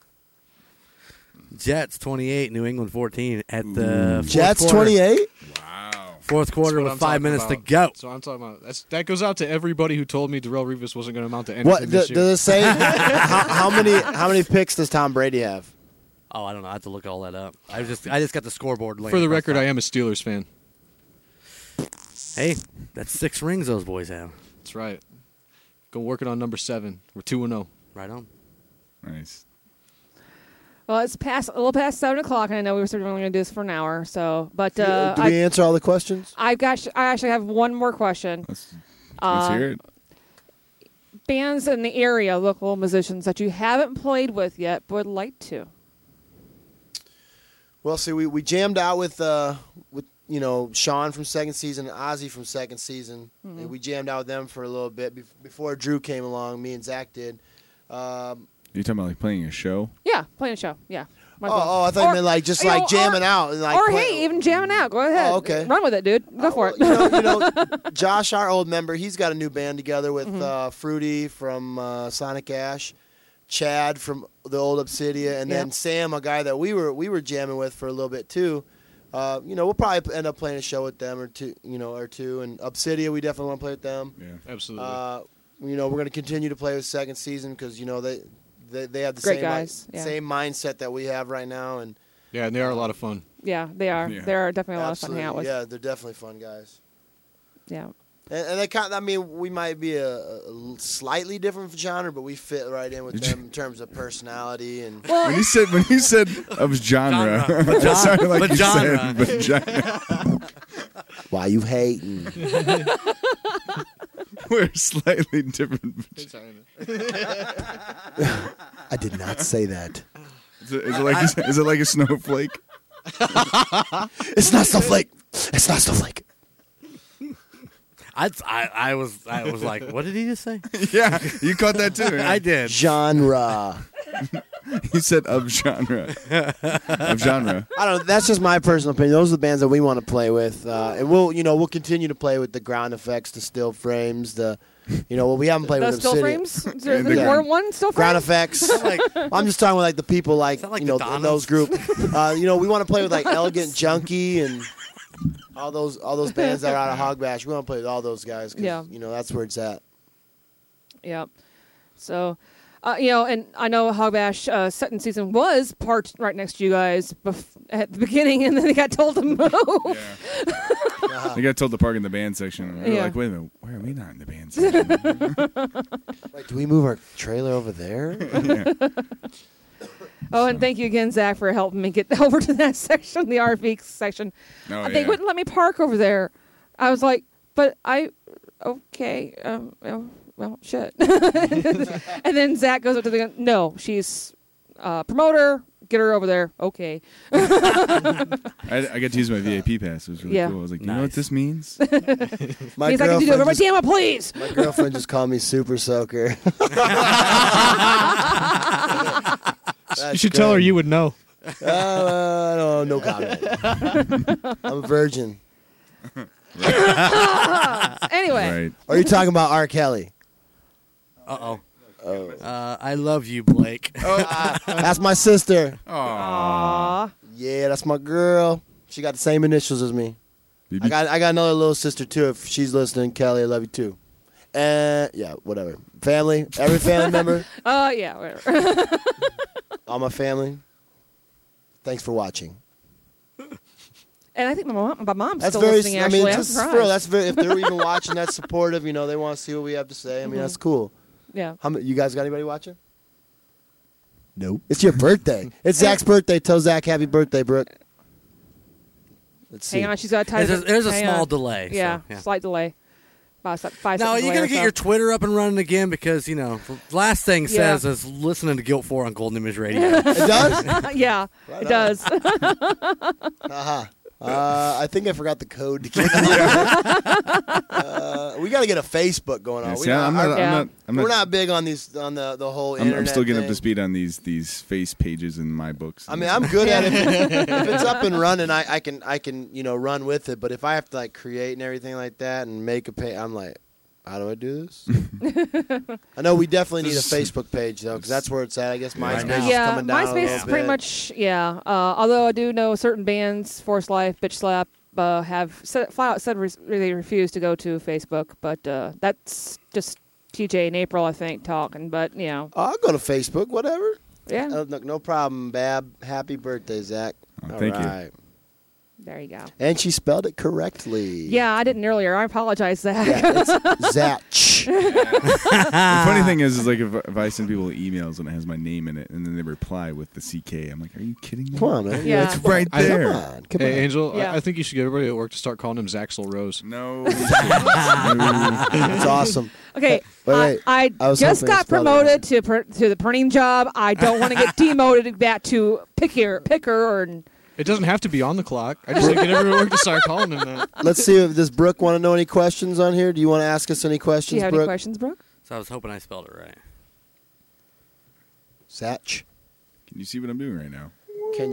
[SPEAKER 8] Jets 28, New England 14 at the fourth
[SPEAKER 7] Jets
[SPEAKER 8] quarter.
[SPEAKER 7] 28.
[SPEAKER 8] Fourth quarter
[SPEAKER 9] That's what
[SPEAKER 8] with
[SPEAKER 9] I'm
[SPEAKER 8] five
[SPEAKER 9] talking
[SPEAKER 8] minutes to
[SPEAKER 9] about.
[SPEAKER 8] go.
[SPEAKER 9] So I'm talking about that's, that goes out to everybody who told me Darrell Revis wasn't going to amount to anything
[SPEAKER 7] What
[SPEAKER 9] this
[SPEAKER 7] does
[SPEAKER 9] year.
[SPEAKER 7] it
[SPEAKER 9] [laughs]
[SPEAKER 7] say? how, how many how many picks does Tom Brady have?
[SPEAKER 8] Oh, I don't know. I have to look all that up. I just I just got the scoreboard. laying
[SPEAKER 9] For the
[SPEAKER 8] across
[SPEAKER 9] record, I am a Steelers fan.
[SPEAKER 8] Hey, that's six rings those boys have.
[SPEAKER 9] That's right. Go working on number seven. We're two and oh. zero.
[SPEAKER 8] Right on.
[SPEAKER 6] Nice.
[SPEAKER 5] Well, it's past a little past seven o'clock, and I know we were sort of only going to do this for an hour. So, but uh,
[SPEAKER 7] Do we
[SPEAKER 5] I,
[SPEAKER 7] answer all the questions?
[SPEAKER 5] I've got. I actually have one more question.
[SPEAKER 6] Let's,
[SPEAKER 5] Uh,
[SPEAKER 6] let's hear it.
[SPEAKER 5] Bands in the area, local musicians that you haven't played with yet, but would like to.
[SPEAKER 7] Well, see, we, we jammed out with uh with you know Sean from second season and Ozzy from second season.
[SPEAKER 5] Mm-hmm.
[SPEAKER 7] And we jammed out with them for a little bit bef- before Drew came along. Me and Zach did. Um,
[SPEAKER 6] You're talking about like playing a show.
[SPEAKER 5] Yeah, playing a show. Yeah.
[SPEAKER 7] oh,
[SPEAKER 5] Might as well.
[SPEAKER 7] oh, I thought
[SPEAKER 5] Or-
[SPEAKER 7] you meant like just
[SPEAKER 5] you know,
[SPEAKER 7] like jamming
[SPEAKER 5] or-
[SPEAKER 7] out and like.
[SPEAKER 5] or
[SPEAKER 7] play-
[SPEAKER 5] hey, even jamming out. Go ahead.
[SPEAKER 7] Oh, okay. Oh,
[SPEAKER 5] Run with it, dude. Go for it.
[SPEAKER 7] You know, you know, Josh, our old member, he's got a new band together with
[SPEAKER 5] Mm-hmm.
[SPEAKER 7] uh, Fruity from uh, Sonic Ash, Chad from the old Obsidia, and then
[SPEAKER 5] Yeah.
[SPEAKER 7] Sam, a guy that we were we were jamming with for a little bit too. Uh, you know, we'll probably end up playing a show with them or two, you know, or two. And Obsidia, we definitely want to play with them.
[SPEAKER 6] Yeah.
[SPEAKER 9] Absolutely.
[SPEAKER 7] Uh, you know, we're going to continue to play with second season because you know they they, they have the
[SPEAKER 5] Great
[SPEAKER 7] same
[SPEAKER 5] guys,
[SPEAKER 7] like,
[SPEAKER 5] yeah.
[SPEAKER 7] same mindset that we have right now, and
[SPEAKER 9] yeah, and they are a lot of fun.
[SPEAKER 5] yeah, they are.
[SPEAKER 6] Yeah.
[SPEAKER 5] They are definitely a lot of fun to
[SPEAKER 7] absolutely,
[SPEAKER 5] hang out with. Yeah.
[SPEAKER 7] yeah, they're definitely fun guys.
[SPEAKER 5] [laughs]
[SPEAKER 7] And, and they kind I mean, we might be a, a slightly different genre, but we fit right in with
[SPEAKER 6] Did you-
[SPEAKER 7] them in terms of personality and.
[SPEAKER 6] When you said when you
[SPEAKER 5] [laughs]
[SPEAKER 6] said of genre, [laughs] that sounded like you said
[SPEAKER 8] Genre.
[SPEAKER 6] [laughs] vagina.
[SPEAKER 8] [laughs]
[SPEAKER 7] Why you [laughs] hating?
[SPEAKER 6] [laughs] We're slightly different. vag-
[SPEAKER 7] I did not say that.
[SPEAKER 6] Is it, is it like is it like a snowflake?
[SPEAKER 7] [laughs] It's not snowflake. It's not snowflake.
[SPEAKER 8] I, I I was I was like, [laughs] what did he just say?
[SPEAKER 6] [laughs] Yeah, you caught that too. yeah.
[SPEAKER 8] I did.
[SPEAKER 7] Genre.
[SPEAKER 6] [laughs] You said of genre. of genre.
[SPEAKER 7] [laughs] I don't. know. That's just my personal opinion. Those are the bands that we want to play with, uh, and we'll, you know, we'll continue to play with the ground effects, the still frames, the, you know, what we haven't played
[SPEAKER 5] The
[SPEAKER 7] with
[SPEAKER 5] still
[SPEAKER 7] Obsidian.
[SPEAKER 5] frames? Is there,
[SPEAKER 6] And
[SPEAKER 5] is
[SPEAKER 6] the
[SPEAKER 5] there more
[SPEAKER 6] ground-
[SPEAKER 5] than one still frame?
[SPEAKER 7] Ground effects.
[SPEAKER 5] [laughs]
[SPEAKER 8] Like,
[SPEAKER 7] I'm just talking with like the people like,
[SPEAKER 8] that like
[SPEAKER 7] you know
[SPEAKER 8] the
[SPEAKER 7] th-
[SPEAKER 8] Donnas?
[SPEAKER 7] those group.
[SPEAKER 8] [laughs]
[SPEAKER 7] Uh, you know, we want to play with
[SPEAKER 5] [laughs]
[SPEAKER 7] like Elegant Junkie and all those all those bands that are out of Hogbash. We want to play with all those guys. 'cause,
[SPEAKER 5] Yeah.
[SPEAKER 7] You know, that's where it's at.
[SPEAKER 5] Yep. So, Uh, you know, and I know Hogbash uh, second season was parked right next to you guys bef- at the beginning, [laughs] and then they got told to move.
[SPEAKER 6] Yeah.
[SPEAKER 9] Uh-huh.
[SPEAKER 6] they got told to park in the band section. And we were
[SPEAKER 5] Yeah.
[SPEAKER 6] like, wait a minute, why are we not in the band
[SPEAKER 5] [laughs]
[SPEAKER 6] section?
[SPEAKER 7] Like, do we move our trailer
[SPEAKER 6] [laughs]
[SPEAKER 7] over there?
[SPEAKER 5] Oh, and thank you again, Zach, for helping me get [laughs] over to that section, the RV section.
[SPEAKER 6] No,
[SPEAKER 5] they
[SPEAKER 6] yeah.
[SPEAKER 5] wouldn't let me park over there. I was like, but I, okay, um, well, well, shit. [laughs] and then Zach goes up to the no, she's uh, promoter. Get her over there. Okay.
[SPEAKER 6] I, I got to use my VIP pass. It was really
[SPEAKER 5] Yeah.
[SPEAKER 6] cool. I was like, you know what
[SPEAKER 8] Nice.
[SPEAKER 6] this means?
[SPEAKER 7] My
[SPEAKER 5] He's like, I can do that.
[SPEAKER 7] girlfriend
[SPEAKER 5] I'm like,
[SPEAKER 7] just-
[SPEAKER 5] damn it, please. [laughs]
[SPEAKER 7] my girlfriend just called me Super Soaker. [laughs]
[SPEAKER 10] You should tell her you would know.
[SPEAKER 7] Uh, no, no comment.
[SPEAKER 5] [laughs]
[SPEAKER 7] I'm a virgin. [laughs]
[SPEAKER 5] Anyway.
[SPEAKER 6] right.
[SPEAKER 7] Are you talking about R. Kelly?
[SPEAKER 8] Uh oh. Uh, I love you, Blake.
[SPEAKER 7] Oh, uh,
[SPEAKER 8] [laughs]
[SPEAKER 7] That's my sister.
[SPEAKER 5] Aw.
[SPEAKER 7] Yeah, that's my girl. She got the same initials as me.
[SPEAKER 6] Did
[SPEAKER 7] I
[SPEAKER 6] you-
[SPEAKER 7] got I got another little sister too. If she's listening, Kelly, I love you too. And yeah, whatever. Family, every family
[SPEAKER 5] [laughs]
[SPEAKER 7] member,
[SPEAKER 5] Uh, yeah. Whatever. [laughs]
[SPEAKER 7] all my family. Thanks for watching.
[SPEAKER 5] and I think my mom, my mom's
[SPEAKER 7] That's
[SPEAKER 5] still
[SPEAKER 7] very.
[SPEAKER 5] listening.
[SPEAKER 7] I
[SPEAKER 5] Actually,
[SPEAKER 7] mean,
[SPEAKER 5] I'm
[SPEAKER 7] just for
[SPEAKER 5] surprised.
[SPEAKER 7] real, that's very. If they're
[SPEAKER 5] [laughs]
[SPEAKER 7] even watching, that's supportive. You know, they want to see what we have to say. I mean, that's cool.
[SPEAKER 5] Mm-hmm. yeah.
[SPEAKER 7] How many, you guys got anybody watching? Nope. It's your birthday. It's Zach's birthday. Tell Zach happy birthday, Brooke. Let's see.
[SPEAKER 5] Hang on, she's got to type.
[SPEAKER 8] There's a,
[SPEAKER 5] it.
[SPEAKER 8] there's a
[SPEAKER 5] Hang
[SPEAKER 8] small
[SPEAKER 5] on.
[SPEAKER 8] delay. so,
[SPEAKER 5] Yeah,
[SPEAKER 8] yeah.
[SPEAKER 5] slight delay. About se- five
[SPEAKER 8] Now
[SPEAKER 5] seconds
[SPEAKER 8] you're
[SPEAKER 5] delay
[SPEAKER 8] gonna
[SPEAKER 5] or
[SPEAKER 8] Oh, get [laughs]
[SPEAKER 5] so.
[SPEAKER 8] your Twitter up and running again because you know the last thing
[SPEAKER 5] Yeah.
[SPEAKER 8] says is listening to Guilt Four on Golden Image
[SPEAKER 5] [laughs]
[SPEAKER 8] Radio.
[SPEAKER 7] It
[SPEAKER 8] [laughs]
[SPEAKER 7] does.
[SPEAKER 5] yeah, it does.
[SPEAKER 7] [laughs] Uh-huh. Uh, I think I forgot the code
[SPEAKER 6] [laughs]
[SPEAKER 7] to get. uh, we got to get a Facebook going on.
[SPEAKER 6] Yeah,
[SPEAKER 7] we
[SPEAKER 6] see, I'm
[SPEAKER 7] our-
[SPEAKER 6] not, I'm
[SPEAKER 5] Yeah.
[SPEAKER 6] not, I'm not,
[SPEAKER 7] we're not big on these on the the whole
[SPEAKER 6] I'm,
[SPEAKER 7] internet.
[SPEAKER 6] I'm still getting up
[SPEAKER 7] thing.
[SPEAKER 6] to speed on these these face pages in my books.
[SPEAKER 7] I mean, I'm good at
[SPEAKER 6] [laughs]
[SPEAKER 7] it. if it's up and running, I, I can I can you know run with it. But if I have to like create and everything like that and make a page, I'm like, how do I do
[SPEAKER 5] [laughs]
[SPEAKER 7] this? I know we definitely need a Facebook page though, because that's where it's at. I guess MySpace
[SPEAKER 8] now.
[SPEAKER 7] is
[SPEAKER 5] yeah,
[SPEAKER 7] coming down. a
[SPEAKER 5] MySpace
[SPEAKER 7] little
[SPEAKER 5] is pretty
[SPEAKER 7] bit.
[SPEAKER 5] much yeah. Uh, although I do know certain bands, Force Life, Bitch Slap, uh, have said, flat out said re- they refuse to go to Facebook. But uh, that's just TJ and April, I think, talking. But you know,
[SPEAKER 7] I'll go to Facebook, whatever.
[SPEAKER 5] yeah,
[SPEAKER 7] Uh, look, no problem, Bab. Happy birthday, Zach.
[SPEAKER 6] Oh,
[SPEAKER 7] All
[SPEAKER 6] thank you.
[SPEAKER 7] right.
[SPEAKER 5] there you go.
[SPEAKER 7] And she spelled
[SPEAKER 6] [laughs]
[SPEAKER 7] it correctly.
[SPEAKER 5] Yeah, I didn't earlier. I apologize, Zach.
[SPEAKER 7] Yeah,
[SPEAKER 5] [laughs]
[SPEAKER 7] it's Zach. [laughs]
[SPEAKER 6] [laughs] the funny thing is, is like if, if I send people emails and it has my name in it, and then they reply with the CK, I'm like, are you kidding me?
[SPEAKER 7] Come on, man.
[SPEAKER 5] Yeah.
[SPEAKER 6] It's right
[SPEAKER 9] I-
[SPEAKER 6] there.
[SPEAKER 7] Come on. Come
[SPEAKER 9] Hey,
[SPEAKER 7] on.
[SPEAKER 9] Angel,
[SPEAKER 5] Yeah.
[SPEAKER 9] I, I think you should get everybody at work to start calling him Zaxel Rose.
[SPEAKER 7] [laughs]
[SPEAKER 6] No. [laughs] No.
[SPEAKER 7] It's awesome.
[SPEAKER 5] Okay,
[SPEAKER 7] Wait, wait.
[SPEAKER 5] I, I,
[SPEAKER 7] I was
[SPEAKER 5] just
[SPEAKER 7] hoping I
[SPEAKER 5] got
[SPEAKER 7] spelled it
[SPEAKER 5] promoted to pr- to the printing job. I don't want to
[SPEAKER 7] [laughs]
[SPEAKER 5] get demoted back to picker picker or
[SPEAKER 9] It doesn't have to be on the clock. I just think get everyone at work to start calling him that.
[SPEAKER 7] [laughs] [laughs] Let's see if does Brooke want to know any questions on here? Do you want to ask us any
[SPEAKER 5] Do
[SPEAKER 7] questions,
[SPEAKER 5] you have any
[SPEAKER 7] Brooke?
[SPEAKER 5] questions, Brooke?
[SPEAKER 8] so I was hoping I spelled it right.
[SPEAKER 7] Zach.
[SPEAKER 6] Can you see what I'm doing right now?
[SPEAKER 7] Can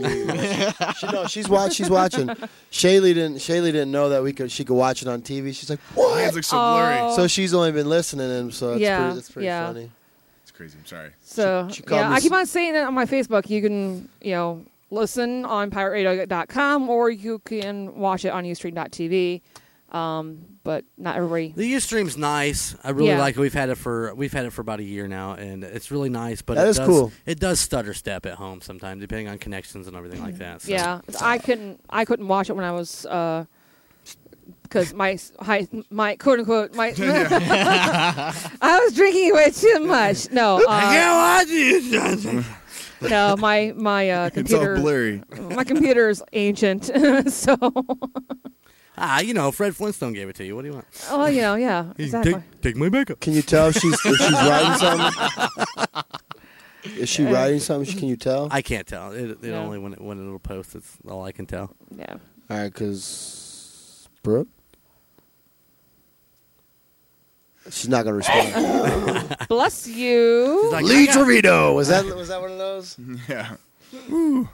[SPEAKER 6] [laughs]
[SPEAKER 7] you? she, no, she's watch. She's watching. Shaylee didn't. Shaylee didn't know that we could. She could watch it on TV. She's like,
[SPEAKER 6] My
[SPEAKER 7] what?
[SPEAKER 6] hands look so
[SPEAKER 5] Oh.
[SPEAKER 6] blurry.
[SPEAKER 7] So she's only been listening, and so it's
[SPEAKER 5] Yeah,
[SPEAKER 7] pretty, that's pretty
[SPEAKER 5] yeah.
[SPEAKER 7] funny.
[SPEAKER 6] It's crazy. I'm sorry.
[SPEAKER 5] So
[SPEAKER 7] she called
[SPEAKER 5] yeah,
[SPEAKER 7] me
[SPEAKER 5] I keep
[SPEAKER 7] s-
[SPEAKER 5] on saying it on my Facebook. You can you know listen on pirateradio.com or you can watch it on ustream.tv. Um, but not everybody.
[SPEAKER 8] The Ustream's nice. I really
[SPEAKER 5] Yeah.
[SPEAKER 8] like it. We've had it for we've had it for about a year now, and it's really nice. But
[SPEAKER 7] That
[SPEAKER 8] it
[SPEAKER 7] is
[SPEAKER 8] does,
[SPEAKER 7] cool.
[SPEAKER 8] It does stutter step at home sometimes, depending on connections and everything like that. So.
[SPEAKER 5] Yeah, I couldn't. I couldn't watch it when I was. Uh, because my s- hi, my quote
[SPEAKER 7] [laughs]
[SPEAKER 5] unquote my [laughs] I was drinking way too much. No, uh,
[SPEAKER 8] I can't watch
[SPEAKER 7] [laughs]
[SPEAKER 8] you.
[SPEAKER 5] No, my my uh,
[SPEAKER 6] It's all
[SPEAKER 5] computer.
[SPEAKER 6] blurry.
[SPEAKER 5] My computer is ancient, [laughs] so
[SPEAKER 8] ah, you know, Fred Flintstone gave it to you. What do you want?
[SPEAKER 5] oh, you know, yeah,
[SPEAKER 8] [laughs] Hey,
[SPEAKER 5] exactly.
[SPEAKER 8] Take, take my backup.
[SPEAKER 7] Can you tell if she's if she's writing
[SPEAKER 8] [laughs]
[SPEAKER 7] something? Is
[SPEAKER 5] Uh,
[SPEAKER 7] she writing something? Can you tell?
[SPEAKER 8] I can't tell. It, it
[SPEAKER 5] No.
[SPEAKER 8] only when it, when it'll post. It's all I can tell.
[SPEAKER 5] Yeah,
[SPEAKER 7] All right, because Brooke, she's not gonna respond.
[SPEAKER 5] [laughs] bless you.
[SPEAKER 8] It's like, I
[SPEAKER 7] Lee
[SPEAKER 8] got-
[SPEAKER 7] Torito
[SPEAKER 8] [laughs]
[SPEAKER 7] was that was that one of those?
[SPEAKER 6] [laughs] Yeah.
[SPEAKER 5] yeah,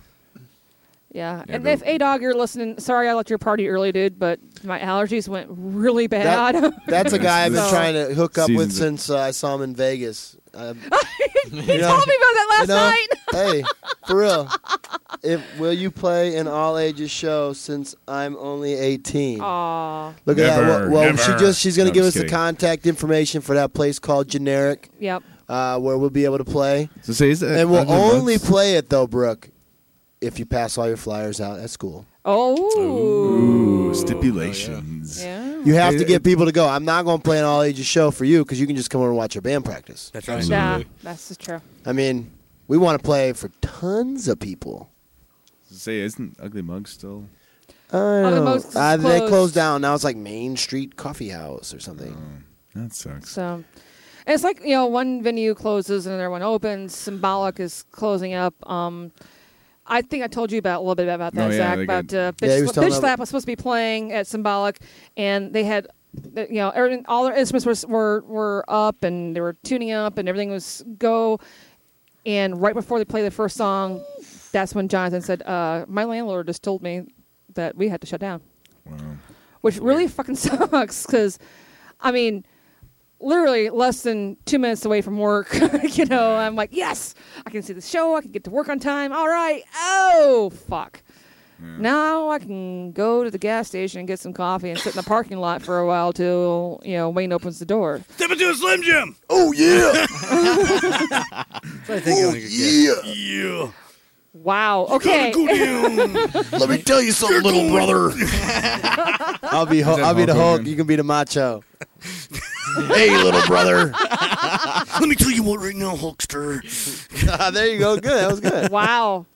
[SPEAKER 6] Yeah,
[SPEAKER 5] and
[SPEAKER 6] go.
[SPEAKER 5] if a dog you're listening, sorry I left your party early, dude, but my allergies went really bad. [laughs]
[SPEAKER 7] That's a guy I've been
[SPEAKER 5] No.
[SPEAKER 7] trying to hook up with
[SPEAKER 6] Seasons of-
[SPEAKER 7] since uh, I saw him in Vegas.
[SPEAKER 5] [laughs]
[SPEAKER 7] Um, you know,
[SPEAKER 5] Told me about that last
[SPEAKER 7] you know,
[SPEAKER 6] [laughs]
[SPEAKER 7] hey,
[SPEAKER 5] night. [laughs]
[SPEAKER 7] for real. If will you play an all ages show since I'm only 18?
[SPEAKER 5] Aw,
[SPEAKER 7] Look at
[SPEAKER 6] Never,
[SPEAKER 7] that. Well, well, she
[SPEAKER 6] never.
[SPEAKER 7] just she's gonna
[SPEAKER 6] No, I'm
[SPEAKER 7] give us
[SPEAKER 6] just
[SPEAKER 7] the
[SPEAKER 6] kidding.
[SPEAKER 7] contact information for that place called Generic.
[SPEAKER 5] yep.
[SPEAKER 7] uh, where we'll be able to play.
[SPEAKER 6] So say is that
[SPEAKER 7] And we'll
[SPEAKER 6] Thunder Nuts?
[SPEAKER 7] only play it though, Brooke, if you pass all your flyers out at school.
[SPEAKER 5] Oh.
[SPEAKER 6] Ooh, stipulations.
[SPEAKER 5] Yeah.
[SPEAKER 7] You have to
[SPEAKER 6] It-
[SPEAKER 7] get people to go. I'm not going to play an all ages show for you because you can just come over and watch your band practice.
[SPEAKER 8] That's right.
[SPEAKER 5] Yeah, that's just true.
[SPEAKER 7] I mean, we want to play for tons of people.
[SPEAKER 6] Say isn't Ugly Mug still?
[SPEAKER 7] I don't
[SPEAKER 5] the
[SPEAKER 7] know.
[SPEAKER 5] most is
[SPEAKER 7] Uh, they
[SPEAKER 5] closed.
[SPEAKER 7] closed down. Now it's like Main Street Coffee House or something.
[SPEAKER 6] Oh, That sucks.
[SPEAKER 5] So and it's like, you know, one venue closes and another one opens. Symbolic is closing up. Um, I think I told you about a little bit about that,
[SPEAKER 6] Oh, yeah,
[SPEAKER 5] Zach.
[SPEAKER 6] they
[SPEAKER 5] About
[SPEAKER 6] got-
[SPEAKER 5] uh, Bitch,
[SPEAKER 7] Yeah, he was
[SPEAKER 5] Sla-
[SPEAKER 7] telling
[SPEAKER 5] Bitch
[SPEAKER 7] about-
[SPEAKER 5] Slap was supposed to be playing at Symbolic, and they had, you know, everything, all their instruments were, were were up, and they were tuning up, and everything was go. And right before they played the first song, that's when Jonathan said, uh, "My landlord just told me that we had to shut down."
[SPEAKER 6] Wow.
[SPEAKER 5] which really fucking [laughs] sucks because i mean literally less than two minutes away from work [laughs] you know i'm like yes i can see the show i can get to work on time all right oh fuck now i can go to the gas station and get some coffee and sit in the parking lot for a while till you know wayne opens the door
[SPEAKER 4] Step into a Slim Jim.
[SPEAKER 7] Oh yeah,
[SPEAKER 8] That's what I think I'm gonna get.
[SPEAKER 1] Oh,
[SPEAKER 4] Yeah.
[SPEAKER 5] wow
[SPEAKER 1] [laughs]
[SPEAKER 5] okay
[SPEAKER 7] Let me tell you something, little brother. [laughs] I'll be Ho-
[SPEAKER 6] that
[SPEAKER 7] I'll be the
[SPEAKER 6] Hulk
[SPEAKER 7] Hulk.
[SPEAKER 6] Hogan?
[SPEAKER 7] You can be the Macho.
[SPEAKER 2] Hey, little brother.
[SPEAKER 8] [laughs] Let me tell you what right now,
[SPEAKER 7] [laughs]
[SPEAKER 8] Hulkster.
[SPEAKER 7] Ah, there you go. Good. That was
[SPEAKER 8] [laughs]
[SPEAKER 7] good.
[SPEAKER 5] wow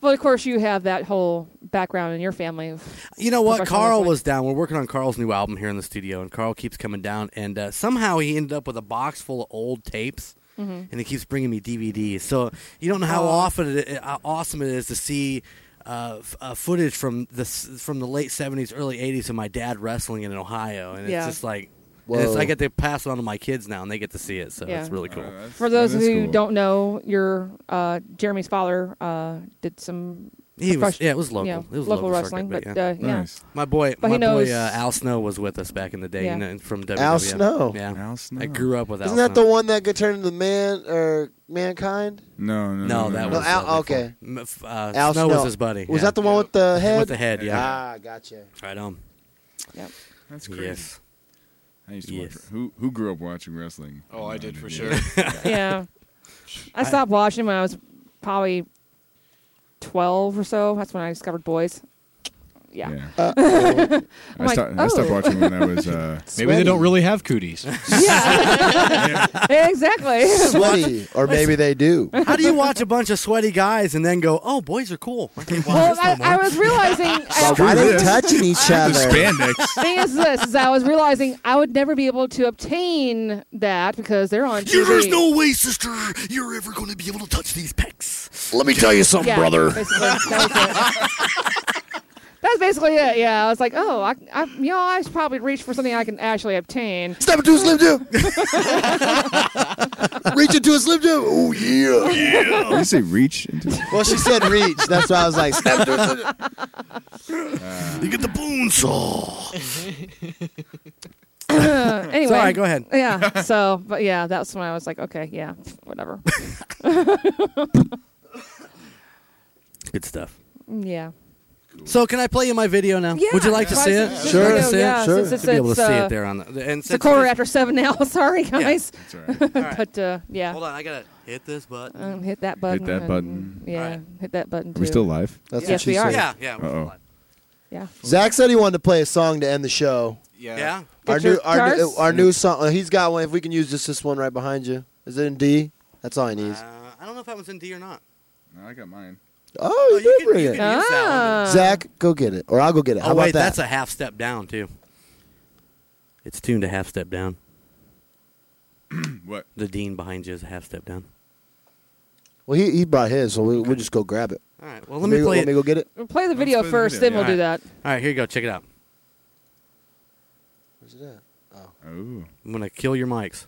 [SPEAKER 5] well of course you have that whole background in your family of-
[SPEAKER 8] You know what?
[SPEAKER 5] Professional
[SPEAKER 8] Carl
[SPEAKER 5] wrestling.
[SPEAKER 8] was down. We're working on Carl's new album here in the studio, and Carl keeps coming down, and uh, somehow he ended up with a box full of old tapes, and he keeps bringing me DVDs. So you don't know how often it, how awesome it is to see. Uh, f- uh, footage from the s- from the late seventies, early eighties of my dad wrestling in Ohio, and it's
[SPEAKER 5] Yeah.
[SPEAKER 8] just like, and it's,
[SPEAKER 7] Whoa.
[SPEAKER 8] I get to pass it on to my kids now, and they get to see it, so
[SPEAKER 5] Yeah.
[SPEAKER 8] it's really cool.
[SPEAKER 5] for those who don't know your uh, jeremy's father uh, did some
[SPEAKER 8] he was,
[SPEAKER 5] profession-
[SPEAKER 8] yeah, it was local,
[SPEAKER 5] yeah,
[SPEAKER 8] it was
[SPEAKER 5] local,
[SPEAKER 8] circuit,
[SPEAKER 5] wrestling,
[SPEAKER 8] but,
[SPEAKER 5] but,
[SPEAKER 8] yeah.
[SPEAKER 5] uh, yeah.
[SPEAKER 6] Nice.
[SPEAKER 8] my boy,
[SPEAKER 5] but
[SPEAKER 8] my
[SPEAKER 5] he knows-
[SPEAKER 8] boy
[SPEAKER 5] [laughs]
[SPEAKER 8] uh, Al Snow was with us back in the day,
[SPEAKER 5] Yeah.
[SPEAKER 8] you know, from WWE.
[SPEAKER 7] Al Snow.
[SPEAKER 8] yeah,
[SPEAKER 6] Al Snow.
[SPEAKER 8] I grew up with
[SPEAKER 7] Isn't
[SPEAKER 8] Al
[SPEAKER 7] that
[SPEAKER 8] Snow.
[SPEAKER 7] the one that got turned into man or mankind?
[SPEAKER 6] No, no,
[SPEAKER 8] No, that was
[SPEAKER 7] No, Al-
[SPEAKER 8] uh, before.
[SPEAKER 7] okay.
[SPEAKER 8] M- f- Uh,
[SPEAKER 7] Al
[SPEAKER 8] Snow,
[SPEAKER 7] Snow.
[SPEAKER 8] was his buddy.
[SPEAKER 7] Was
[SPEAKER 8] yeah.
[SPEAKER 7] that the one with the head?
[SPEAKER 8] with the head? Yeah,
[SPEAKER 7] Ah, gotcha.
[SPEAKER 8] right on.
[SPEAKER 5] Yep.
[SPEAKER 6] That's crazy.
[SPEAKER 8] Yes,
[SPEAKER 6] I used to watch.
[SPEAKER 8] Yes.
[SPEAKER 6] Who who grew up watching wrestling?
[SPEAKER 9] Oh, I did for sure.
[SPEAKER 5] [laughs] yeah. I stopped watching when I was probably 12 or so. That's when I discovered boys. Yeah. Uh,
[SPEAKER 6] Yeah. [laughs]
[SPEAKER 5] [laughs]
[SPEAKER 6] I,
[SPEAKER 5] like,
[SPEAKER 6] stopped, I stopped
[SPEAKER 5] oh.
[SPEAKER 6] watching when I was.
[SPEAKER 5] [laughs]
[SPEAKER 6] Uh,
[SPEAKER 9] Maybe they don't really have cooties.
[SPEAKER 5] [laughs] exactly.
[SPEAKER 7] Sweaty, or maybe they do.
[SPEAKER 8] how do you watch a bunch of sweaty guys and then go, "Oh, boys are cool"? I can't watch
[SPEAKER 5] Well,
[SPEAKER 8] this no
[SPEAKER 5] I,
[SPEAKER 8] more."
[SPEAKER 5] I was realizing. I,
[SPEAKER 7] Why they touching each other?
[SPEAKER 6] spandex.
[SPEAKER 5] the thing is this: is I was realizing I would never be able to obtain that because they're on TV.
[SPEAKER 8] There's no way, sister, you're ever going to be able to touch these pecs.
[SPEAKER 2] Let me tell you something,
[SPEAKER 5] yeah,
[SPEAKER 2] brother.
[SPEAKER 5] basically, That was it. That's basically it. Yeah, I was like, oh, I, I, you know, I should probably reach for something I can actually obtain.
[SPEAKER 7] Step into a Slim Jim.
[SPEAKER 1] [laughs]
[SPEAKER 7] Reach into a Slim Jim. Oh yeah.
[SPEAKER 6] Did you say reach into?
[SPEAKER 7] Well, she said reach. That's why I was like, [laughs] step into a Slim Jim.
[SPEAKER 2] You get the bone saw.
[SPEAKER 5] [coughs] [laughs] anyway,
[SPEAKER 8] Sorry, go ahead.
[SPEAKER 5] yeah. So, but yeah, that's when I was like, okay, yeah,
[SPEAKER 8] [laughs]
[SPEAKER 5] whatever. [laughs]
[SPEAKER 8] Good stuff.
[SPEAKER 5] yeah.
[SPEAKER 8] So, can I play you my video now?
[SPEAKER 5] Yeah.
[SPEAKER 8] Would you like to see it?
[SPEAKER 5] Yeah.
[SPEAKER 7] Sure.
[SPEAKER 8] Would you like to see it?
[SPEAKER 5] Yeah,
[SPEAKER 7] sure.
[SPEAKER 5] since
[SPEAKER 8] To
[SPEAKER 5] it's,
[SPEAKER 8] be able to
[SPEAKER 5] it's,
[SPEAKER 8] see
[SPEAKER 5] uh,
[SPEAKER 8] it there on the and
[SPEAKER 5] It's a quarter after seven now. [laughs] Sorry, guys.
[SPEAKER 6] That's all
[SPEAKER 5] [laughs]
[SPEAKER 6] right.
[SPEAKER 5] But uh, yeah,
[SPEAKER 8] Hold on, I gotta hit this button.
[SPEAKER 5] Um, hit that button.
[SPEAKER 6] that
[SPEAKER 5] and-
[SPEAKER 6] button.
[SPEAKER 5] Yeah,
[SPEAKER 8] Alright.
[SPEAKER 5] hit that button.
[SPEAKER 6] Are
[SPEAKER 5] Too.
[SPEAKER 6] we still live?
[SPEAKER 7] That's
[SPEAKER 5] Yes,
[SPEAKER 7] what she
[SPEAKER 5] we are.
[SPEAKER 7] said.
[SPEAKER 8] yeah, yeah. we're
[SPEAKER 6] Uh-oh.
[SPEAKER 8] fine.
[SPEAKER 5] Yeah.
[SPEAKER 7] Zach said he wanted to play a song to end the show.
[SPEAKER 9] Yeah.
[SPEAKER 8] Yeah.
[SPEAKER 5] Get
[SPEAKER 7] our
[SPEAKER 5] your
[SPEAKER 7] new, our new,
[SPEAKER 5] guitars.
[SPEAKER 7] our new song. uh, He's got one. If we can use just this one right behind you. Is it in D? That's all he needs.
[SPEAKER 8] Uh, I don't know if that was in D or not.
[SPEAKER 6] No, I got mine.
[SPEAKER 7] Oh,
[SPEAKER 8] Oh,
[SPEAKER 7] you did
[SPEAKER 8] can-
[SPEAKER 7] bring
[SPEAKER 8] you
[SPEAKER 7] it.
[SPEAKER 8] can use that one.
[SPEAKER 5] Ah.
[SPEAKER 7] Zach, go get it, or I'll go get it. How
[SPEAKER 8] oh
[SPEAKER 7] about
[SPEAKER 8] wait,
[SPEAKER 7] that?
[SPEAKER 8] that's a half step down too. It's tuned a half step down.
[SPEAKER 6] What?
[SPEAKER 8] The dean behind you is a half step down.
[SPEAKER 7] well, he, he brought his, so we, we'll just go grab it.
[SPEAKER 8] All right. Well, let me play
[SPEAKER 7] Let me
[SPEAKER 8] it.
[SPEAKER 7] go get it.
[SPEAKER 5] We'll play the video
[SPEAKER 6] play the
[SPEAKER 5] first,
[SPEAKER 6] video.
[SPEAKER 5] then we'll do that.
[SPEAKER 8] Alright. All right, here you go. Check it out.
[SPEAKER 7] Where's it at?
[SPEAKER 6] Oh,
[SPEAKER 8] I'm gonna kill your
[SPEAKER 5] [laughs]
[SPEAKER 8] mics.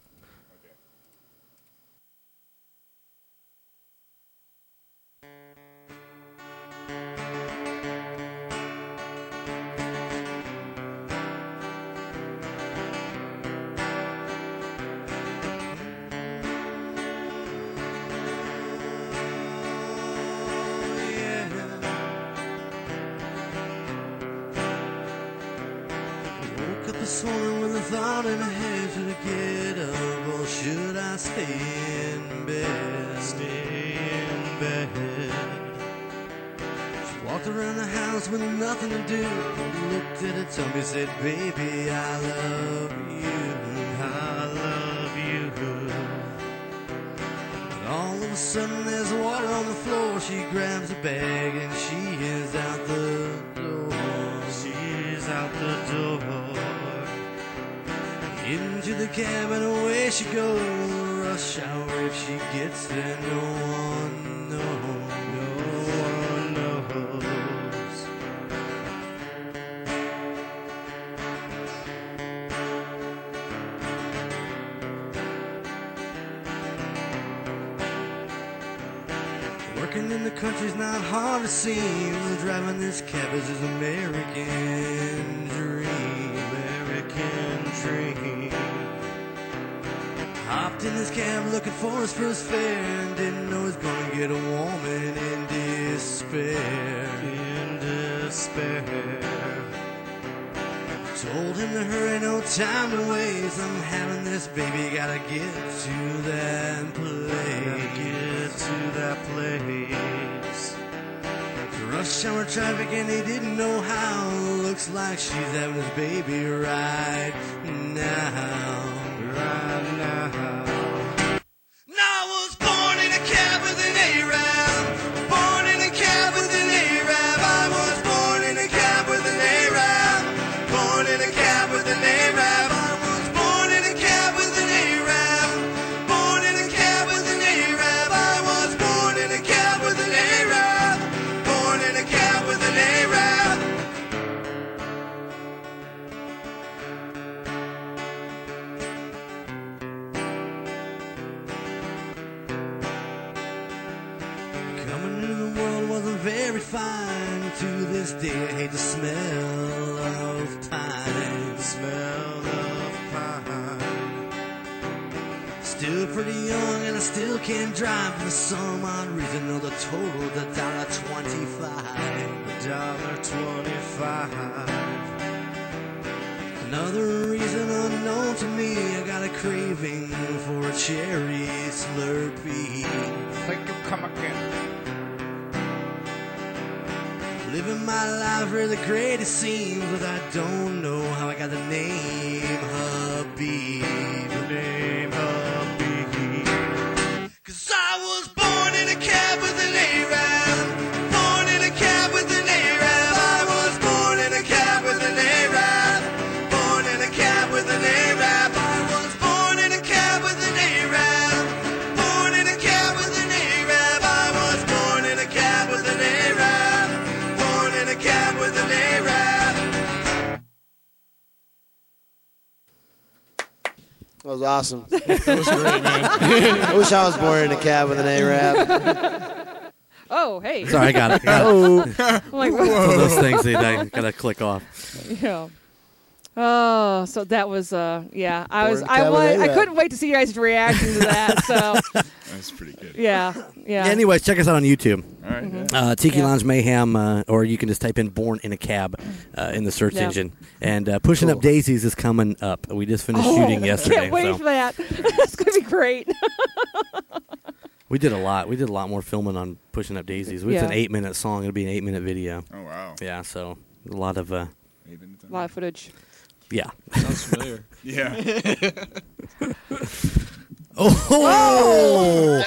[SPEAKER 1] I
[SPEAKER 11] Should I stay in bed? Stay in bed. She walked around the house with nothing to do. Looked at her tummy, said, Baby, I love you. I love you. And all of a sudden, there's water on the floor. She grabs a bag and she is out the door. She is out the door. Into the cab and away she goes. Rush hour if she gets there, no one knows. No one knows. Working in the country's not hard to seem. Driving this cab is his American dream. American dream. Hopped in his cab looking for his first fare and didn't know he was gonna get a woman in despair. In despair. Told him to hurry, no time to waste. I'm having this baby, gotta get to that place. get to that place. Rush hour traffic, and he didn't know how. Looks like she's having his baby right now. Right now. And I was born in a cab with an Arab. Born in a cab with an Arab. I was born in a cab with an Arab. Born in a cab with an Arab. I was born in a cab with an Arab. Born in a cab with an Arab. I was born in a cab with an Arab. Born in a cab with an Arab. Coming into the world wasn't very fine. To this day, I hate the smell of pine. The smell of pine. Still pretty young, and I still can't drive for some odd reason. Though the total, the dollar twenty-five, dollar twenty-five. Another reason unknown to me, I got a craving for a cherry slurpee. Living my life really great it seems, but I don't know how I got the name Habib. Name Habib. Cause I was born in a cab with an Arab. Born in a cab with an Arab. I was born in a cab with an Arab. Born in a cab with an Arab. I was born in a cab with an Arab. Born in a cab with an Arab. I was born in a cab with an Arab. Born in a cab with an Arab.
[SPEAKER 7] That was awesome. that was great, man. [laughs] I wish I was born in a cab with an Arab.
[SPEAKER 5] [laughs] Oh, hey.
[SPEAKER 11] Sorry, I
[SPEAKER 5] [laughs]
[SPEAKER 11] got it.
[SPEAKER 7] Oh.
[SPEAKER 8] [laughs]
[SPEAKER 5] I'm Oh. [laughs] like, what?
[SPEAKER 11] those things that I gotta click off.
[SPEAKER 5] [laughs] Yeah. Oh, so that was uh yeah. I was
[SPEAKER 7] Born
[SPEAKER 5] I
[SPEAKER 7] Cabernet
[SPEAKER 5] was I
[SPEAKER 7] Red.
[SPEAKER 5] couldn't wait to see your guys' reaction
[SPEAKER 11] [laughs]
[SPEAKER 5] to that. So
[SPEAKER 1] That's pretty good.
[SPEAKER 5] yeah. Yeah. Mm-hmm.
[SPEAKER 11] Anyways, check us out on YouTube.
[SPEAKER 1] All right, yeah.
[SPEAKER 11] Uh, Tiki
[SPEAKER 5] Yeah.
[SPEAKER 11] Lounge Mayhem, uh, or you can just type in "Born in a Cab" uh, in the search
[SPEAKER 5] Yeah.
[SPEAKER 11] engine. And uh, pushing up daisies is coming up. We just finished
[SPEAKER 5] [laughs] Oh,
[SPEAKER 11] shooting yesterday,
[SPEAKER 5] Can't wait
[SPEAKER 11] so
[SPEAKER 5] for that. [laughs] That's gonna be great.
[SPEAKER 11] we did a lot. We did a lot more filming on pushing up daisies. It's
[SPEAKER 5] Yeah.
[SPEAKER 11] an eight-minute song. It'll be an eight-minute video.
[SPEAKER 1] Oh wow.
[SPEAKER 11] Yeah, so a lot of uh,
[SPEAKER 1] Even the time.
[SPEAKER 5] Live footage.
[SPEAKER 11] yeah. [laughs]
[SPEAKER 8] Sounds familiar.
[SPEAKER 1] Yeah.
[SPEAKER 11] Oh,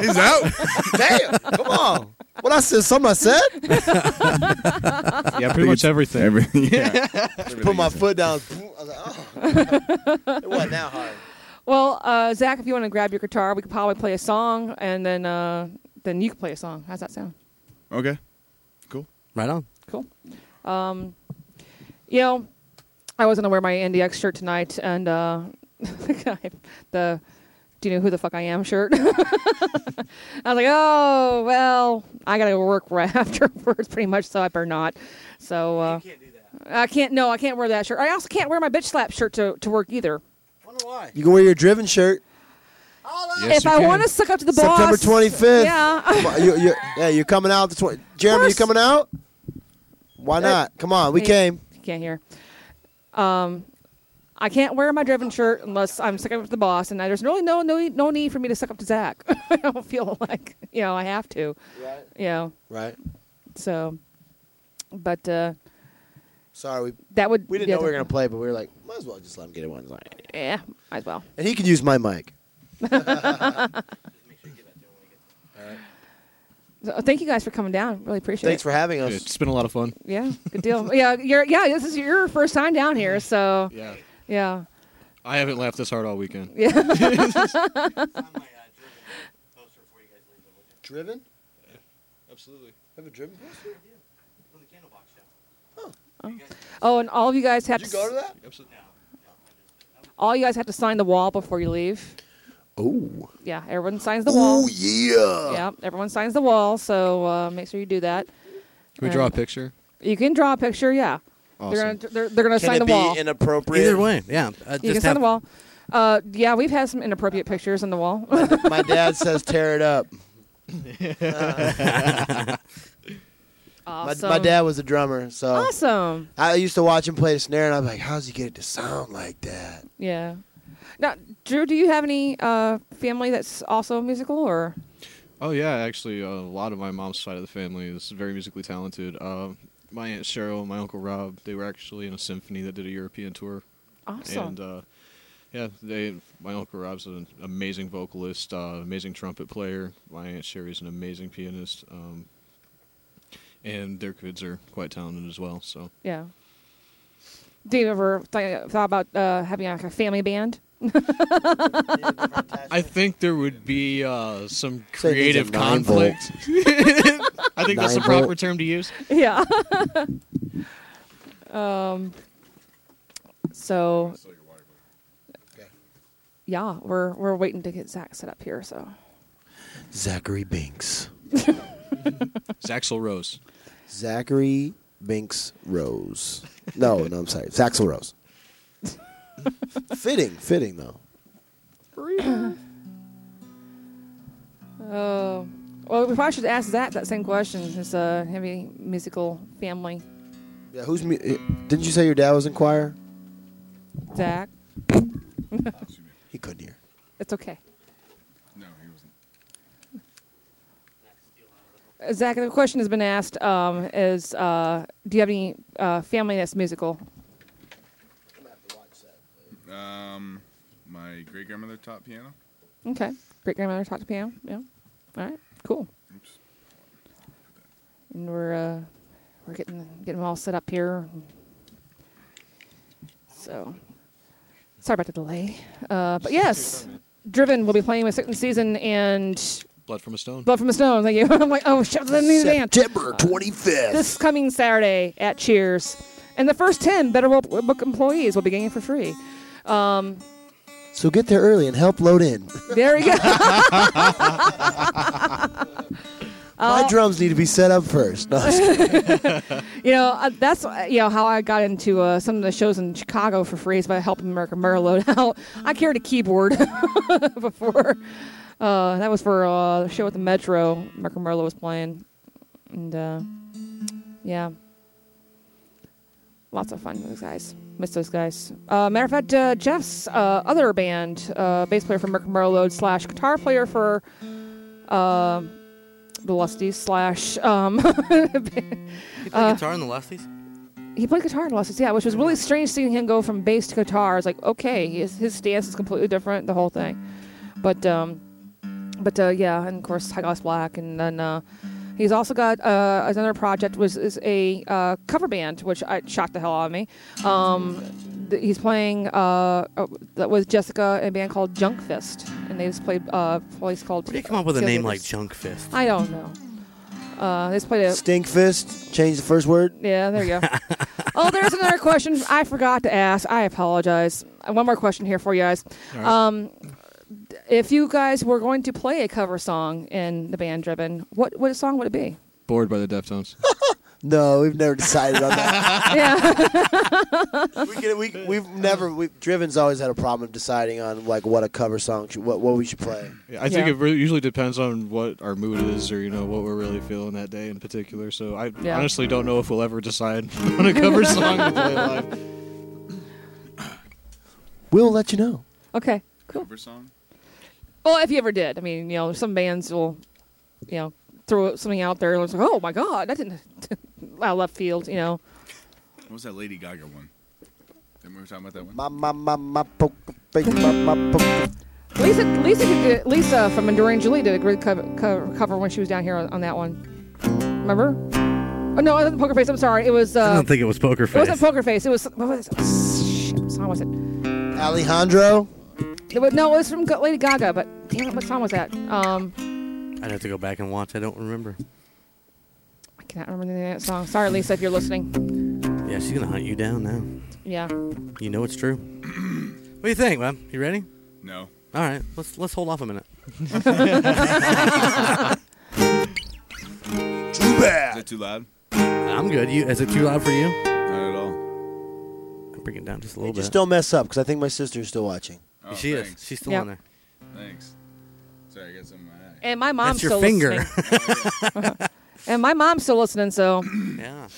[SPEAKER 1] He's out.
[SPEAKER 7] [laughs] Damn, come on. What I said, something I said?
[SPEAKER 9] [laughs] Yeah, pretty much everything.
[SPEAKER 1] Everything. Yeah.
[SPEAKER 7] Put
[SPEAKER 1] Everything
[SPEAKER 7] my
[SPEAKER 1] is-
[SPEAKER 7] foot down. boom, I was like, oh. it wasn't that hard.
[SPEAKER 5] Well, uh, Zach, if you want to grab your guitar, we could probably play a song, and then uh, then you can play a song. How's that sound?
[SPEAKER 1] Okay. Cool.
[SPEAKER 11] right on.
[SPEAKER 5] Cool. Um, you know, I was gonna wear my NDX shirt tonight, and uh, [laughs] the guy- the do you know who the fuck I am shirt. [laughs] I was like, oh well, I gotta go work right [laughs] afterwards, pretty much. So I better not. So uh,
[SPEAKER 11] Can't do that.
[SPEAKER 5] I can't. No, I can't wear that shirt. I also can't wear my bitch slap shirt to, to work either.
[SPEAKER 11] Wonder why.
[SPEAKER 7] You can wear your driven shirt.
[SPEAKER 9] Yes,
[SPEAKER 5] if
[SPEAKER 9] you
[SPEAKER 5] I
[SPEAKER 9] can.
[SPEAKER 5] want to suck up to the
[SPEAKER 7] September
[SPEAKER 5] boss,
[SPEAKER 7] 25th.
[SPEAKER 5] Yeah, [laughs]
[SPEAKER 7] Come on, you, you, yeah, you're coming out the 20. Jeremy, you
[SPEAKER 5] course. Uh,
[SPEAKER 7] coming out? Why not? Come on, we
[SPEAKER 5] Hey.
[SPEAKER 7] came.
[SPEAKER 5] can't hear. Um, I can't wear my driven shirt unless I'm sucking up to the boss, and I, there's really no no no need for me to suck up to Zach. [laughs] I don't feel like you know I have to.
[SPEAKER 7] Right.
[SPEAKER 5] You know,
[SPEAKER 7] Right.
[SPEAKER 5] so, but uh,
[SPEAKER 7] Sorry, we
[SPEAKER 5] that would
[SPEAKER 7] we didn't
[SPEAKER 5] yeah,
[SPEAKER 7] know we were gonna
[SPEAKER 5] that-
[SPEAKER 7] play, but we were like, might as well just let him get it one. Like,
[SPEAKER 5] Yeah, might as well.
[SPEAKER 7] and he could use my mic.
[SPEAKER 5] So, oh, thank you guys for coming down. Really appreciate
[SPEAKER 7] Thanks
[SPEAKER 5] it.
[SPEAKER 7] for having us.
[SPEAKER 9] It's been a lot of fun.
[SPEAKER 5] yeah,
[SPEAKER 7] [laughs]
[SPEAKER 5] good deal. yeah, you're, yeah, this is your first time down here, so
[SPEAKER 9] Yeah.
[SPEAKER 5] yeah,
[SPEAKER 9] I haven't laughed this hard all weekend.
[SPEAKER 7] [laughs]
[SPEAKER 5] yeah. [laughs]
[SPEAKER 7] Driven?
[SPEAKER 9] Absolutely.
[SPEAKER 7] Have a driven poster?
[SPEAKER 5] Oh, and all of you guys have
[SPEAKER 7] Did you
[SPEAKER 5] to,
[SPEAKER 7] go to that?
[SPEAKER 9] Absolutely.
[SPEAKER 5] all you guys have to sign the wall before you leave.
[SPEAKER 7] Oh.
[SPEAKER 5] Yeah, everyone signs the wall.
[SPEAKER 2] yeah.
[SPEAKER 5] Yeah, everyone signs the wall, so uh, make sure you do that.
[SPEAKER 9] Can we draw a picture?
[SPEAKER 5] You can draw a picture. Yeah, they're
[SPEAKER 9] Awesome.
[SPEAKER 5] gonna they're, they're gonna
[SPEAKER 7] Can
[SPEAKER 5] sign
[SPEAKER 7] it
[SPEAKER 5] the
[SPEAKER 7] be
[SPEAKER 5] wall.
[SPEAKER 7] inappropriate?
[SPEAKER 8] Either way, yeah. Uh,
[SPEAKER 5] you can
[SPEAKER 8] just
[SPEAKER 5] sign
[SPEAKER 8] have,
[SPEAKER 5] the wall. Uh, yeah, we've had some inappropriate pictures on the wall.
[SPEAKER 7] my
[SPEAKER 5] [laughs]
[SPEAKER 7] dad says tear it [laughs] up. My,
[SPEAKER 5] awesome.
[SPEAKER 7] my dad was a drummer, so
[SPEAKER 5] Awesome.
[SPEAKER 7] I used to watch him play the snare, and I'm like, "How's he get it to sound like that?"
[SPEAKER 5] Yeah. Now, Drew, do you have any uh, family that's also musical, or
[SPEAKER 9] Oh yeah, actually, a lot of my mom's side of the family is very musically talented. Um, my aunt Cheryl and my uncle Rob, they were actually in a symphony that did a European tour,
[SPEAKER 5] awesome?
[SPEAKER 9] and uh, yeah, they. My uncle Rob's an amazing vocalist, uh, amazing trumpet player. My aunt Sherry's an amazing pianist, um, and their kids are quite talented as well. So
[SPEAKER 5] yeah. Do you ever th- thought about uh, having like a family band?
[SPEAKER 9] I think there would be uh, some
[SPEAKER 7] So he needs a
[SPEAKER 9] creative
[SPEAKER 7] nine volt.
[SPEAKER 9] conflict. [laughs] I think that's the
[SPEAKER 7] Nine volt.
[SPEAKER 9] proper term to use.
[SPEAKER 5] yeah. um. So. Yeah, we're we're waiting to get Zach set up here. So.
[SPEAKER 7] Zachary
[SPEAKER 5] [laughs]
[SPEAKER 7] Binks.
[SPEAKER 9] Zaxel Rose.
[SPEAKER 7] Zachary Binks Rose. No, no, I'm sorry. Zaxel Rose. fitting, fitting though.
[SPEAKER 5] [clears throat] Oh. Well, we probably should ask Zach that same question. Is uh, have any musical family,
[SPEAKER 7] Yeah, who's mu- eh, Didn't you say your dad was in choir?
[SPEAKER 5] Zach? [laughs]
[SPEAKER 7] He couldn't hear.
[SPEAKER 5] It's okay.
[SPEAKER 6] No, he wasn't.
[SPEAKER 5] Uh, Zach, the question has been asked: um, Is uh, do you have any uh, family that's musical?
[SPEAKER 6] Um, my great grandmother taught piano.
[SPEAKER 5] Okay. Great grandmother talked to piano. Yeah. All right. Cool.
[SPEAKER 6] Oops.
[SPEAKER 5] And we're uh, we're getting getting them all set up here. So sorry about the delay, uh, but yes, Driven will be playing with second season and
[SPEAKER 9] Blood from a Stone.
[SPEAKER 5] Blood from a Stone. Thank you. [laughs] I'm like, oh shit, let me band.
[SPEAKER 2] September 25th.
[SPEAKER 5] This coming Saturday at Cheers, and the first ten Better Wo- Book employees will be getting it for free. Um,
[SPEAKER 7] So get there early and help load in.
[SPEAKER 5] there we go. Uh.
[SPEAKER 7] My drums need to be set up first. No, I'm just kidding.
[SPEAKER 5] [laughs] You know, uh, that's uh, you know how I got into uh, some of the shows in Chicago for free is by helping American Merlot [laughs] out. I carried a keyboard [laughs] before. Uh, that was for uh, the show at the Metro. American Merlot was playing, and uh, yeah, lots of fun with those guys. Miss those guys. Uh, matter of fact, uh, Jeff's uh, other band, uh, bass player for American Merlot slash guitar player for uh, the Lusty slash um, [laughs]
[SPEAKER 8] You
[SPEAKER 5] Uh,
[SPEAKER 8] play guitar in the Lusties?
[SPEAKER 5] he played guitar in Losses, yeah, which was really strange seeing him go from bass to guitar. It's like, okay, his, his stance is completely different, the whole thing. But, um, but uh, yeah, and of course, Tygoss Black, and then uh, he's also got uh, another project, which is a uh, cover band, which I, shocked the hell out of me. Um, th- he's playing uh, uh, that was Jessica and a band called Junk Fist, and they just played uh, a place called.
[SPEAKER 8] Where do you come up with a
[SPEAKER 5] Kill
[SPEAKER 8] name like
[SPEAKER 5] Leaders.
[SPEAKER 8] Junkfist?
[SPEAKER 5] I don't know. Uh, they just played a
[SPEAKER 7] Stink fist. Change the first
[SPEAKER 5] [laughs]
[SPEAKER 7] word.
[SPEAKER 5] yeah, there you go. oh, there's another question I forgot to ask. I apologize. Uh, One more question here for you guys. Um, d- if you guys were going to play a cover song in the band Driven, what what song would it be?
[SPEAKER 9] Bored by the Deftones.
[SPEAKER 7] [laughs] No, we've never decided on that.
[SPEAKER 5] yeah, [laughs]
[SPEAKER 7] we get, we, we've never. We've, Driven's always had a problem deciding on like what a cover song, should, what what we should play.
[SPEAKER 9] [laughs] Yeah, I think
[SPEAKER 5] Yeah.
[SPEAKER 9] it really usually depends on what our mood is, or you know what we're really feeling that day in particular. So I
[SPEAKER 5] Yeah.
[SPEAKER 9] honestly don't [laughs] know if we'll ever decide on a cover song to play live.
[SPEAKER 7] [laughs] We'll let you know.
[SPEAKER 5] Okay, cool.
[SPEAKER 6] Cover song?
[SPEAKER 5] Well, if you ever did, I mean, you know, some bands will, you know, throw something out there. and It's like, oh my god, that didn't [laughs] out of left field. You know,
[SPEAKER 6] What was that Lady Gaga one? Remember we were talking about that one?
[SPEAKER 7] My my my my poke face, my my poke.
[SPEAKER 5] Lisa, Lisa, could get- Lisa from Enduring Julie did a great cover, cover, cover when she was down here on, on that one. Remember? Oh no, it wasn't Poker Face. I'm sorry. It was. Uh,
[SPEAKER 8] I don't think it was Poker
[SPEAKER 5] it
[SPEAKER 8] Face.
[SPEAKER 5] wasn't Poker Face. It was. What was it? Oh, Shit, what song was it?
[SPEAKER 7] Alejandro.
[SPEAKER 5] It was, no, it was from Ga- Lady Gaga, but damn it, what song was that? Um,
[SPEAKER 8] I'd have to go back and watch. I don't remember.
[SPEAKER 5] I cannot remember the name of that song. Sorry, Lisa, if you're listening.
[SPEAKER 8] Yeah, she's gonna hunt you down now.
[SPEAKER 5] Yeah.
[SPEAKER 8] You know it's true. [clears throat] what do you think, man? You ready?
[SPEAKER 6] No.
[SPEAKER 8] All right, let's let's hold off a minute.
[SPEAKER 2] Too
[SPEAKER 6] Is that
[SPEAKER 2] bad.
[SPEAKER 6] too loud?
[SPEAKER 8] I'm good. You is it too loud for you?
[SPEAKER 6] Not at all.
[SPEAKER 8] I'll bring it down just a little
[SPEAKER 7] Just
[SPEAKER 8] bit.
[SPEAKER 7] don't mess up, because I think my sister's still watching.
[SPEAKER 6] Oh,
[SPEAKER 8] she
[SPEAKER 6] thanks.
[SPEAKER 8] is. She's still
[SPEAKER 5] Yep.
[SPEAKER 8] on there.
[SPEAKER 6] Thanks. Sorry, I got something in my eye.
[SPEAKER 5] And my mom's
[SPEAKER 8] That's your
[SPEAKER 5] still
[SPEAKER 8] finger.
[SPEAKER 5] listening.
[SPEAKER 8] [laughs]
[SPEAKER 5] Uh-huh. And my mom's still listening, so
[SPEAKER 8] yeah.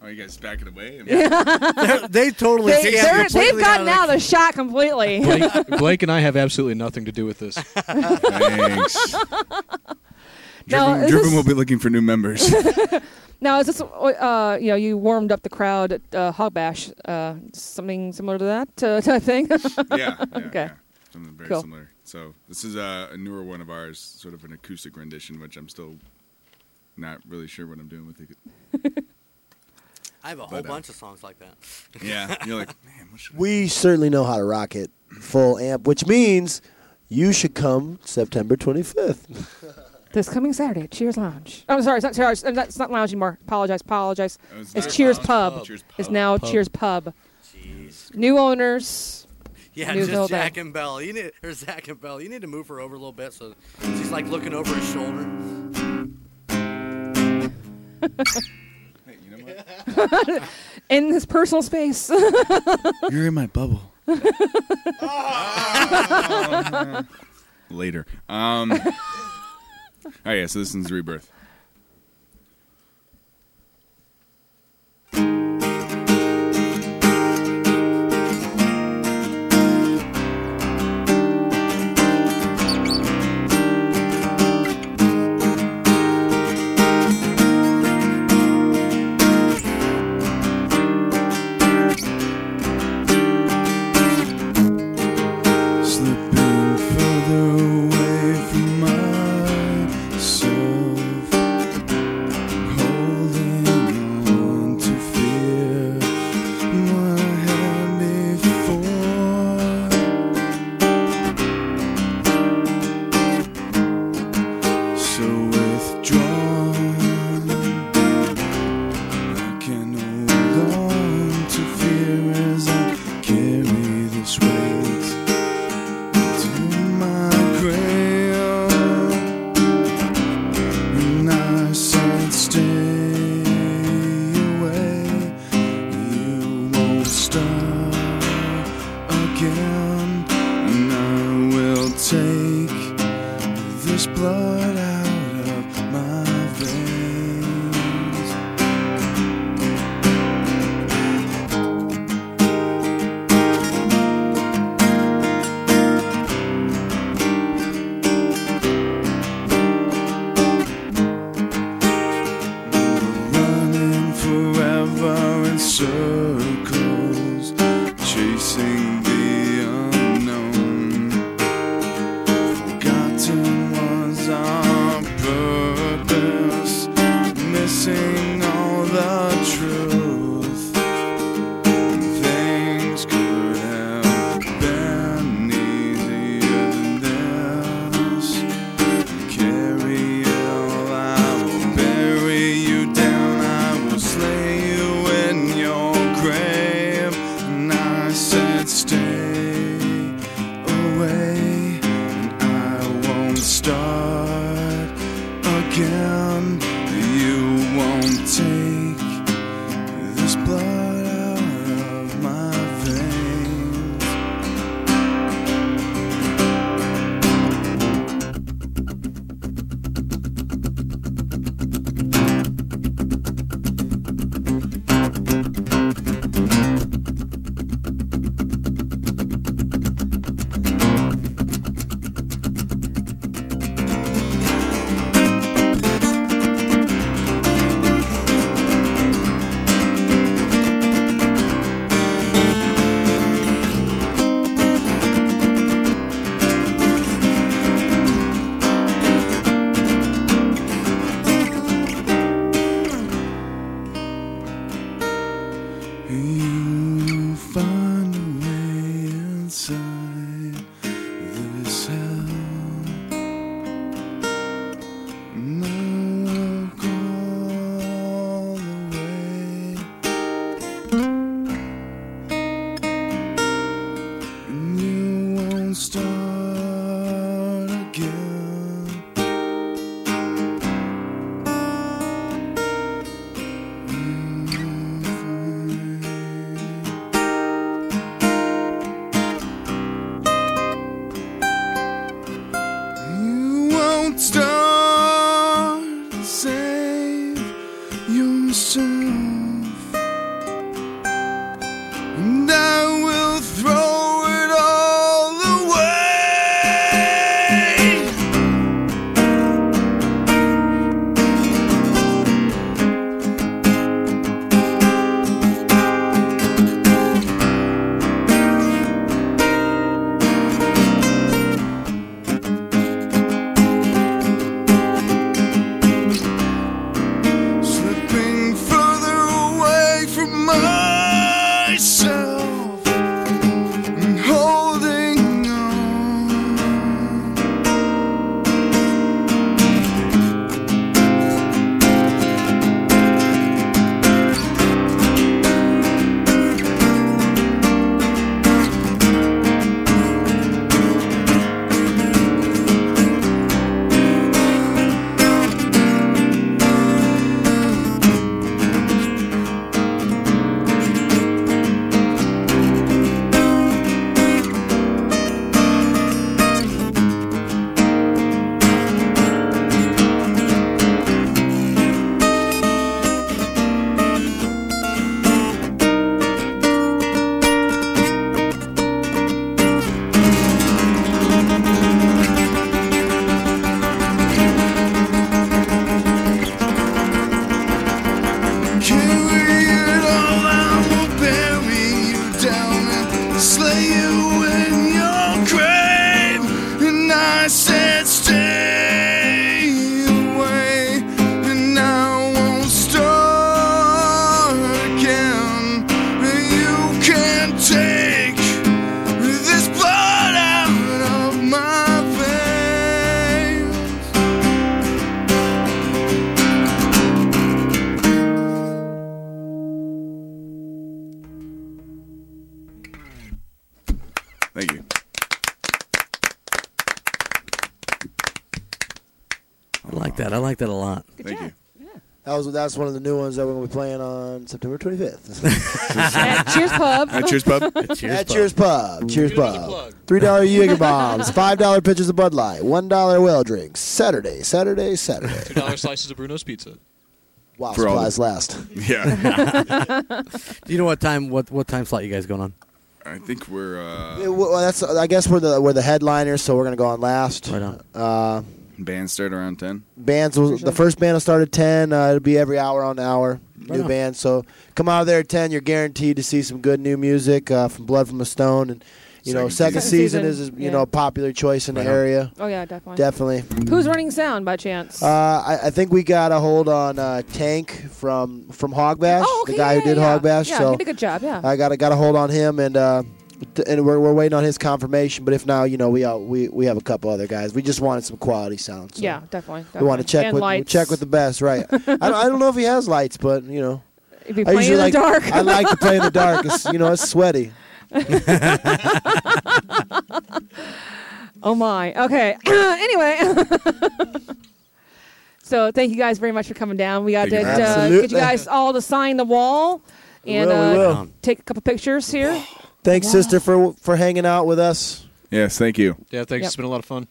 [SPEAKER 6] Oh, you guys backing away? Am I-
[SPEAKER 8] They're- they totally.
[SPEAKER 5] they,
[SPEAKER 8] yeah,
[SPEAKER 5] they're, they've
[SPEAKER 8] completely
[SPEAKER 5] gotten
[SPEAKER 8] out
[SPEAKER 5] out of the shot [laughs] completely.
[SPEAKER 9] Blake, Blake and I have absolutely nothing to do with
[SPEAKER 6] [laughs]
[SPEAKER 9] this.
[SPEAKER 5] [laughs]
[SPEAKER 6] Thanks.
[SPEAKER 5] No,
[SPEAKER 6] Driven,
[SPEAKER 5] Uh, this
[SPEAKER 6] Driven
[SPEAKER 5] is-
[SPEAKER 6] will be looking for new members.
[SPEAKER 5] now, is this, uh, you know, you warmed up the crowd at uh, Hog Bash, uh, something similar to that uh, [laughs] type thing? [laughs]
[SPEAKER 6] yeah, yeah.
[SPEAKER 5] Okay.
[SPEAKER 6] Yeah. Something very
[SPEAKER 5] Cool.
[SPEAKER 6] similar. So this is a, a newer one of ours, sort of an acoustic rendition, which I'm still not really sure what I'm doing with it.
[SPEAKER 8] I have a whole
[SPEAKER 6] But, uh,
[SPEAKER 8] bunch of songs like that.
[SPEAKER 6] [laughs] Yeah, you're like, man, what should I
[SPEAKER 7] We certainly know how to rock it full amp, which means you should come September 25th.
[SPEAKER 5] this coming Saturday, Cheers Lounge. I'm sorry, it's not, Cheers- it's not, it's not Lounge anymore. Apologize, apologize.
[SPEAKER 6] Oh, it's
[SPEAKER 5] It's
[SPEAKER 6] not
[SPEAKER 5] Cheers
[SPEAKER 6] Lounge.
[SPEAKER 5] Pub.
[SPEAKER 6] Pub. Cheers
[SPEAKER 5] It's
[SPEAKER 6] Pub.
[SPEAKER 5] now Cheers Pub. New owners.
[SPEAKER 8] [laughs] Yeah,
[SPEAKER 5] New
[SPEAKER 8] just
[SPEAKER 5] building.
[SPEAKER 8] Jack and Bell. You need or Zach and Bell. You need to move her over a little bit so she's like looking over his shoulder.
[SPEAKER 6] Hey, you know what?
[SPEAKER 5] [laughs] in his personal space. [laughs]
[SPEAKER 6] You're in my bubble. Later. Um.
[SPEAKER 5] [laughs]
[SPEAKER 6] Oh yeah, so this one's rebirth.
[SPEAKER 2] Slipping further away from myself, holding on to fear. I had before. So withdrawn, I can hold on to fear as I carry this weight. To my grave, and I said, "Stay away. You won't start again, and I will take this blood out of my veins." running forever in circles, chasing the unknown. Forgotten was our purpose, missing all the truth. Things could have been easier than this carry ill. I will bury you down. I will slay you in your grave. And I said, stay away. And I won't start again. You won't take this blood out of my veins.
[SPEAKER 7] Ah.
[SPEAKER 5] [laughs]
[SPEAKER 8] like that. I like that a lot.
[SPEAKER 5] Good
[SPEAKER 6] Thank
[SPEAKER 5] job.
[SPEAKER 7] That was that's one of the new ones that we're gonna be playing on
[SPEAKER 8] [laughs]
[SPEAKER 7] September 25th.
[SPEAKER 5] At Cheers Pub.
[SPEAKER 6] Uh, cheers, pub.
[SPEAKER 8] Cheers,
[SPEAKER 7] At
[SPEAKER 8] bud.
[SPEAKER 7] Cheers Pub. Cheers
[SPEAKER 9] Give it another
[SPEAKER 7] Pub.
[SPEAKER 9] plug.
[SPEAKER 7] Three dollar Jager bombs. Five dollar pitchers of Bud Light. One dollar well drinks. Saturday, Saturday, Saturday.
[SPEAKER 9] [laughs] Two dollar slices of Bruno's pizza.
[SPEAKER 7] Wow,
[SPEAKER 6] For all
[SPEAKER 7] supplies last.
[SPEAKER 6] [laughs] yeah.
[SPEAKER 8] [laughs] Do you know what time? What what time slot you guys going on?
[SPEAKER 6] I think we're
[SPEAKER 7] Yeah,
[SPEAKER 6] uh,
[SPEAKER 7] well, that's I guess we're the we're the headliners, so we're gonna go on last.
[SPEAKER 8] Right on.
[SPEAKER 7] Uh,
[SPEAKER 6] band start around ten.
[SPEAKER 7] bands will, the first band will start at 10 uh, it'll be every hour on the hour new
[SPEAKER 8] on.
[SPEAKER 7] band so come out of there at 10 you're guaranteed to see some good new music uh, from blood from a stone and you know
[SPEAKER 6] Second
[SPEAKER 7] second
[SPEAKER 5] season.
[SPEAKER 7] season is is, you
[SPEAKER 5] Yeah.
[SPEAKER 7] know a popular choice in the
[SPEAKER 8] Right on.
[SPEAKER 7] area
[SPEAKER 5] Oh yeah, definitely.
[SPEAKER 7] definitely
[SPEAKER 5] Who's running sound by chance?
[SPEAKER 7] uh, I, I think we got a hold on uh, tank from from hogbash
[SPEAKER 5] oh, okay,
[SPEAKER 7] the guy
[SPEAKER 5] yeah,
[SPEAKER 7] who did
[SPEAKER 5] yeah,
[SPEAKER 7] hogbash
[SPEAKER 5] Yeah,
[SPEAKER 7] so
[SPEAKER 5] he did a good job. Yeah.
[SPEAKER 7] i got a, got a hold on him and uh, th- and we're, we're waiting on his confirmation but if not you know we uh, we we have a couple other guys we just wanted some quality sound so.
[SPEAKER 5] yeah, definitely.
[SPEAKER 7] We want to
[SPEAKER 5] definitely.
[SPEAKER 7] check
[SPEAKER 5] and
[SPEAKER 7] with
[SPEAKER 5] lights.
[SPEAKER 7] check with the best,
[SPEAKER 5] [laughs]
[SPEAKER 7] right? I, don't, I don't know if he has lights, but you know,
[SPEAKER 5] If you
[SPEAKER 7] I
[SPEAKER 5] play in the
[SPEAKER 7] like
[SPEAKER 5] dark.
[SPEAKER 7] I like to play in the dark. It's, you know, it's [laughs] sweaty.
[SPEAKER 5] [laughs] oh my. Okay. [clears throat] anyway. [laughs] so thank you guys very much for coming down. We got
[SPEAKER 6] Thank
[SPEAKER 5] to
[SPEAKER 6] you.
[SPEAKER 5] uh,
[SPEAKER 7] Absolutely.
[SPEAKER 5] get you guys all to sign the wall and
[SPEAKER 7] will, we
[SPEAKER 5] uh,
[SPEAKER 7] will.
[SPEAKER 5] take a couple
[SPEAKER 7] [gasps]
[SPEAKER 5] pictures here.
[SPEAKER 7] Thanks, sister, for for hanging out with us,
[SPEAKER 6] Yes, thank you.
[SPEAKER 9] Yeah, thanks.
[SPEAKER 5] Yep.
[SPEAKER 9] It's been a lot of fun.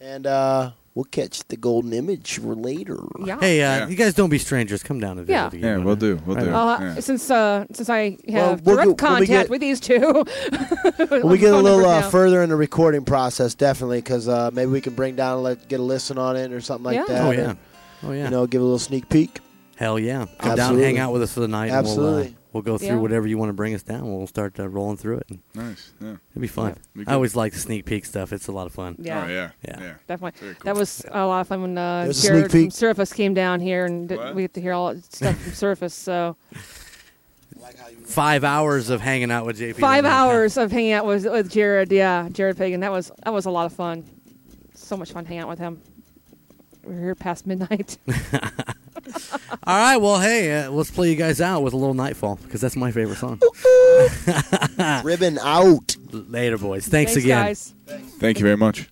[SPEAKER 7] and uh, we'll catch the golden image later.
[SPEAKER 5] Yeah.
[SPEAKER 8] Hey, uh,
[SPEAKER 6] Yeah.
[SPEAKER 8] you guys don't. Be strangers. Come down to the
[SPEAKER 5] Yeah.
[SPEAKER 8] Old Year,
[SPEAKER 6] Yeah,
[SPEAKER 8] why
[SPEAKER 6] we'll
[SPEAKER 8] not?
[SPEAKER 6] do. We'll
[SPEAKER 8] Right
[SPEAKER 6] do.
[SPEAKER 8] on.
[SPEAKER 5] Uh,
[SPEAKER 6] Yeah.
[SPEAKER 5] Since uh, since I have
[SPEAKER 7] Well, we'll
[SPEAKER 5] direct
[SPEAKER 7] do- when we
[SPEAKER 5] contact
[SPEAKER 7] get-
[SPEAKER 5] with these two, [laughs]
[SPEAKER 7] When we get a little uh, further in the recording process, definitely, because uh, maybe we can bring down let get a listen on it or something like
[SPEAKER 5] Yeah.
[SPEAKER 7] that.
[SPEAKER 8] Oh
[SPEAKER 7] and,
[SPEAKER 8] yeah. Oh yeah.
[SPEAKER 7] you know, give a little sneak peek.
[SPEAKER 8] Hell yeah. Come down,
[SPEAKER 7] Absolutely.
[SPEAKER 8] hang out with us for the night. And we'll, uh,
[SPEAKER 7] Absolutely.
[SPEAKER 8] we'll go through
[SPEAKER 5] Yeah.
[SPEAKER 8] whatever you want to bring us down. We'll start uh, rolling through it. And
[SPEAKER 6] Nice. Yeah.
[SPEAKER 8] it'll be fun.
[SPEAKER 6] We
[SPEAKER 8] I
[SPEAKER 6] could-
[SPEAKER 8] always like the sneak peek stuff. It's a lot of fun.
[SPEAKER 5] yeah,
[SPEAKER 6] Oh yeah.
[SPEAKER 8] Yeah.
[SPEAKER 6] Yeah.
[SPEAKER 5] definitely.
[SPEAKER 6] Very cool.
[SPEAKER 5] That was a lot of fun when uh,
[SPEAKER 7] There's a sneak
[SPEAKER 5] Jared
[SPEAKER 7] peek.
[SPEAKER 5] from Surface came down here and did,
[SPEAKER 6] What?
[SPEAKER 5] we get to hear all that stuff from Surface. So
[SPEAKER 8] Five hours of hanging out with JP.
[SPEAKER 5] five
[SPEAKER 8] Lynn.
[SPEAKER 5] hours of hanging out with with Jared. Yeah, Jared Pagan. That was that was a lot of fun. So much fun hanging out with him. We We're here past midnight.
[SPEAKER 8] All right. Well, hey, uh, let's play you guys out with a little Nightfall because that's my favorite song. [laughs]
[SPEAKER 7] Ribbon out.
[SPEAKER 8] Later, boys. Thanks,
[SPEAKER 5] Thanks
[SPEAKER 8] again.
[SPEAKER 5] guys.
[SPEAKER 6] Thank you very much.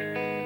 [SPEAKER 1] Thank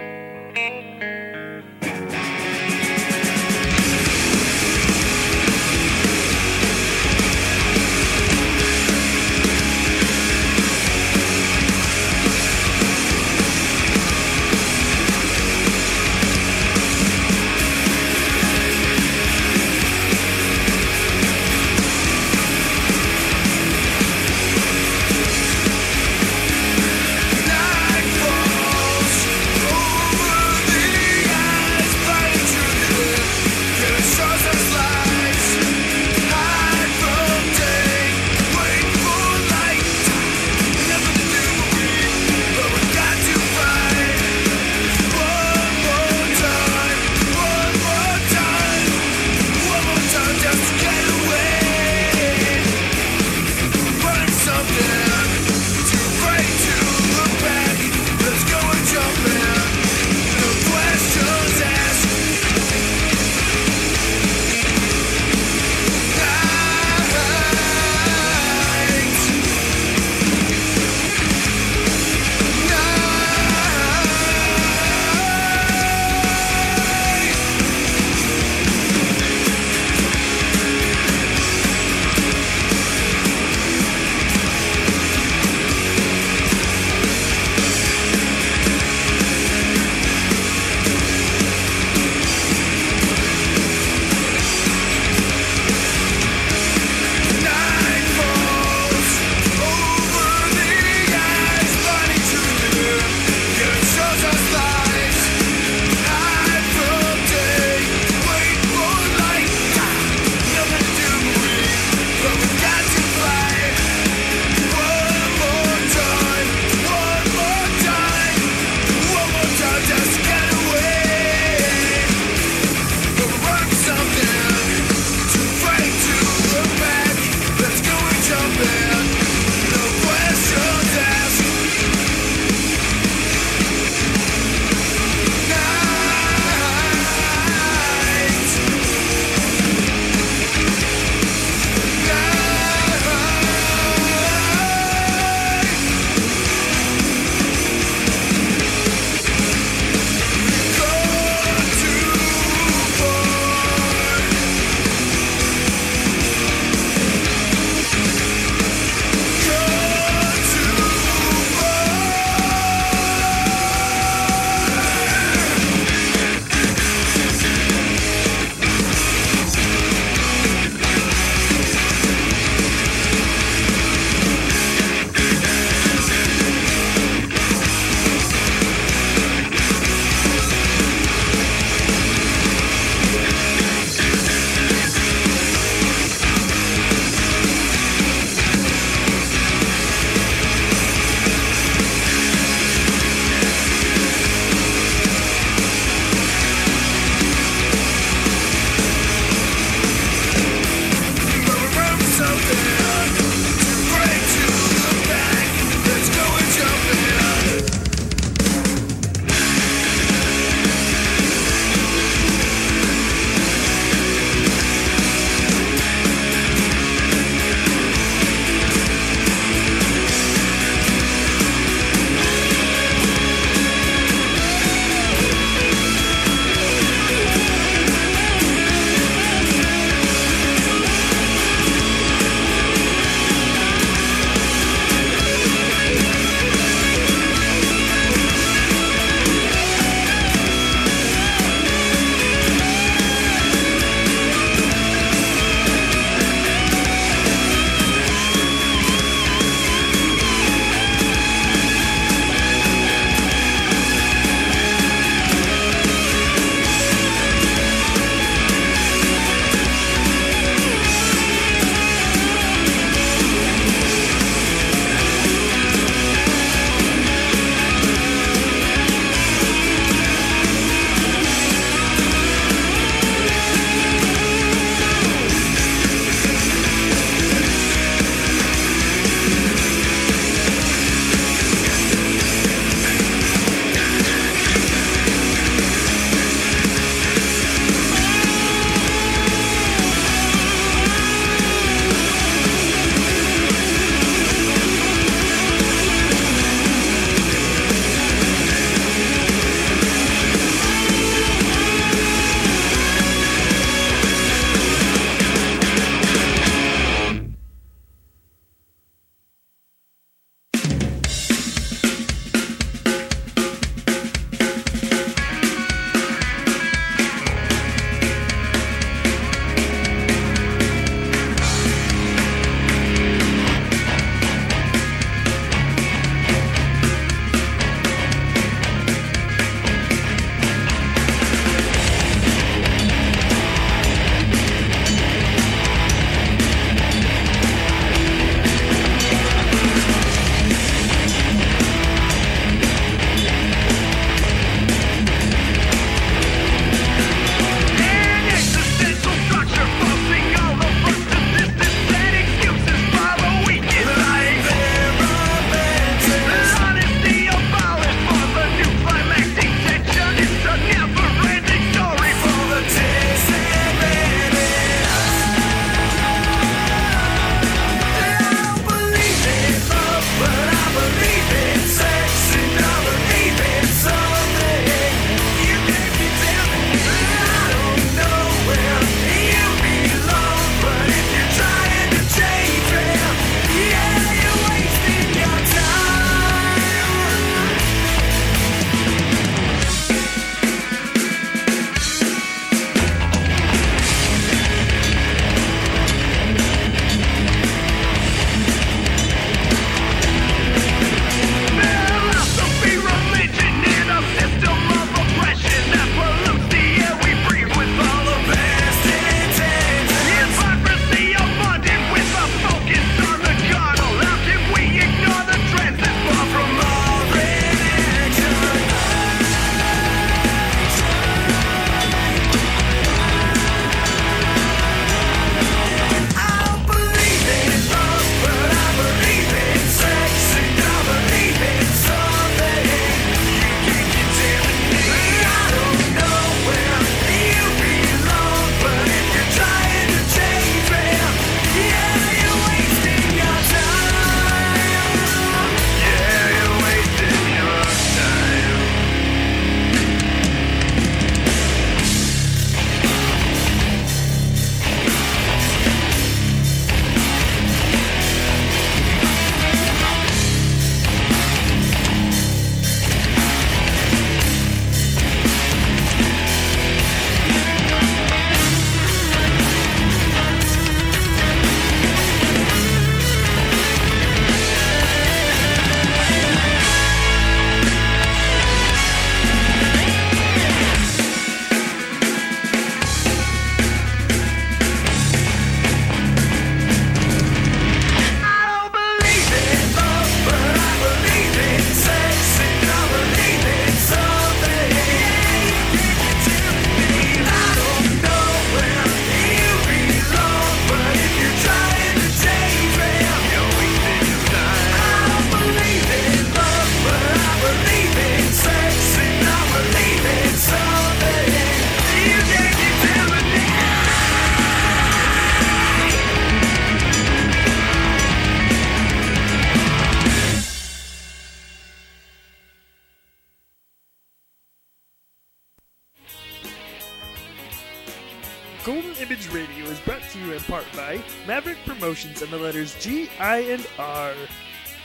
[SPEAKER 12] Golden Image Radio is brought to you in part by Maverick Promotions and the letters G, I, and R.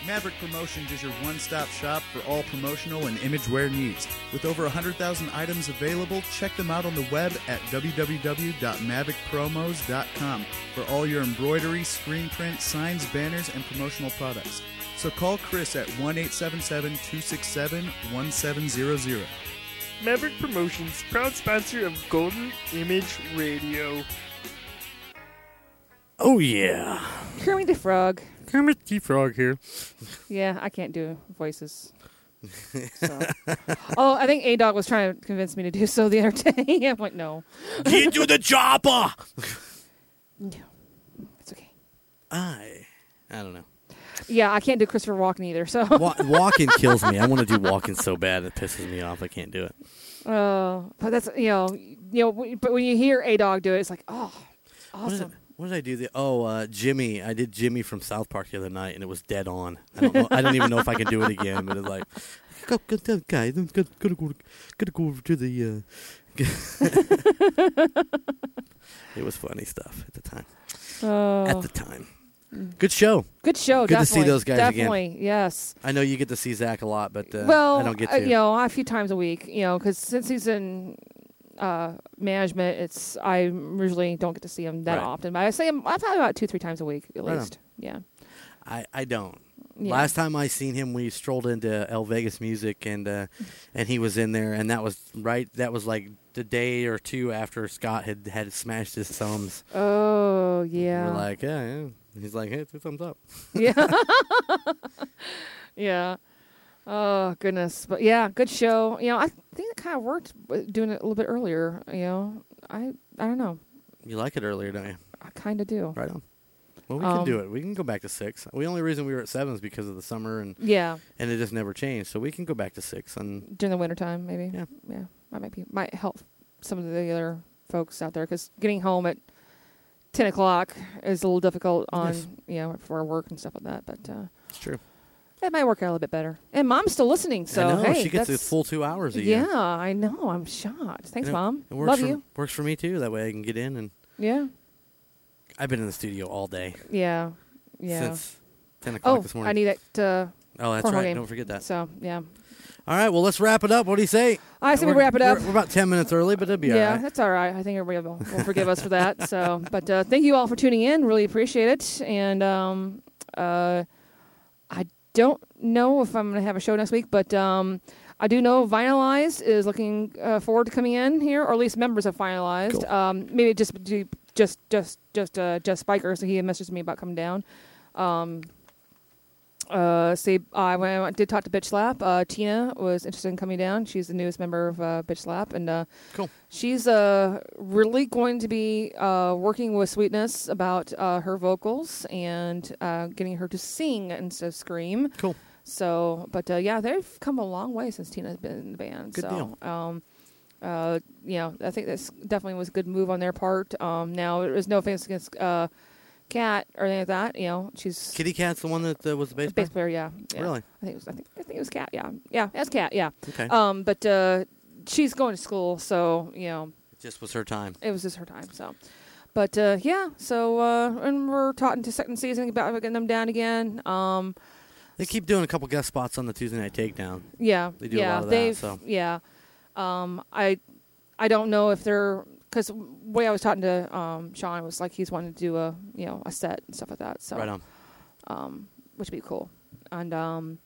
[SPEAKER 13] Maverick Promotions is your one stop shop for all promotional and image wear needs. With over 100,000 items available, check them out on the web at www.maverickpromos.com for all your embroidery, screen print, signs, banners, and promotional products. So call Chris at 1 877 267 1700.
[SPEAKER 12] Maverick Promotions, proud sponsor of Golden Image Radio.
[SPEAKER 8] Oh yeah,
[SPEAKER 5] Kermit the Frog.
[SPEAKER 8] Kermit the Frog
[SPEAKER 5] [laughs]
[SPEAKER 8] here.
[SPEAKER 5] Yeah, I can't do voices. So. oh, I think A Dog was trying to convince me to do so the other day. [laughs] I'm like, no.
[SPEAKER 4] You do the chopper.
[SPEAKER 8] I, I don't know.
[SPEAKER 5] Yeah, I can't do Christopher Walken either. So
[SPEAKER 8] Wa- walking kills me. I want to do walking so bad it pisses me off. I can't do it.
[SPEAKER 5] Oh, but that's you know, you know. when- But when you hear A Dog do it, it's like, oh,
[SPEAKER 8] What did,
[SPEAKER 5] awesome.
[SPEAKER 8] what did I do? The, oh, uh, Jimmy. I did Jimmy from South Park the other night, and it was dead on. I don't know. I don't even know if I can do it again. But it's like, go, go, go, guys, I'm go- gonna go, gonna go over to the.
[SPEAKER 11] [laughs]
[SPEAKER 8] Uh, [laughs] it was funny stuff at the time.
[SPEAKER 5] Oh. Mm.
[SPEAKER 8] At the time, good show.
[SPEAKER 5] Good show.
[SPEAKER 8] Good to see
[SPEAKER 5] definitely.
[SPEAKER 8] those guys again.
[SPEAKER 5] Definitely, yes.
[SPEAKER 8] I know you get to see Zach a lot, but uh,
[SPEAKER 5] well,
[SPEAKER 8] I don't get
[SPEAKER 5] uh,
[SPEAKER 8] to.
[SPEAKER 5] you know, a few times a week. You know, because since he's in uh, management, it's I usually don't get to see him that
[SPEAKER 8] Right.
[SPEAKER 5] often. But I see him I probably about two, three times a week at
[SPEAKER 8] Right on.
[SPEAKER 5] least. Yeah.
[SPEAKER 8] I, I don't.
[SPEAKER 5] Yeah.
[SPEAKER 8] Last time I seen him, we strolled into El Vegas Music, and uh, and he was in there, and that was right. That was like the day or two after Scott had had smashed his thumbs.
[SPEAKER 5] Oh
[SPEAKER 8] We
[SPEAKER 5] yeah.
[SPEAKER 8] We're like, yeah, yeah. And He's like, hey, two thumbs up.
[SPEAKER 5] [laughs] Yeah. yeah. Oh goodness, but yeah, good show. You know, I think it kind of worked uh, doing it a little bit earlier. You know, I I don't know,
[SPEAKER 8] You like it earlier, don't you?
[SPEAKER 5] I kind of do.
[SPEAKER 8] Right on. Well, we
[SPEAKER 5] Um,
[SPEAKER 8] can do it. We can go back to six. The only reason we were at seven is because of the summer, and
[SPEAKER 5] Yeah.
[SPEAKER 8] and it just never changed. So we can go back to six. And
[SPEAKER 5] During the wintertime, maybe.
[SPEAKER 8] Yeah,
[SPEAKER 5] yeah, that might be might help some of the other folks out there because getting home at ten o'clock is a little difficult on
[SPEAKER 8] Yes.
[SPEAKER 5] you know for work and stuff like that. But uh,
[SPEAKER 8] it's true.
[SPEAKER 5] that might work out a little bit better. And mom's still listening, so
[SPEAKER 8] I know
[SPEAKER 5] hey,
[SPEAKER 8] she gets the
[SPEAKER 5] that's-
[SPEAKER 8] full two hours. A
[SPEAKER 5] Yeah,
[SPEAKER 8] year.
[SPEAKER 5] I know. I'm shocked.
[SPEAKER 8] And
[SPEAKER 5] Thanks,
[SPEAKER 8] it-
[SPEAKER 5] mom.
[SPEAKER 8] It works
[SPEAKER 5] Love
[SPEAKER 8] for,
[SPEAKER 5] you.
[SPEAKER 8] Works for me too. That way I can get in and
[SPEAKER 5] Yeah.
[SPEAKER 8] I've been in the studio all day.
[SPEAKER 5] Yeah. Yeah.
[SPEAKER 8] Since 10 o'clock
[SPEAKER 5] oh,
[SPEAKER 8] this morning.
[SPEAKER 5] I need that. Uh,
[SPEAKER 8] Oh, that's
[SPEAKER 5] cornhole
[SPEAKER 8] right.
[SPEAKER 5] game.
[SPEAKER 8] Don't forget that.
[SPEAKER 5] So yeah,
[SPEAKER 8] All right, well, let's wrap it up. What do you say?
[SPEAKER 5] I say we
[SPEAKER 8] We're-
[SPEAKER 5] wrap it up.
[SPEAKER 8] We're, we're about 10 minutes early, but it'll be
[SPEAKER 5] yeah,
[SPEAKER 8] all right.
[SPEAKER 5] that's all right. I think everybody will, will forgive us for that. So, [laughs] but uh, thank you all for tuning in. Really appreciate it. And um, uh, I don't know if I'm going to have a show next week, but um, I do know Vinylized is looking uh, forward to coming in here, or at least members have finalized. Um, maybe just do- just just just uh, just Spiker. So he had messaged me about coming down. Um, uh, say I, when I did talk to Bitch Slap. Uh, Tina was interested in coming down. She's the newest member of uh, Bitch Slap, and uh,
[SPEAKER 8] cool.
[SPEAKER 5] She's uh really going to be uh working with Sweetness about uh, her vocals and uh, getting her to sing instead of scream.
[SPEAKER 8] Cool.
[SPEAKER 5] So, but uh, yeah, they've come a long way since Tina's been in the band.
[SPEAKER 8] Good
[SPEAKER 5] so, Um, uh, you know, I think that's definitely was a good move on their part. Um, now there is no offense against uh, Cat or anything like that. You know, she's
[SPEAKER 8] Kitty Cat's the one that uh, was the bass
[SPEAKER 5] bass
[SPEAKER 8] player?
[SPEAKER 5] player, yeah. yeah.
[SPEAKER 8] Really?
[SPEAKER 5] I think it was. I think, I think it was Cat. Yeah, yeah. That's Cat. Yeah.
[SPEAKER 8] Okay.
[SPEAKER 5] Um, but uh, she's going to school, so you know,
[SPEAKER 8] It just was her time.
[SPEAKER 5] it was just her time. So, but uh, yeah. So uh, and we're talking to second season about getting them down again. Um,
[SPEAKER 8] They keep doing a couple guest spots on the Tuesday Night Takedown.
[SPEAKER 5] yeah.
[SPEAKER 8] They do a
[SPEAKER 5] yeah,
[SPEAKER 8] lot of
[SPEAKER 5] they've-
[SPEAKER 8] that, so.
[SPEAKER 5] Yeah. Um, I, I don't know if they're because way I was talking to um, Sean was like he's wanting to do a you know a set and stuff like that. So
[SPEAKER 8] Right on.
[SPEAKER 5] um, which would be cool. And um,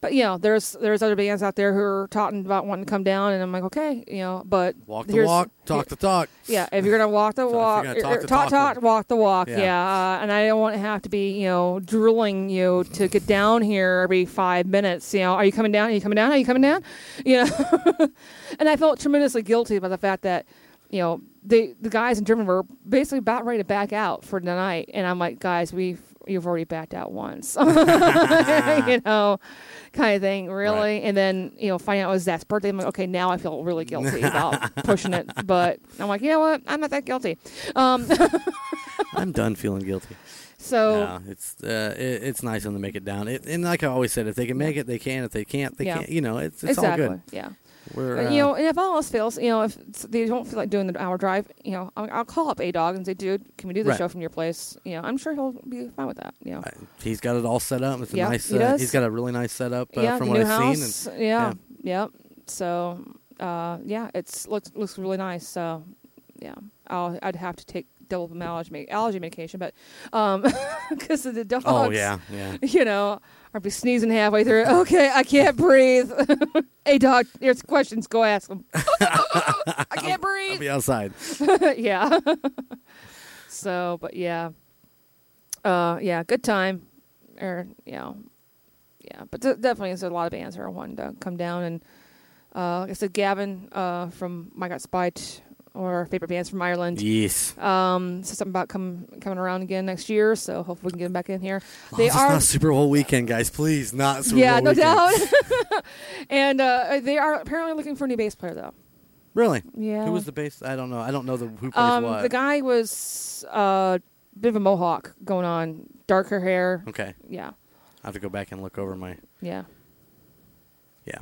[SPEAKER 5] but you know, there's there's other bands out there who are talking about wanting to come down, and I'm like, okay, you know, but
[SPEAKER 8] Walk the
[SPEAKER 5] here's-
[SPEAKER 8] walk, talk the talk.
[SPEAKER 5] Yeah, if you're gonna walk the
[SPEAKER 8] If you're
[SPEAKER 5] walk,
[SPEAKER 8] gonna
[SPEAKER 5] er,
[SPEAKER 8] talk
[SPEAKER 5] er,
[SPEAKER 8] the
[SPEAKER 5] talk,
[SPEAKER 8] talk,
[SPEAKER 5] talk, walk the walk.
[SPEAKER 8] Yeah.
[SPEAKER 5] Yeah, uh, and I don't want to have to be, you know, drilling you to get down here every five minutes. You know, are you coming down? Are you coming down? Are you coming down? [laughs] You know, [laughs] and I felt tremendously guilty about the fact that, you know, the the guys in Germany were basically about ready to back out for tonight, and I'm like, guys, we've you've already backed out once, [laughs] you know, kind of thing, really.
[SPEAKER 14] Right.
[SPEAKER 5] And then you know, finding out it was Zach's birthday, I'm like, okay, now I feel
[SPEAKER 8] [laughs]
[SPEAKER 5] really guilty about pushing it, but I'm like, you know what, I'm not that guilty. Um,
[SPEAKER 8] I'm done feeling guilty.
[SPEAKER 5] So-
[SPEAKER 8] No, it's uh, it, it's nice when they make it down. It, and like I always said, if they can make it, they can. If they can't, they
[SPEAKER 5] Yeah.
[SPEAKER 8] can't. You know, [laughs] it's it's
[SPEAKER 5] exactly,
[SPEAKER 8] all good.
[SPEAKER 5] yeah.
[SPEAKER 8] We're,
[SPEAKER 5] And,
[SPEAKER 8] uh,
[SPEAKER 5] you know, and if all else fails, you know, if it's- they don't feel like doing the hour drive, you know, I'll, I'll call up A Dog and say, dude, can we do the
[SPEAKER 8] Right.
[SPEAKER 5] show from your place? You know, I'm sure he'll be fine with that. You know,
[SPEAKER 8] uh, he's got it all set up. It's a
[SPEAKER 5] Yeah,
[SPEAKER 8] nice.
[SPEAKER 5] he
[SPEAKER 8] uh,
[SPEAKER 5] does.
[SPEAKER 8] he's got a really nice setup uh,
[SPEAKER 5] yeah,
[SPEAKER 8] from
[SPEAKER 5] the
[SPEAKER 8] what
[SPEAKER 5] new
[SPEAKER 8] I've
[SPEAKER 5] house.
[SPEAKER 8] seen. and-
[SPEAKER 5] yeah, yep. So, uh, yeah, it's looks looks really nice. So, yeah, I'll, I'd have to take double allergy, me- allergy medication, but [laughs] because of the dogs.
[SPEAKER 8] Oh, yeah, yeah.
[SPEAKER 5] You know, I'd be sneezing halfway through. [laughs] Okay, I can't breathe. [laughs] A Dog, there's questions. Go ask him. [laughs] I can't
[SPEAKER 8] [laughs]
[SPEAKER 5] breathe.
[SPEAKER 8] I'll be outside.
[SPEAKER 5] [laughs] yeah. so, but yeah. Uh, yeah, good time. Or, you know, yeah. But de- definitely, there's a lot of bands that are wanting to come down. And uh, like I said, Gavin uh, from My Got Spite, one of our favorite bands from Ireland.
[SPEAKER 8] Yes.
[SPEAKER 5] Um, said something about come, coming around again next year. So hopefully we can get them back in here.
[SPEAKER 8] Long
[SPEAKER 5] they
[SPEAKER 8] as
[SPEAKER 5] are.
[SPEAKER 8] it's Oh, not Super Bowl weekend, guys. Please, not Super
[SPEAKER 5] yeah,
[SPEAKER 8] Bowl
[SPEAKER 5] no
[SPEAKER 8] weekend.
[SPEAKER 5] doubt. [laughs] and uh, they are apparently looking for a new bass player, though.
[SPEAKER 8] [laughs] Really?
[SPEAKER 5] Yeah.
[SPEAKER 8] Who was the bass? I don't know. I don't know the who plays
[SPEAKER 5] Um,
[SPEAKER 8] what.
[SPEAKER 5] the guy was a uh, bit of a mohawk going on, darker hair.
[SPEAKER 8] Okay.
[SPEAKER 5] Yeah.
[SPEAKER 8] I have to go back and look over my.
[SPEAKER 5] Yeah.
[SPEAKER 8] Yeah.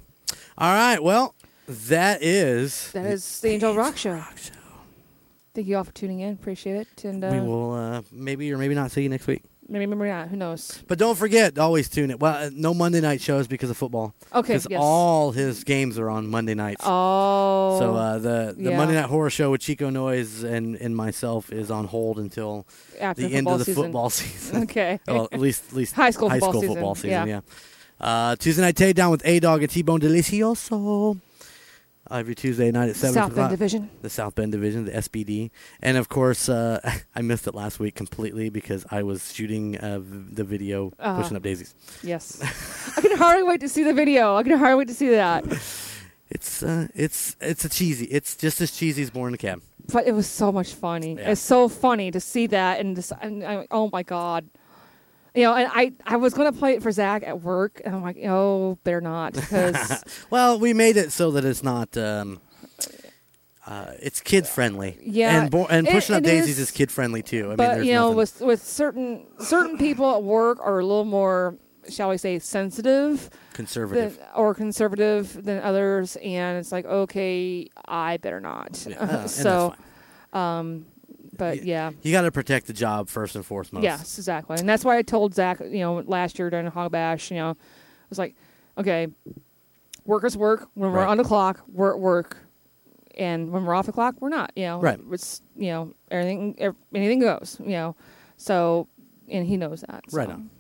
[SPEAKER 8] All right. Well, that is.
[SPEAKER 5] That is the Angel Rock Show. Thank you all for tuning in. Appreciate it. And uh,
[SPEAKER 8] we will uh, maybe or maybe not see you next week.
[SPEAKER 5] maybe remember not. Who knows?
[SPEAKER 8] But don't forget, to always tune it. Well, uh, no Monday night shows because of football.
[SPEAKER 5] Okay,
[SPEAKER 8] Because
[SPEAKER 5] yes.
[SPEAKER 8] all his games are on Monday nights.
[SPEAKER 5] Oh.
[SPEAKER 8] So uh, the the
[SPEAKER 5] yeah.
[SPEAKER 8] Monday Night Horror Show with Chico Noise and, and myself is on hold until
[SPEAKER 5] After
[SPEAKER 8] the end
[SPEAKER 5] football
[SPEAKER 8] of the
[SPEAKER 5] season.
[SPEAKER 8] football [laughs] season.
[SPEAKER 5] Okay.
[SPEAKER 8] well, at least at least
[SPEAKER 5] High school
[SPEAKER 8] high
[SPEAKER 5] football
[SPEAKER 8] school
[SPEAKER 5] season,
[SPEAKER 8] football season.
[SPEAKER 5] yeah.
[SPEAKER 8] yeah. Uh, Tuesday night take down with A Dog and T Bone Delicioso. Every Tuesday night at seven
[SPEAKER 5] South Bend
[SPEAKER 8] o'clock.
[SPEAKER 5] Division.
[SPEAKER 8] The South Bend Division, the SBD, and of course, uh, [laughs] I missed it last week completely because I was shooting uh, the video
[SPEAKER 5] Uh-huh.
[SPEAKER 8] pushing up daisies. [laughs]
[SPEAKER 5] Yes. I can hardly wait to see the video. I can hardly wait to see that.
[SPEAKER 8] It's uh, it's it's a cheesy. It's just as cheesy as Born in the Cab.
[SPEAKER 5] But it was so much funny.
[SPEAKER 8] Yeah.
[SPEAKER 5] It's so funny to see that and just and I, oh my god, you know. And I I was gonna play it for Zach at work, and I'm like, oh, better
[SPEAKER 8] [laughs]
[SPEAKER 5] not because
[SPEAKER 8] well, we made it so that it's not. Um, uh, it's kid friendly.
[SPEAKER 5] Yeah,
[SPEAKER 8] and bo- and
[SPEAKER 5] it-
[SPEAKER 8] pushing up
[SPEAKER 5] it
[SPEAKER 8] daisies
[SPEAKER 5] is,
[SPEAKER 8] is, kid friendly too. I mean,
[SPEAKER 5] but
[SPEAKER 8] there's
[SPEAKER 5] you know,
[SPEAKER 8] nothing-
[SPEAKER 5] with with certain certain people at work are a little more, shall we say, sensitive,
[SPEAKER 8] Conservative.
[SPEAKER 5] than- or conservative than others, and it's like, okay, I better not. [laughs]
[SPEAKER 8] Yeah, uh, and that's
[SPEAKER 5] so, um, but yeah.
[SPEAKER 8] you got to protect the job first and foremost.
[SPEAKER 5] Yes, exactly. And that's why I told Zach, you know, last year during Hog Bash, you know, I was like, okay, workers work. When we're
[SPEAKER 8] Right.
[SPEAKER 5] on the clock, we're at work. And when we're off the clock, we're not, you know.
[SPEAKER 8] Right.
[SPEAKER 5] It's, you know, everything, ev- anything goes, you know. So, and he knows that.
[SPEAKER 8] Right
[SPEAKER 5] so.
[SPEAKER 8] on.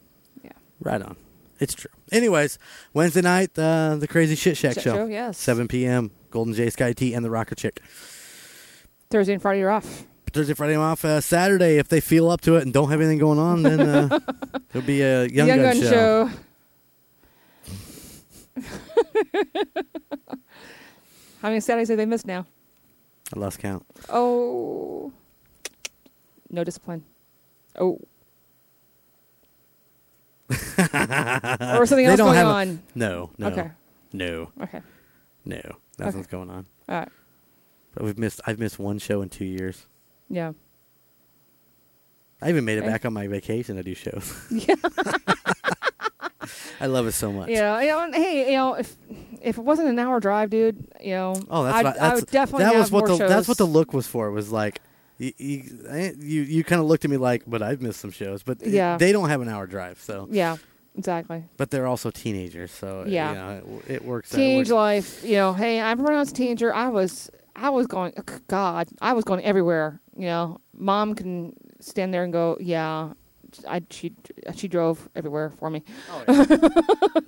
[SPEAKER 8] Right on. It's true. Anyways, Wednesday night, uh, the Crazy Shit Shack
[SPEAKER 5] Shit
[SPEAKER 8] show.
[SPEAKER 5] Show, yes.
[SPEAKER 8] 7 p.m. Golden J Sky T and the Rocker Chick.
[SPEAKER 5] Thursday and Friday, you're off.
[SPEAKER 8] Thursday, Friday, I'm off. Uh, Saturday, if they feel up to it and don't have anything going on, then
[SPEAKER 5] [laughs]
[SPEAKER 8] uh, there'll be a Young,
[SPEAKER 5] Young
[SPEAKER 8] Gun,
[SPEAKER 5] Gun
[SPEAKER 8] show.
[SPEAKER 5] show. [laughs] How many Saturdays have they missed now?
[SPEAKER 8] I lost count.
[SPEAKER 5] Oh. No discipline. Oh.
[SPEAKER 8] [laughs] or
[SPEAKER 5] something else going on.
[SPEAKER 8] no, no,
[SPEAKER 5] Okay.
[SPEAKER 8] no,
[SPEAKER 5] Okay.
[SPEAKER 8] no, nothing's
[SPEAKER 5] Okay.
[SPEAKER 8] going on.
[SPEAKER 5] All right.
[SPEAKER 8] But we've missed. I've missed one show in two years.
[SPEAKER 5] Yeah.
[SPEAKER 8] I even made it
[SPEAKER 5] Okay.
[SPEAKER 8] back on my vacation to do shows.
[SPEAKER 5] [laughs]
[SPEAKER 8] [laughs] I love it so much.
[SPEAKER 5] Yeah. You know, and hey, you know, if if it wasn't an hour drive, dude, you know,
[SPEAKER 8] Oh, that's
[SPEAKER 5] I'd,
[SPEAKER 8] what,
[SPEAKER 5] I
[SPEAKER 8] that's,
[SPEAKER 5] would definitely
[SPEAKER 8] that
[SPEAKER 5] have
[SPEAKER 8] was what
[SPEAKER 5] more
[SPEAKER 8] the that's what the
[SPEAKER 5] shows.
[SPEAKER 8] look was for. Was like you you, I- you, you kind of looked at me like, but I've missed some shows. But it-
[SPEAKER 5] Yeah.
[SPEAKER 8] they don't have an hour drive, so
[SPEAKER 5] yeah, exactly.
[SPEAKER 8] But they're also teenagers, so uh,
[SPEAKER 5] Yeah.
[SPEAKER 8] you know, it, it works. out. It
[SPEAKER 5] Teenage
[SPEAKER 8] works-
[SPEAKER 5] life, you know. Hey, I'm when I was a teenager, I was I was going. oh, God, I was going everywhere. You know, mom can stand there and go, yeah. I she she drove everywhere for me. [laughs]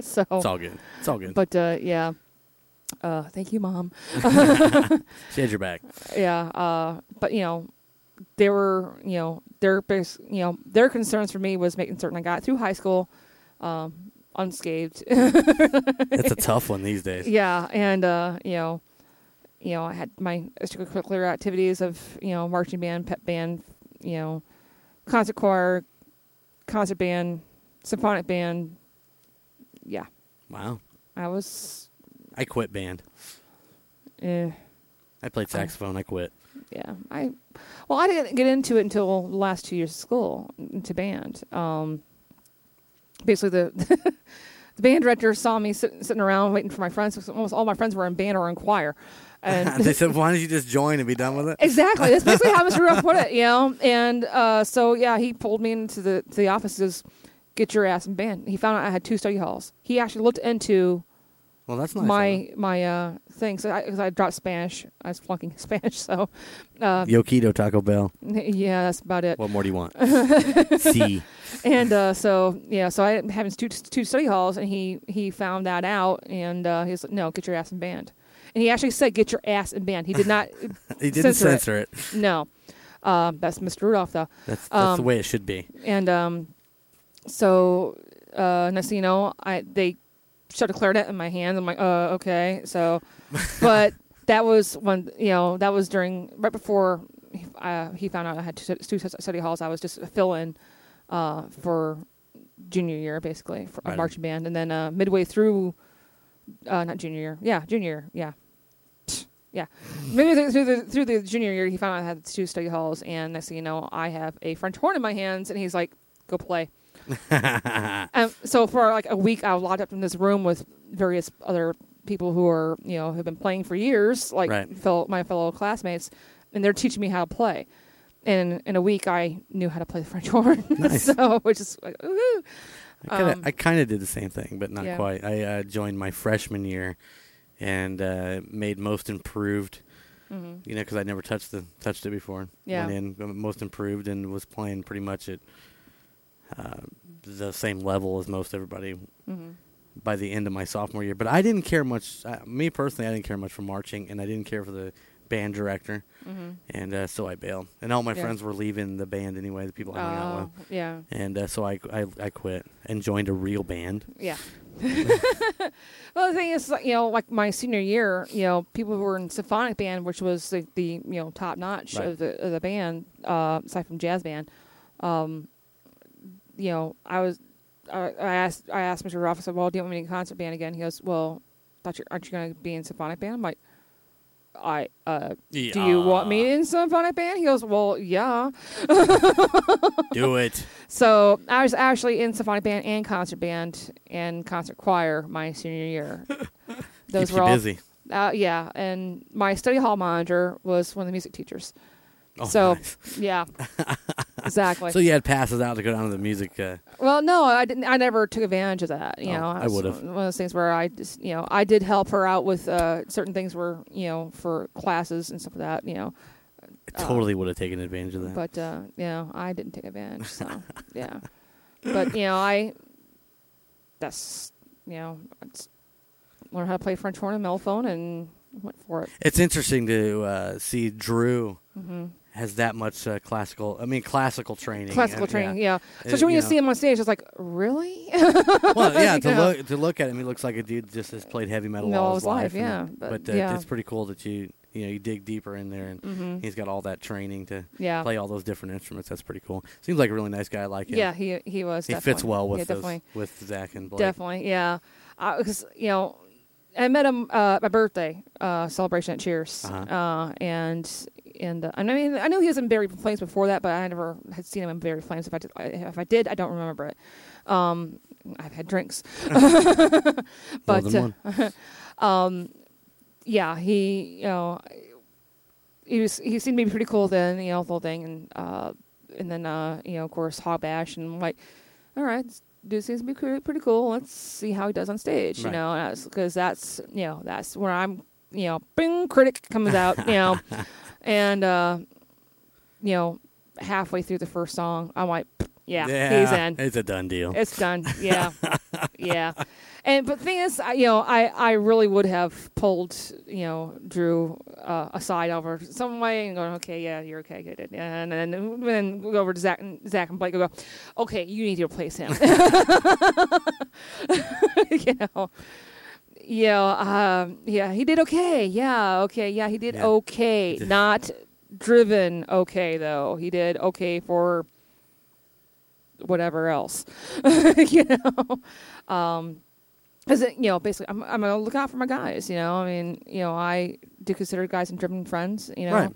[SPEAKER 5] so
[SPEAKER 8] Oh, It's all good. It's all good.
[SPEAKER 5] But uh, yeah, uh, thank you, mom.
[SPEAKER 8] [laughs] she had your back.
[SPEAKER 5] Yeah, uh, but you know, they were you know their biggest you know their concerns for me was making certain I got through high school um, unscathed. [laughs]
[SPEAKER 8] That's a tough one these days.
[SPEAKER 5] Yeah, and uh, you know, you know, I had my extracurricular activities of you know marching band, pep band, you know, concert choir, concert band, symphonic band. Yeah,
[SPEAKER 8] Wow,
[SPEAKER 5] I was.
[SPEAKER 8] I quit band.
[SPEAKER 5] Eh.
[SPEAKER 8] I played
[SPEAKER 5] Oh.
[SPEAKER 8] saxophone. I quit.
[SPEAKER 5] yeah i well i didn't get into it until the last two years of school into band um basically the [laughs] the band director saw me sitting, sitting around waiting for my friends because almost all my friends were in band or in choir. And
[SPEAKER 8] [laughs] they said, "Why don't you just join and be done with it?"
[SPEAKER 5] Exactly. That's basically how Mr. Ruff put it, you know. And uh, so yeah, he pulled me into the to the offices. Get your ass in band. He found out I had two study halls. He actually looked into
[SPEAKER 8] Well, that's nice. of him.
[SPEAKER 5] my my uh, thing. So because I, dropped Spanish, I was flunking [laughs] Spanish. So uh,
[SPEAKER 8] Yokido Taco Bell.
[SPEAKER 5] [laughs] yeah, that's about it.
[SPEAKER 8] What more do you
[SPEAKER 5] [laughs]
[SPEAKER 8] want?
[SPEAKER 5] See.
[SPEAKER 8] C.
[SPEAKER 5] And uh, so yeah, so I having two two study halls, and he he found that out, and uh, he's like, no, get your ass in band. And he actually said, "Get your ass in band." He did not.
[SPEAKER 8] [laughs] He didn't censor it.
[SPEAKER 5] No, um, that's Mr. Rudolph, though. Um,
[SPEAKER 8] That's- that's the way it should be.
[SPEAKER 5] And um, so, uh, next thing you know, I they shoved a clarinet in my hand. I'm like, uh, okay. So, but that was when you know that was during right before he, uh, he found out I had two, two study halls. I was just a fill-in uh, for junior year, basically, for
[SPEAKER 8] Right
[SPEAKER 5] a
[SPEAKER 8] on.
[SPEAKER 5] marching band. And then uh, midway through, uh, not junior year, yeah, junior year, yeah. Psh, Yeah, maybe th- through the through the junior year, he found out I had two study halls, and next thing you know, I have a French horn in my hands, and he's like, "Go play." um, so for like a week, I was locked up in this room with various other people who are you know have been playing for years, like
[SPEAKER 8] Right.
[SPEAKER 5] fellow, my fellow classmates, and they're teaching me how to play. And in a week, I knew how to play the French [laughs] horn.
[SPEAKER 8] Nice.
[SPEAKER 5] so which is like, woohoo.
[SPEAKER 8] I kinda-
[SPEAKER 5] Um,
[SPEAKER 8] I kind of did the same thing, but not
[SPEAKER 5] yeah.
[SPEAKER 8] quite. I uh, joined my freshman year and uh, made most improved.
[SPEAKER 5] Mhm.
[SPEAKER 8] You know, because I never touched the touched it before.
[SPEAKER 5] Yeah.
[SPEAKER 8] Went in um, most improved and was playing pretty much at uh, the same level as most everybody
[SPEAKER 5] Mhm.
[SPEAKER 8] by the end of my sophomore year. But I didn't care much. Uh, me personally, I didn't care much for marching, and I didn't care for the band director.
[SPEAKER 5] Mhm.
[SPEAKER 8] And uh, so I bailed. And all my
[SPEAKER 5] Yeah.
[SPEAKER 8] friends were leaving the band anyway. The people I hung out
[SPEAKER 5] Oh,
[SPEAKER 8] with.
[SPEAKER 5] yeah.
[SPEAKER 8] And uh, so I, I I quit and joined a real band.
[SPEAKER 5] Yeah. [laughs] well, the thing is, like, you know, like my senior year, you know, people who were in symphonic band, which was the, the you know top notch
[SPEAKER 8] Right.
[SPEAKER 5] of the of the band, uh, aside from jazz band, um, you know, I was, I, I asked, I asked Mr. Ruff, I said, "Well, do you want me to be in concert band again?" He goes, "Well, thought you aren't you going to be in symphonic band?" I'm like, "I, uh, do you want me in symphonic band?" He goes, "Well, yeah."
[SPEAKER 8] Do it.
[SPEAKER 5] [laughs] So I was actually in symphonic band and concert band and concert choir my
[SPEAKER 8] [laughs]
[SPEAKER 5] senior year. Those
[SPEAKER 8] Keeps
[SPEAKER 5] were
[SPEAKER 8] you
[SPEAKER 5] all
[SPEAKER 8] busy.
[SPEAKER 5] Uh, yeah, and my study hall monitor was one of the music teachers.
[SPEAKER 8] Oh,
[SPEAKER 5] so
[SPEAKER 8] [laughs]
[SPEAKER 5] yeah, exactly.
[SPEAKER 8] So you had passes out to go down to the music. Uh,
[SPEAKER 5] Well, no, I didn't. I never took advantage of that. You
[SPEAKER 8] Oh,
[SPEAKER 5] know,
[SPEAKER 8] I
[SPEAKER 5] was
[SPEAKER 8] would've.
[SPEAKER 5] One of those things where I just, you know, I did help her out with uh, certain things where you know for classes and stuff like that. You know,
[SPEAKER 8] I totally would have taken advantage of that.
[SPEAKER 5] Oh. But uh, you know, I didn't take advantage.
[SPEAKER 8] [laughs]
[SPEAKER 5] So yeah, but you know, I that's you know, I just learned how to play French horn and mellophone and went for it.
[SPEAKER 8] it's interesting to uh, see Drew
[SPEAKER 5] Mhm.
[SPEAKER 8] has that much uh, classical. I mean, classical training.
[SPEAKER 5] Classical
[SPEAKER 8] uh,
[SPEAKER 5] training, yeah.
[SPEAKER 8] Uh,
[SPEAKER 5] Especially when you
[SPEAKER 8] know.
[SPEAKER 5] see him on stage, it's like, really? [laughs]
[SPEAKER 8] well, yeah, to
[SPEAKER 5] You know?
[SPEAKER 8] look to look at him, he looks like a dude just has played heavy metal
[SPEAKER 5] No,
[SPEAKER 8] all
[SPEAKER 5] his
[SPEAKER 8] his
[SPEAKER 5] life,
[SPEAKER 8] life. and
[SPEAKER 5] yeah,
[SPEAKER 8] that-
[SPEAKER 5] but,
[SPEAKER 8] uh,
[SPEAKER 5] yeah.
[SPEAKER 8] it's pretty cool that you you know you dig deeper in there, and
[SPEAKER 5] Mhm.
[SPEAKER 8] he's got all that training to
[SPEAKER 5] Yeah.
[SPEAKER 8] play all those different instruments. That's pretty cool. Seems like a really nice guy. I like him.
[SPEAKER 5] Yeah, he he was.
[SPEAKER 8] He
[SPEAKER 5] definitely.
[SPEAKER 8] fits well with
[SPEAKER 5] yeah,
[SPEAKER 8] those-
[SPEAKER 5] definitely.
[SPEAKER 8] with Zach and Blake.
[SPEAKER 5] Definitely, yeah. Because you know, I met him uh, at my birthday uh, celebration at Cheers, uh
[SPEAKER 8] Uh-huh.
[SPEAKER 5] and and uh, I mean I knew he was in Barry Flames before that, but I never had seen him in Barry Flames. If I did, I- if I did, I don't remember it. Um, I've had
[SPEAKER 8] [laughs]
[SPEAKER 5] drinks, [laughs] but
[SPEAKER 8] than
[SPEAKER 5] uh, [laughs] um, yeah, he you know he was he seemed to be pretty cool then, you know, the whole thing, and uh, and then uh, you know, of course, Hog Bash, and I'm like, all right, this dude seems to be pretty, pretty cool. Let's see how he does on stage, you
[SPEAKER 14] Right.
[SPEAKER 5] know, because that's you know that's where I'm, you know, Bing critic comes out, you
[SPEAKER 8] [laughs]
[SPEAKER 5] know, and uh, you know, halfway through the first song, I'm like, yeah, he's
[SPEAKER 8] Yeah,
[SPEAKER 5] in.
[SPEAKER 8] it's a done deal.
[SPEAKER 5] It's done. Yeah, yeah. And but the thing is, I, you know, I I really would have pulled you know Drew uh, aside over some way and going, okay, yeah, you're okay, get it. And then and then we go over to Zach and Zach and Blake and go, okay, you need to replace him. [laughs] you know. Yeah, um, yeah, he did okay. Yeah, okay, yeah, he did
[SPEAKER 14] Yeah.
[SPEAKER 5] okay. Not driven okay though. He did okay for whatever else, [laughs] you know. Um, because you know, basically, I'm I'm gonna look out for my guys. You know, I mean, you know, I do consider guys and driven friends. You know,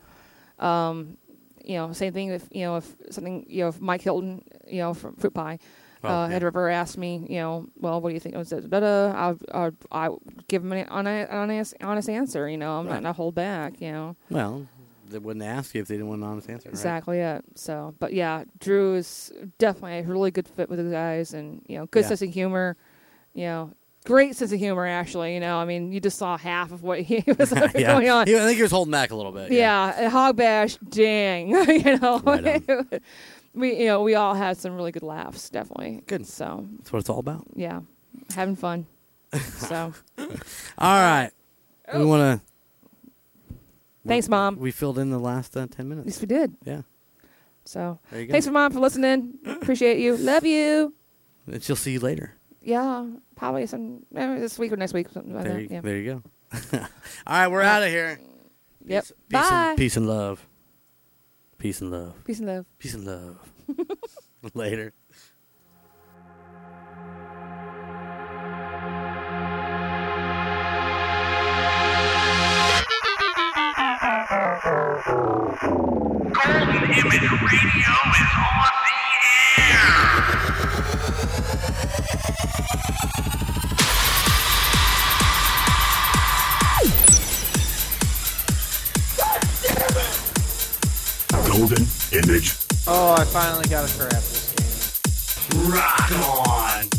[SPEAKER 5] um, you know, same thing if you know if something you know if Mike Hilton, you know, from Fruit Pie. uh, Had River asked me, you know, well, what do you think? I was da, da, da, I, I, I give him an honest, honest, honest answer. You know, I'm
[SPEAKER 8] Right.
[SPEAKER 5] not gonna hold back. You know,
[SPEAKER 8] Well, they wouldn't ask you if they didn't want an honest answer. right?
[SPEAKER 5] exactly it. So, but yeah, Drew is definitely a really good fit with the guys, and you know, good
[SPEAKER 8] Yeah.
[SPEAKER 5] sense of humor. You know, great sense of humor. Actually, you know, I mean, you just saw half of what [laughs] he was
[SPEAKER 8] [laughs] [laughs] yeah.
[SPEAKER 5] going on.
[SPEAKER 8] Yeah, I think he was holding back a little bit.
[SPEAKER 5] yeah, and hog bash, dang, [laughs] you know.
[SPEAKER 8] Right
[SPEAKER 5] [laughs] we you know we all had some really good laughs, definitely. Good. So
[SPEAKER 8] That's what it's all about.
[SPEAKER 5] yeah, having
[SPEAKER 8] [laughs]
[SPEAKER 5] fun. so Oh.
[SPEAKER 8] All right. We want to.
[SPEAKER 5] Thanks, Mom.
[SPEAKER 8] We filled in the last uh, 10 minutes.
[SPEAKER 5] yes, we did.
[SPEAKER 8] Yeah.
[SPEAKER 5] So
[SPEAKER 8] There you go.
[SPEAKER 5] thanks for mom for listening. Appreciate you. Love you.
[SPEAKER 8] And she'll see you later.
[SPEAKER 5] Yeah, probably some eh, this week or next week. Something like
[SPEAKER 8] there,
[SPEAKER 5] that.
[SPEAKER 8] you,
[SPEAKER 5] yeah.
[SPEAKER 8] there you go. All right, we're out of here.
[SPEAKER 5] Yep.
[SPEAKER 8] Peace,
[SPEAKER 5] Bye.
[SPEAKER 8] And, [laughs] peace and love. Peace and love.
[SPEAKER 5] Peace and love.
[SPEAKER 8] Peace and love. [laughs] later.
[SPEAKER 1] Golden Image Radio is on the air.
[SPEAKER 3] Golden image. Oh, I finally got a crap this game.
[SPEAKER 1] Rock on.
[SPEAKER 3] Oh!